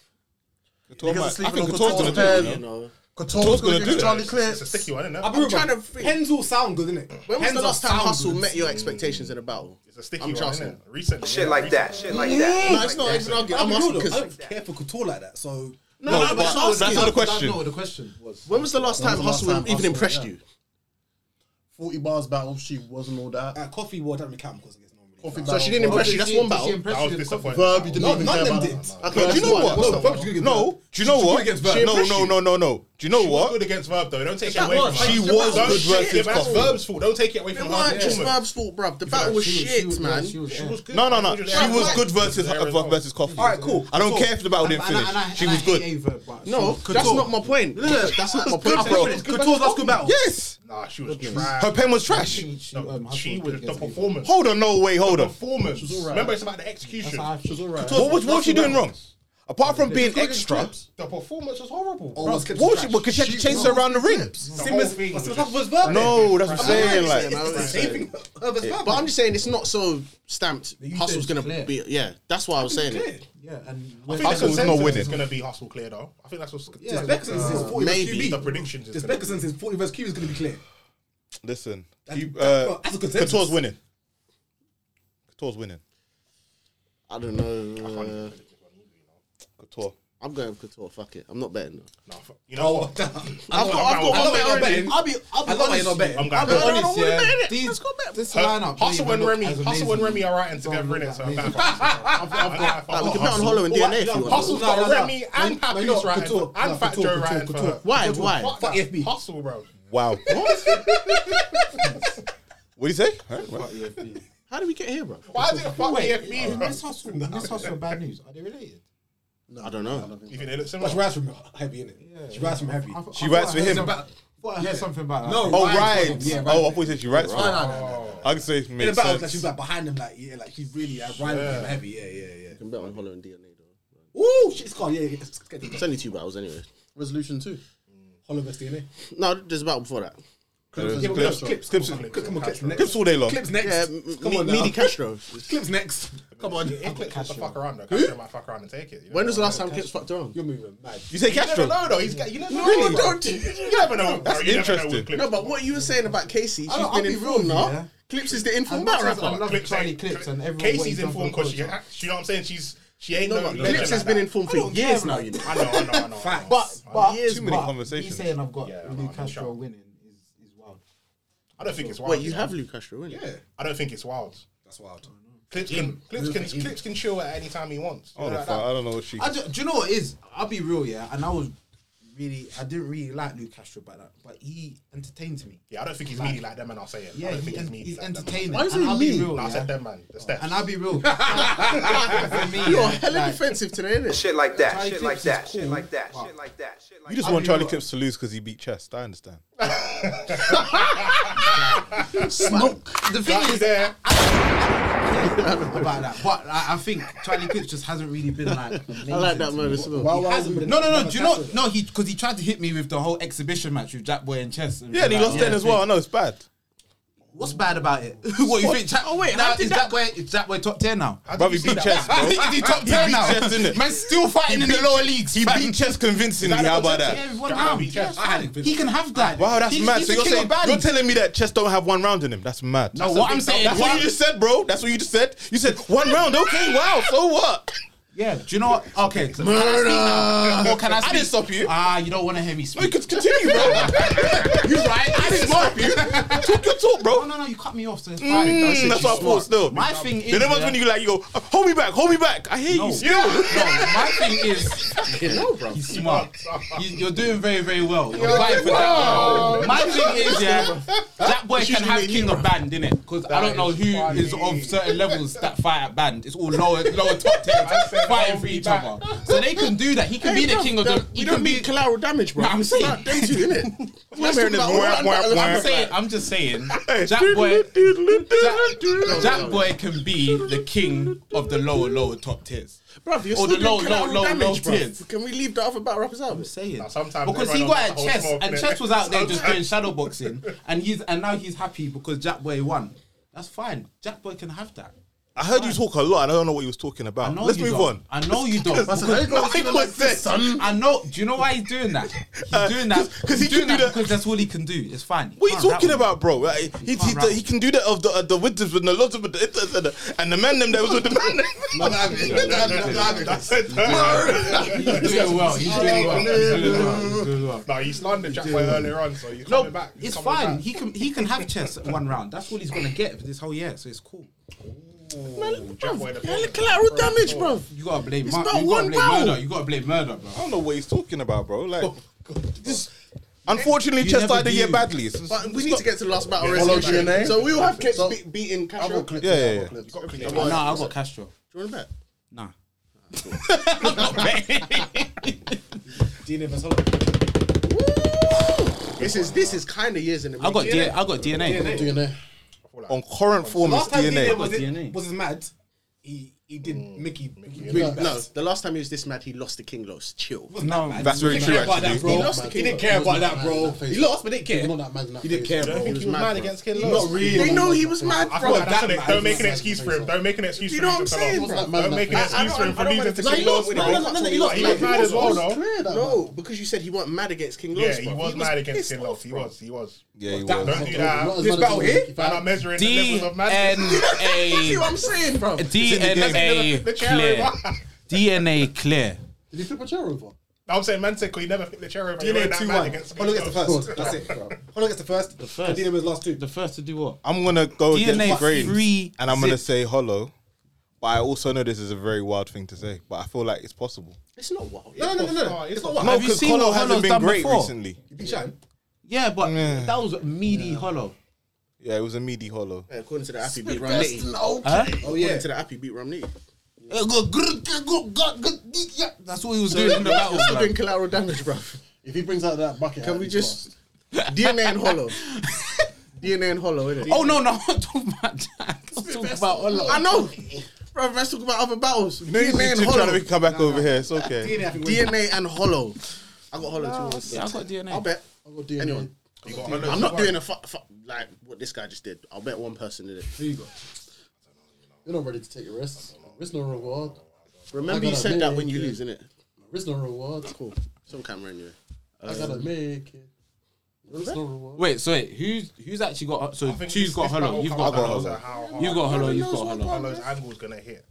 U: Couture
B: Niggas are
U: might- I
B: sleeping
U: think
B: on
U: Couture's going to do
B: Couture's
U: it.
D: You
U: you know.
D: know.
B: Couture's
U: gonna
B: gonna
U: do
B: do
U: it.
B: Charlie Clear.
E: It's a sticky one, isn't
D: I'm
E: it?
D: trying to think.
I: Pens all sound good, innit?
D: When was
I: Pens
D: the
I: all
D: last time
I: sound
D: Hustle
I: good.
D: met your expectations in a battle?
E: It's a sticky
D: I'm
E: one,
D: chancing.
E: isn't it? Recently.
F: Shit
E: yeah,
F: like that.
E: recently.
F: Shit like that.
D: No,
F: Shit
D: it's not even
F: like that.
D: an argument. I'm
I: I'm real, though.
D: asking
I: I
D: because
I: don't care for Couture like that. So,
D: no,
U: No,
D: no, but
U: but
D: it's not
U: that's not the
D: asking.
U: question.
V: What the question was?
D: When was the last
B: When
D: time
B: was the last
D: Hustle
B: time
D: even
B: Hustle,
D: impressed
B: yeah.
D: you?
B: 40 bars battle. She wasn't all that.
I: uh, Coffee War doesn't really count because it's normally.
C: Oh,
W: So she didn't impress you. That's one battle. Verb, you didn't
E: No,
W: even
E: none
W: care
E: of them
W: about
E: did.
W: that, man.
E: Okay, do you know what? No, Verb's good against No, do you
B: She's
E: know
B: good
E: what?
B: against Verb.
E: No, no, no, no, no. Do you know
B: She was
E: what?
B: good against Verb though. Don't take it
E: That
B: away from
E: was-
B: her.
E: she was
B: Don't
E: good
B: shit,
E: versus
B: but That's
E: Costa.
B: Verb's fault. Don't take it away
D: It
B: from her.
D: wasn't just
B: woman.
D: Verb's fault, bruv. The battle was shit, man.
B: She was good.
E: No, no, no. She
D: She was
E: was
D: right.
E: good versus versus Coffee. All right, cool. I don't care if the battle didn't finish. She was good.
D: No,
E: Couture.
D: that's not my point.
E: No, no, no,
D: That's not my
E: that's good,
D: point,
E: bro.
D: Couture's last good battle.
E: Yes.
B: Nah, she was trash.
E: Her pen was trash.
B: She was the performance.
E: Hold on, no way, hold on.
B: Performance. Remember, it's about the execution. She was alright.
E: What was what was she doing wrong? Apart from being extra,
B: The performance was horrible.
E: what was she? Because she had to chase her around the ring.
B: Same as thing. was just-
E: No, that's what I'm saying.
D: I
E: Like,
D: understand, I understand. Yeah, But I'm just saying it's not so stamped. Hustle's gonna be yeah. That's why I was saying it.
C: Yeah,
B: I
C: and
B: think
D: Hustle
B: Hustle
D: was
B: was
D: not
B: not winning.
D: winning.
B: It's going to be Hustle clear though. I think that's what's
I: Yeah, Beckerson's is 40 versus
B: maybe
I: QB.
B: the predictions is
I: This
B: going to
I: Beckerson's is 40 versus QB is going to be clear.
E: listen,
I: That-
E: you-
I: that-
E: uh,
I: well, that's a consensus.
E: Couture's winning. Couture's winning.
D: I don't know.
E: Couture.
D: I'm going with Couture. Fuck it. I'm not betting.
B: No, you know what?
D: I've got, I've got one bet already. I'll be, I'll be honest. with you.
B: I'm
D: I'll be
B: going.
D: honest. Yeah.
C: These, this
B: Her-
C: lineup.
B: Hustle and Remy, Hustle and
C: amazing.
B: Remy are right in together in it, so I'm going for Hustle.
D: Like, we could bet on Hollow and DNA if you want.
B: Hustle's
I: No,
B: got
I: no, no.
B: Remy and
I: No, no,
B: Papu's right
I: Couture.
B: hand and
I: No,
B: Fat
I: Couture,
B: Joe
I: Couture,
B: right hand for
I: Couture.
B: her.
D: Why?
B: Couture,
D: Why?
B: fuck
I: Fuck
B: that.
I: FB.
B: Hustle, bro.
E: Wow. What do you say? Huh?
D: How did we get here, bro?
B: Why is it fuck AFB, bro?
C: Miss Hustle, Miss Hustle, and bad news. Are they related?
D: I don't know.
B: You think they look
I: But she
B: similar?
I: rides from heavy, innit? She rides from heavy.
E: She writes for him.
C: What I heard something about that.
I: No,
E: Oh,
I: rides.
E: rides.
I: Yeah,
E: Oh, I thought you said she writes for
I: No, no,
E: him.
I: no, no.
E: I can say it
I: In the
E: makes
I: battle, like, she
E: sense.
I: was like behind him, like, yeah, like she really uh, riding him heavy. Yeah, yeah,
D: You can bet on Hollow and DNA though.
I: yeah. Ooh, shit's gone. Yeah, yeah. Let's get the
D: It's only two battles anyway.
W: Resolution two.
I: Hollow vs DNA.
D: No, there's a battle before that.
I: Yeah, but
E: Clips,
I: clips, clips,
E: clips,
I: clips, come on, clips next.
E: clips all day long.
I: Clips
D: Yeah,
I: next. Come on, now.
D: Midi Castro.
I: Clips next. Come on.
B: If Clips was to fuck around, though, Castro might fuck around and take it. you
D: When
B: know?
D: was the last time Clips fucked around?
I: You're moving mad.
E: You say
B: You never
E: Castro?
B: know, though. He's got, you never know.
D: Really?
B: bro.
D: Don't.
B: You never know.
E: That's
B: bro. You never know
E: interesting.
B: with Clips.
D: No, but what you were saying about Casey, she's
C: I'll
D: been in
C: be real
D: form
C: with you,
D: now.
C: yeah.
D: Clips is the informed
C: much
D: battle
C: as I
D: rapper.
C: love
B: Clips
C: Charlie
B: ain't-
C: Clips and everyone. what he's
B: Casey's
C: done
B: in
C: for
B: form
C: the
B: because she,
C: culture.
B: act- you know what I'm saying? She's she ain't
D: No,
B: no.
D: but
B: legend
D: Clips has
B: like
D: been
B: that.
D: in form for
C: I don't
D: years
C: care,
D: now,
C: man.
D: you know.
B: I know, I know, I know. I know.
C: But, but
D: Years,
E: Too many
D: but-
C: me
E: conversations.
C: saying I've got
B: Yeah,
C: Luke
B: I'm
C: Castro
B: shocked.
C: winning is, is wild.
B: I don't think it's wild.
D: Wait, you have Luke Castro, innit?
I: Yeah,
B: I don't think it's wild.
I: that's wild.
B: Clips can Clips can
I: E?
B: Clips can chill at any time he wants. You
I: Oh,
E: I don't
B: know,
E: know,
B: like
E: fam.
B: that.
E: I don't know what she.
C: I ju- do you know what it is? I'll be real, yeah. And I was really, I didn't really like Luke Castro back that, but he entertained me.
B: Yeah, I don't think he's meaty like them, and I'll say it. I
C: Yeah,
B: don't
C: he,
B: think he's
C: en-
B: meaty.
C: he's
B: like them, and
C: entertaining.
B: I'll say
C: and I'll be real,
B: it. Nah, I
C: yeah.
B: said them, man. The steps.
C: And I'll be real. For me,
D: You're
C: yeah,
D: hella
C: like,
D: defensive today, innit?
F: Shit like that.
C: Charlie
F: Shit
C: Clips
F: like
C: is
F: that.
C: cool,
F: Shit like that.
C: but-
F: Shit like that. Shit like
E: You
F: that.
E: just want Charlie Clips to lose because he beat Chest. I understand.
C: the thing is,
B: there.
C: about that. But like, I think Charlie Clips just hasn't really been like.
D: I like that moment as well.
I: Why- why
C: Hasn't
I: would
C: been.
I: it
C: No, no, no.
I: never
C: Do you know?
I: catch it?
C: No, he because he tried to hit me with the whole exhibition match with Jack Boy and Chess. And
E: Yeah, and he
C: like,
E: lost then as well. I know it's bad.
C: What's bad about it? what you think? Jack, oh wait, now,
D: did
C: is Jack Boy is Jack Boy top ten now?
E: Bro, he beat Chest, bro.
C: is he top ten
E: beat
C: now?
E: Chess, innit?
C: Man's still fighting in the lower leagues.
E: He
C: fam.
E: beat Chess convincingly.
B: Is that
E: How
B: the
E: about
B: consensus?
E: that?
C: Yeah, one
B: Jack Boy
C: round.
B: beat Chess.
C: I had it. He can have that.
E: Wow, that's
C: He's-
E: mad.
C: he's
E: So
C: the
E: you're
C: king of
E: saying
C: baddies.
E: you're telling me that Chess don't have one round in him? That's mad.
C: No, what I'm saying.
E: That's what you just said, bro. That's what you just said. You said one round. Okay, wow. So what?
C: Yeah. Do you know what? Okay. So Murder. Or can I
E: I
C: speak?
E: didn't stop you.
C: Ah, you don't want to hear me
E: No, you
C: speak.
E: can continue, bro.
C: You're right. I didn't
E: Stop you. Talk your talk,
C: No,
E: bro.
C: no, no. You cut me off. So it's fine.
E: Mm, that's what I thought. Still,
C: My thing is.
E: Then it was
C: yeah,
E: when you like you go, "Oh, hold me back, hold me back. I hear
C: No.
E: you still.
C: No, my thing is, he's smart. You, you're doing very, very well. You're vibing with that. My thing is, yeah, that boy can have king of band, innit? Because I don't know who is of certain levels that fight at band. It's all lower, lower top tiers fighting for each other. So they can do that. He can be the king of the. He
D: You
C: can
D: don't
C: be.
D: need collateral damage, bro.
C: Nah, I'm saying.
D: Not them two, innit? We're
E: hearing this wah, wah, wah.
C: I'm saying, I'm just saying,
E: Hey,
C: Jack Boy, Jack, Jack Boy can be the king of the lower, lower top tiers.
D: Bro, you're
C: Or
D: still
C: the
D: doing
C: low, low,
D: collateral
C: low, low
D: damage, bro.
C: tiers.
D: Can we leave the other battle rappers out?
C: saying.
B: sometimes
C: because he
B: everyone
C: got
B: knows
C: at
B: the whole
C: chess,
B: smoke,
C: and
B: innit?
C: chess was out there just doing shadow boxing, and he's and now he's happy because Jack Boy won. That's fine. Jack Boy can have that.
E: I heard you talk a lot. and I don't know what you was talking
C: I
E: about.
C: know
E: Let's
C: you
E: move
C: don't.
E: on.
C: I know you don't.
E: That's
C: because-
E: son.
C: I know. Do you know why he's doing that? He's
E: Uh,
C: doing that
E: 'cause- 'cause
C: he's
E: he
C: doing
E: can
C: that
E: do that-
C: because that's all he can do. It's fine.
E: What are you
C: Can't
E: talking
C: rap.
E: about, bro? Like, he, he,
C: can't
E: he can do that of the uh, the widths and the lots of the itas and the, and the man them that was with the man. them.
B: That's it. That's it.
C: He's doing well. He's doing well. He's doing well. He's doing well.
B: No, he slandered Jack Boy earlier on, so he's
C: No,
B: coming back. He's
C: it's
B: coming
C: fine.
B: back.
C: He can he can have chess at one round. That's all he's gonna get for this whole year. So it's cool.
L: Man,
K: White
D: collateral damage, bro.
L: You gotta blame.
D: It's
L: Mar-
D: not
L: you
D: one
L: gotta blame
D: round.
L: murder. You gotta blame murder, bro.
E: I don't know what he's talking about, bro. Like, unfortunately,
L: You
E: Chester
L: never
E: had the year
L: do.
E: badly. So-
D: But we need to get to the last battle.
E: Yeah,
D: wrestling
E: follow
D: match.
E: DNA.
D: So we all have Keps be- beating Castro.
E: clips, Yeah, I've got yeah, yeah.
D: Got clips.
L: No, I got Castro.
D: Do you want to bet?
L: Nah.
I: Dean of
D: This is this is kind of years in the
C: I got D-
D: making.
C: I got DNA.
D: DNA.
E: On current form, it's
I: Last time
E: DNA.
I: DNA was,
C: DNA.
I: it, was his mad. He he did
B: Mm,
I: Mickey. really
D: No,
I: bad.
D: no, the last time he was this mad, he lost to King Los. Chill.
I: No, man.
E: That's very
I: He didn't
E: true,
I: care about
E: actually.
I: that, bro.
D: He lost to
I: He
D: King
I: didn't
D: Lo.
I: care
D: He was
I: about that, bro. He lost, but he didn't care.
B: Not mad in that
I: He didn't
B: face.
I: care,
B: I
I: bro.
B: think he
I: He was
B: was
I: mad
B: bro.
I: against Ken
B: He
I: Lo.
B: not really.
D: We know he was mad,
K: I
D: bro.
K: feel like that's
I: that
K: an
I: man
K: Don't
I: is
K: make an
I: mad
K: excuse
I: in
K: for him. Don't make an excuse
D: Do
K: for
D: you know
K: him.
D: what I'm
K: to
D: saying,
K: come
D: bro?
K: on. Don't make an excuse for him for losing to
D: Like,
K: King
D: he
K: Los,
D: lost,
K: bro.
D: no, no, no, no, he lost.
K: He
D: Like,
K: was mad as well, though.
D: No, because you said he wasn't mad against King Los.
K: Yeah, he
D: bro.
K: was mad against
D: pissed
K: King
D: off,
K: Los. He
D: bro.
K: was. He was.
E: Yeah, he
K: Don't
E: was.
K: do that.
I: This battle here?
K: Man, I'm measuring the
C: D
K: levels of
C: N
K: madness.
D: See
C: A
D: what I'm saying, bro?
C: DNA clear. DNA clear.
B: Did he flip a chair over?
K: I'm saying man said, could he never flip the chair over? He
I: DNA
K: wasn't that
I: two
K: mad
I: one.
K: against
I: Holloway gets the
K: King Los.
I: first. That's it. Holloway gets the first. The
C: first.
I: Dean was last two.
C: The first to do what?
E: I'm gonna go
C: DNA
E: against grains,
C: free
E: and I'm gonna
C: zip.
E: say hollow. But I also know this is a very wild thing to say, but I feel like it's possible.
D: It's not wild.
I: No, no, no, no,
K: Oh,
I: no.
K: it's
I: It's
K: not
I: not what.
E: No,
C: Have you
E: because
C: seen
E: hollow
C: what
E: hasn't
C: Hollow's
E: been
C: done
E: great
C: before?
E: recently.
I: You beat Shine.
C: Yeah, but that was meaty hollow.
E: Yeah, it was a meaty hollow.
D: Yeah, According to the app, he beat Romney.
C: Huh?
D: Oh yeah. According to the app, he beat Romney.
C: Eh, That's what he was doing in the battle.
D: Still
C: bruv.
D: doing collateral damage, bro.
B: If he brings out that bucket,
D: Can we just DNA and Hollow? DNA and Hollow, innit?
C: Oh no, no, I'm talking about that. I'm talking about hollow.
D: I know. Bro, let's talk about other battles.
E: No, he's
D: DNA and
E: trying to
D: Hollow.
E: make it come back over here. It's okay.
I: DNA, I think, wins.
D: DNA and Hollow. I got Hollow too.
C: Yeah, I got DNA.
D: I'll bet.
B: I'll go DNA.
D: Anyone.
K: You got Hollow.
D: I'm not doing a fuck fu- like what this guy just did. I'll bet one person did it.
B: Who you got? You're not ready to take a risk. Risk no reward.
D: Remember, you
B: I gotta
D: said that when
B: make
D: you
B: it.
D: lose, innit?
B: Risk no reward.
D: Cool. Some camera anyway.
B: I gotta make it. Risk no reward.
C: Wait, so wait, who's who's actually got so
K: think
C: two's
K: this-
C: got
K: this
C: hollow,
K: battle
C: you've
K: comes
C: got
K: down
C: hollow,
K: to how
C: you've got
K: hard
C: hollow, you've got hollow.
K: Hollow's angle's gonna hit.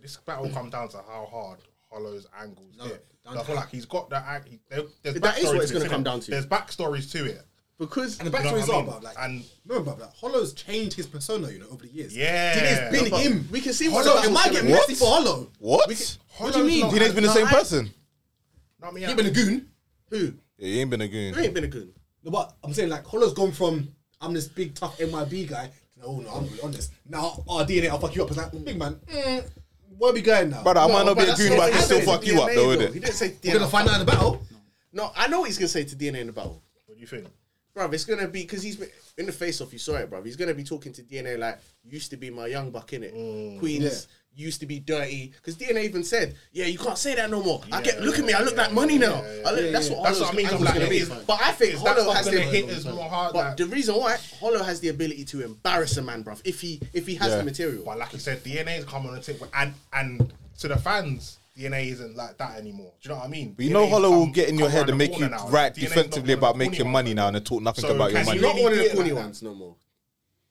K: This battle comes down to how hard Hollow's angles hit. I feel like he's got that. ang- he- there- There's
D: That is
K: backstory
D: what it's
K: this,
D: gonna come
K: innit?
D: down to.
K: There's backstories to it.
D: Because
I: And the
K: You know
I: backstories
K: what I
I: are
K: mean?
I: about like,
K: And-
I: remember about that. Hollow's changed his persona, you know, over the years.
K: Yeah.
I: Dina's been
D: But
I: him.
D: we can see what
I: Hollow,
D: the
I: it might
D: battle's
I: get
D: gonna
I: messy
D: be.
I: for Hollow.
E: What?
K: What do you
E: mean? Dina's been the same person.
K: Not me.
I: He been a goon.
D: Who?
E: Yeah, he ain't been a
D: You
E: goon.
D: ain't been a goon.
I: No, but I'm saying like Hollow's gone from I'm this big tough NYB guy. to, Oh no, I'm really honest. Now our DNA, I'll fuck you up. It's like big man. Mm, where we going now?
E: Brother, I might not
D: but
E: be a
D: that's
E: goon,
D: not
E: but I
D: what
E: can
D: he
E: still
D: said.
E: fuck you up, though,
D: DNA, He
E: innit?
D: didn't say
I: We're
D: DNA.
I: gonna find out in the battle.
D: No, I know what he's gonna say to DNA in the battle.
K: What do you think?
D: Bruv, it's gonna be because he's been in the face off. You saw it, bruv. He's gonna be talking to DNA like used to be my young buck in it.
K: Mm.
D: Queens used to be dirty because DNA even said, "Yeah, you can't say that no more." I get look at me. I look like money now. I look, that's what
K: That's
D: Hollow's-
K: what I mean. I'm
D: Hollow's
K: like,
D: gonna
K: it
D: be.
K: is-
D: But I think
K: Is that
D: Hollow
K: stuff
D: has
K: gonna
D: the
K: hit us more hard?
D: But
K: But,
D: the reason why Hollow has the ability to embarrass a man, bruv, if he if he has
E: Yeah.
D: the material.
K: but like you said, DNA is coming on the tip, and and to the fans, DNA isn't like that anymore. Do you know what I mean?
E: But you know,
K: DNA's
E: Hollow will
K: come-
E: get in your
K: come
E: head
K: around
E: and
K: the
E: make you
K: corner now.
E: right
K: DNA's not
E: defensively
K: one of the
E: about making
K: corny
E: money
K: ones.
E: now and then talk nothing
K: So
E: about your
K: can
E: money.
D: He's
K: you
D: not
K: really
D: one of the
K: do it
D: corny
K: like that.
D: ones no more.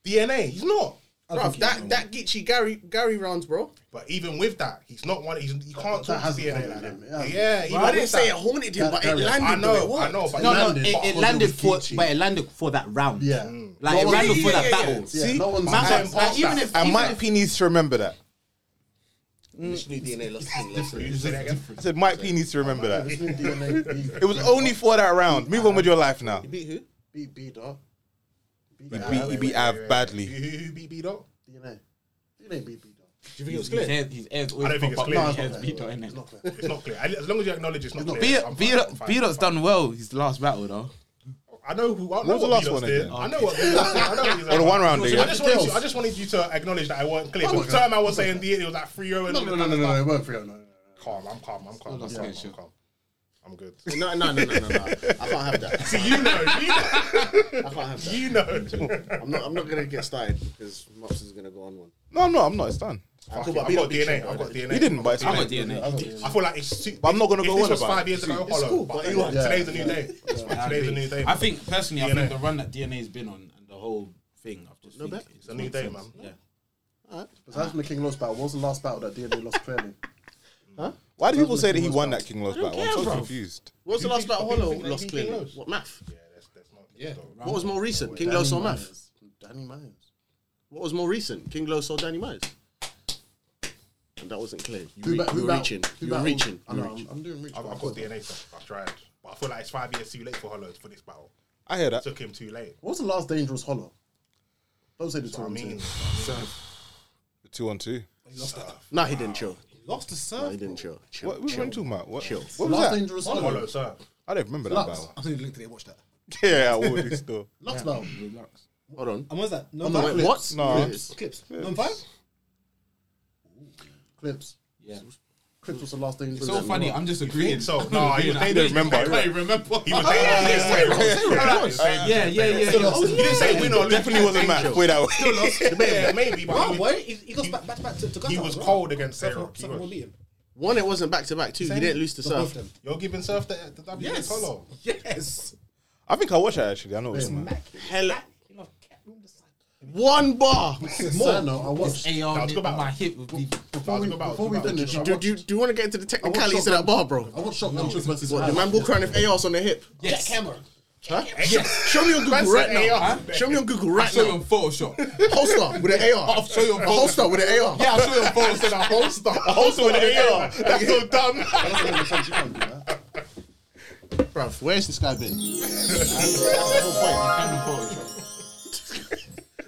K: DNA, he's not.
D: Bruv, that, that Geechee Gary Gary rounds, bro.
K: But even with that, he's not one. He's, he can't
B: that
K: talk to
B: hasn't
K: DNA like
B: haunted
K: that.
B: him,
K: Yeah,
B: yeah.
K: even
D: I
K: with
D: didn't say it
K: that-
D: haunted him, but it
B: Gary-
D: landed.
K: I
D: though it
K: know, I
D: worked.
K: know, but
C: No,
K: no,
C: no,
B: landed,
C: it,
B: but
C: it
B: Holloway
C: landed
B: was
C: for,
B: Geechee.
C: but it landed for that round.
B: Yeah.
E: Mm.
C: like it
B: No
D: one-
C: landed
D: yeah,
C: for
D: yeah,
C: that
D: yeah,
C: battle.
D: yeah.
E: See?
B: no one's
K: Man,
B: saying-
K: like,
D: even if-
E: And
D: even
E: Mike
D: if-
E: P needs to remember that.
D: This new DNA lost him, lost him.
K: You say that again?
E: I said Mike P needs to remember that.
B: This new DNA
E: It was only for that round. Move on with your life now.
D: Beat who?
B: beat B dog.
E: He beat, he beat Av badly.
K: Who- Who beat B dot?
B: DNA. DNA beat B dog.
C: Do you think it was clear? His head, his head's always
K: I don't think
C: pop up,
K: it's clear.
C: his
K: No,
C: head's beat up,
B: It's
C: innit?
B: not fair.
K: It's not clear. As long as you acknowledge it's not
C: B-
K: clear. I'm fine, I'm fine,
C: B-
K: I'm
C: Dot's
K: fine.
C: done well his last battle though.
K: I know who. I
E: What
K: know
E: was the
K: what
E: last
K: Beatles
E: one
K: did.
E: again?
K: I know what. Beatles did. I know what
E: Or
K: he's
E: the one
K: about.
E: round
K: I
E: again?
K: just wanted you. I just wanted you to acknowledge that I weren't clear. The time I was saying the it was like three zero.
B: No, no, no, no, no, no, it weren't 3 0. No, no, no.
K: Calm. I'm calm. I'm calm. I'm calm. I'm calm. I'm good.
D: No, no, no, no, no, no. I can't have that.
K: See, you know. You know.
D: I can't have that.
K: You know.
D: I'm not. I'm not gonna get started because Mops is gonna go on one.
E: No, no, I'm not. It's done.
D: I
K: I've got DNA. I've got DNA.
E: He didn't, but it's
C: I
E: fine.
C: got DNA.
K: I feel like it's. Too,
E: But I'm not gonna
K: if
E: go
K: this
E: on
K: was
E: about
K: five
E: it.
K: years ago. Hollow.
D: cool,
K: but
D: but you are.
K: today's a new day. Today's a new day.
C: I think personally, I
K: DNA.
C: think the run that DNA's been on and the whole thing, I've just think
K: It's a new day, man.
C: Yeah.
B: Besides
I: Ah.
B: from the King Lost battle, what was the last battle that DNA lost clearly?
E: Why do people say that he won that King Lost battle? I'm
D: care,
E: so
D: bro.
E: confused.
D: What was the last battle?
K: think-
D: Hollow
K: do you think
D: lost
K: they beat King
D: clearly.
K: Los?
D: What math?
K: Yeah, that's that's not.
B: Yeah.
D: What was more recent? King Los or math?
B: Danny Myers.
D: What was more recent? King Los or Danny Myers? That wasn't clear. You
B: Who
D: re-
B: back- who
D: you're
B: back-
D: reaching.
B: who
D: You're
B: back-
D: reaching.
B: I
D: You're
B: know,
D: reaching.
B: I'm doing reach.
I: I've, I've got DNA stuff. I tried, but I feel like it's five years too late for Hollows for this battle.
E: I hear that.
I: Took him too late.
B: What was the last Dangerous Hollow? Don't say the
I: That's what I mean.
E: Two on two.
D: No, he didn't chill.
B: Lost the
D: No,
B: surf.
D: he didn't chill. Chill.
E: What, what
D: chill.
E: were you talking about? What,
D: Chill.
E: what was
B: Last
E: that?
B: Dangerous
E: Hollow.
B: Hollow,
I: sir.
E: I don't remember that
X: Lux.
E: battle.
X: I need to link today. Watch that.
E: Yeah, I would do still.
B: Lux battle.
D: Hold on.
X: And what's that? No,
D: Hold on, wait, what?
E: No.
D: Clips.
X: Clips. No five.
B: Clips.
Y: Yeah.
B: Clips was the last Dangerous
C: It's so funny. I'm just agreeing.
I: So
C: I'm
I: no, he
C: agreeing.
I: was
C: I
I: dangerous.
E: remember.
I: I can't even remember. He was
C: Oh, yeah,
I: dangerous.
C: yeah, yeah, yeah.
I: He was
C: Yeah,
I: dangerous.
C: yeah, yeah. yeah.
I: He didn't say win or lose.
E: Definitely wasn't match. Put it that way.
I: Yeah, maybe, but
B: Oh,
X: Wow,
I: he was-
X: boy, he, he goes back, back, back to, to Qatar.
I: he was
X: as well.
I: cold against
X: Surf
I: Sarah.
X: will-
I: He
X: Surf
I: was.
X: will beat him.
D: One, it wasn't back to back, too. He didn't lose to
X: But both
D: surf.
X: them.
I: You're giving Surf the, the W
X: Yes.
I: Hollow.
X: Yes.
E: I think I watched that actually. I know it's
X: Mac.
D: Hell,
X: You know, cat room the side.
D: one bar.
B: Serno, I watched.
I: That
C: AR
I: was
C: nip
I: good battle.
C: my hip would be.
B: Before we, before we finish, I
D: Do,
B: watched,
D: do, you- do you want to get into the
B: I
D: technicalities
B: watched
D: of that bar, bro?
B: I watched Shock Manchus versus
D: What, the
B: Iron.
D: man walk around with ARs on their hip?
C: Yes.
X: Camera.
D: Huh? Show me on Google right now. Show me on Google
C: I
D: right
C: show you
D: now.
C: on Photoshop.
D: Holster with an AR.
C: I'll show you on
D: A
C: Photoshop.
D: holster with an AR.
C: Yeah, I show you on Photoshop.
I: A holster. A
D: holster with an AR.
I: That's so dumb.
B: I don't know what sense you can't do that.
D: Bruv, where's this guy been?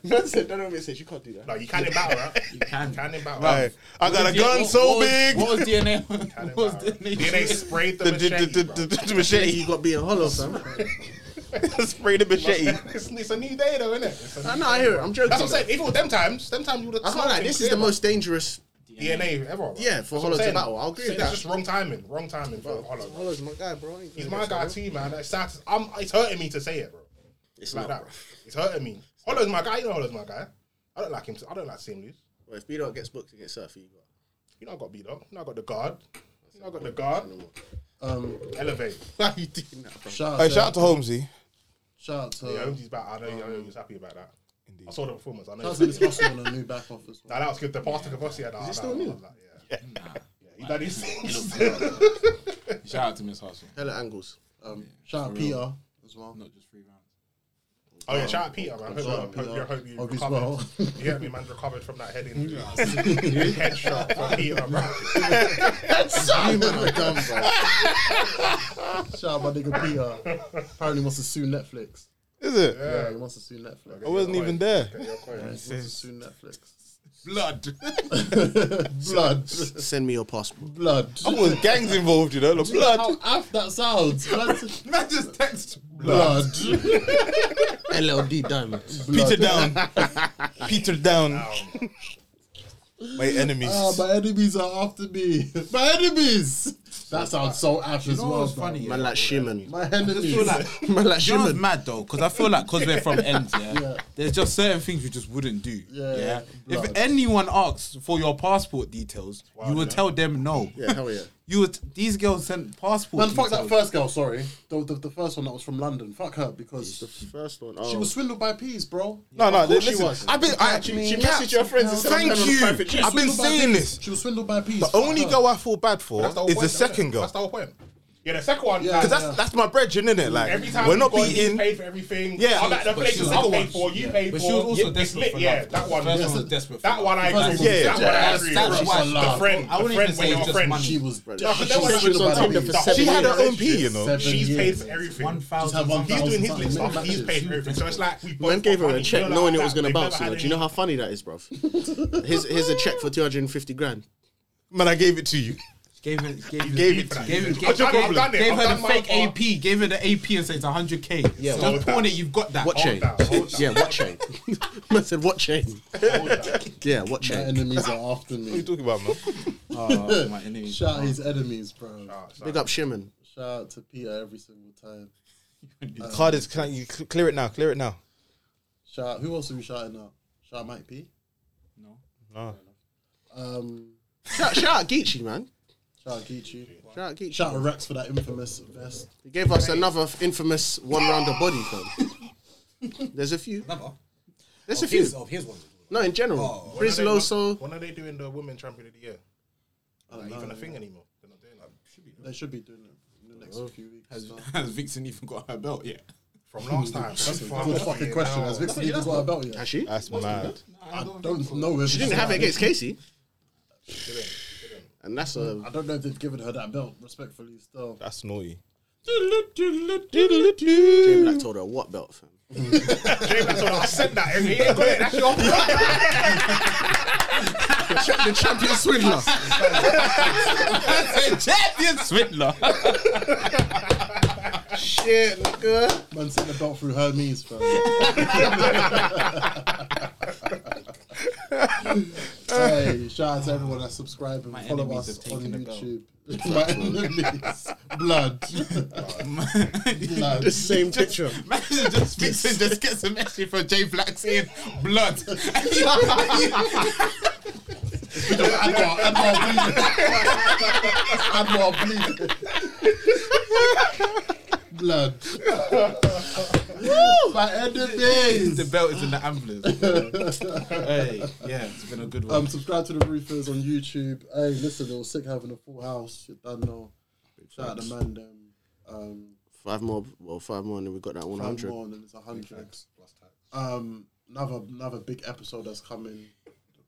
D: Man said, don't know what You can't do that.
I: No, you can't in battle, right? You
C: can.
I: can in battle.
E: Right. I got a gun so big.
C: What was DNA? What was
I: DNA
C: DNA?
I: sprayed the,
E: The- the-
I: machete.
E: the-
I: bro.
E: the- the- the machete.
D: You got being hollow, fam.
E: Spray the machete.
I: it's, it's a new day though, isn't it?
D: I know, I hear it. I'm joking.
I: That's what I'm saying. If it was them times, them times you would have.
D: I can't lie. This is the most dangerous.
I: DNA ever. bro.
D: Yeah, for
I: That's what
D: Hollow
I: I'm
D: to
I: saying.
D: battle. I'll agree
I: So
D: with
I: It's
D: that.
I: just wrong timing. Wrong timing for Hollow. bro.
D: Hollow's my guy, bro.
I: He's my guy too, man. It's sad. to- I'm. It's hurting me to say it, bro.
D: It's
I: It's like
D: not,
I: that.
D: bro.
I: It's hurting me. Hollow's my guy. You know Hollow's my guy. I don't like him. I don't like to see him lose.
D: Well, If B-Dot gets booked against Surfy, you got.
I: You know I got beat up. You know I got the guard. You know I got the guard.
B: Um,
I: Elevate.
D: Why are you doing that, bro?
B: shout out
E: Hey,
B: to,
E: shout out to Holmesy.
B: shout out to,
I: Yeah,
B: shout
I: Holmesy's back. I know.
D: Um,
I: I know he was happy about that. I saw the performance. I know.
B: out
I: Nah,
B: to this Russell on a new back off as well.
I: that was good. The past to Kavossi had that. Is
D: still new?
I: Yeah. He done his things.
Y: Shout out to Miss Hustle.
D: Hella angles.
B: Um, shout out PR as well.
Y: Not just three rounds.
I: Oh yeah, shout out Peter, man. Hope,
B: Shout out
I: hope,
B: Peter.
I: hope, hope you
B: Hope he's
I: recovered.
B: well.
I: you hear me, man? Recovered from that head injury. Headshot from Peter, bro.
B: You man are dumb, bro. Shout out my nigga Peter. Apparently wants to sue Netflix.
E: Is it?
B: Yeah, he wants to sue Netflix.
E: I wasn't even there.
B: He wants to sue Netflix.
C: Blood.
B: Blood.
D: Send me your passport.
B: Blood.
E: I was gangs involved, you know. The blood.
B: How apt that sounds. Blood.
C: Man just text.
B: Blood.
D: LLD diamonds.
E: Peter down. Peter down. My enemies.
B: Ah, my enemies are after me. My enemies. That sounds so apt as
C: You know
B: well.
C: what's
B: bro.
C: funny? yeah?
D: Man like Shimon.
B: My enemies.
C: feel like-
D: Man like
C: Do you know what's
D: Shimon.
C: mad though? Because I feel like because we're from ends, yeah, There's just certain things you just wouldn't do.
B: Yeah,
C: Yeah.
B: blood.
C: If anyone asks for your passport details, you would tell them no.
D: Yeah, hell yeah.
C: You would. These girls sent passport.
B: Man, fuck that
C: details.
B: first girl. Sorry, the, the, the first one that was from London. Fuck her because
D: First one. oh.
B: she was swindled by peas, bro.
E: No, no,
D: course she
E: listen.
D: was.
E: I've been. I,
D: She, she
E: Cap,
D: messaged her friends and said, I'm
E: Thank
D: going on a
E: you.
D: private jet.
E: I've been saying this.
B: She was swindled by peas.
E: The only girl I feel bad for
I: That's whole
E: is the
I: point,
E: second
I: innit?
E: girl.
I: That's the whole point. Yeah, the second one.
B: Yeah.
I: Yeah,
E: Because that's that's my brethren, innit? it? Like
I: every time
E: we're not
I: you go and you
E: beating.
I: paid for everything.
E: Yeah.
I: I'm at the
E: But
I: place
E: she was
I: I
E: the
I: paid
E: one.
I: for. You paid
C: But
I: for.
C: she was also
I: yeah,
C: desperate
I: split,
C: for
I: Yeah,
C: love.
I: that one.
C: First one
I: yeah.
C: was desperate for
I: That
C: love.
I: one I agree.
E: Yeah.
I: That one I
C: That's-
I: agree.
C: that's
I: with.
C: why-
I: the friend,
C: I wouldn't
I: the
C: even
I: friend
C: say
I: when you're
C: just
I: a friend.
C: money.
B: She was.
D: Bro,
I: No, but
D: she-
I: that
D: she
I: one
D: was swindled
I: on
D: by
I: Tinder
D: peas.
I: for seven
E: She had her
I: years.
E: own P, you know.
B: Seven
I: She's paid
B: years.
I: for everything.
C: One
B: had
C: thousand.
B: one
I: He's doing his
B: Thousand
I: lit stuff.
B: matches.
I: He's paid for everything. So it's like we both
D: Man gave
I: got
D: her a
I: money.
D: check
I: You know,
D: knowing
I: like
D: it was
I: that.
D: going to
I: They've
D: bounce. You
I: never
D: know,
I: had
D: do you know
I: any-
D: how funny that is, bro? here's, here's a check for 250 grand.
E: Man, I gave it to you.
C: Gave her. Gave her.
E: Gave it to you.
C: Gave, her-
I: I've
C: gave,
I: done- I've
C: gave,
I: done it.
C: gave
I: I've
C: her
I: done
C: the
I: my
C: fake
I: part.
C: AP, gave her the AP and said it's 100k. Yeah,
D: hold
C: just pawn it, you've got that.
D: What chain?
I: that, hold
D: yeah, what chain? Man said, what chain? yeah, what
B: My
D: chain?
B: enemies are after
E: What are you
B: me.
E: talking about, man?
C: Oh, my enemy.
B: Shout out his enemies, bro.
D: Big up Shimon.
B: Shout out to Peter every single time.
L: Uh,
E: The card is. Can I, you cl- clear it now? Clear it now.
B: Shout out. Who else are we shouting out? Shout out Mike P.
E: No.
B: Um,
D: Shout, shout out Geechee, man.
B: shout out Geechee.
D: Shout out Geechee.
B: Shout out Rex for that infamous vest.
D: He gave us another infamous one round of body, fam. There's a few. There's a few.
X: Oh, here's one.
D: No, in general. Briz Loso.
I: When are they doing the women champion of the year?
L: Oh,
I: Not even a thing anymore. They're not doing that.
B: They should be doing it in the next few weeks. no?
C: Has Vixen even got her belt yet?
I: From last time. That's
B: Good fucking question. Has Vixen even got a belt yet?
D: Has she?
E: That's mad.
B: I don't know.
D: She didn't have it against Casey. and that's a.
B: I don't know if they've given her that belt respectfully still.
E: That's naughty.
D: Jay
B: Mm.
D: Black told her what belt, fam.
K: Jay Black told her, I said that. If he ain't got it, that's your
B: the champion swindler.
C: champion swindler.
D: Shit, nigga.
B: Man sent the belt through her knees, fam. hey, shout out to everyone that subscribe and follow
C: enemies
B: us
C: have
B: on
C: taken the
B: YouTube. My enemies, blood, blood.
D: The same picture.
C: Imagine just speaks and just gets a message from Jay Black saying blood. That's
B: Admiral, Admiral, please. Admiral, please. Blood. My enemies.
L: The belt is in the ambulance. hey, yeah, it's been a good one.
B: Um, subscribe to the Roofers on YouTube. Hey, listen, it was sick having a full house. You done know. Shout out to man them. Um,
D: Five more, well, five more, and then we got that one
B: five
D: hundred.
B: more and then it's a hundred. Um, another another big episode that's coming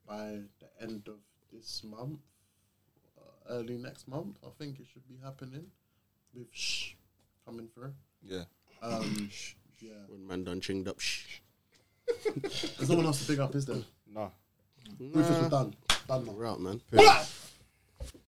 B: by the end of this month, uh, early next month. I think it should be happening with shh coming through.
E: Yeah.
B: Um, shh, yeah.
D: When man done chinged up, shh.
B: There's no one else to pick up, is there?
E: No.
B: Roofers were done. Done now.
D: We're out, man.
B: Blood.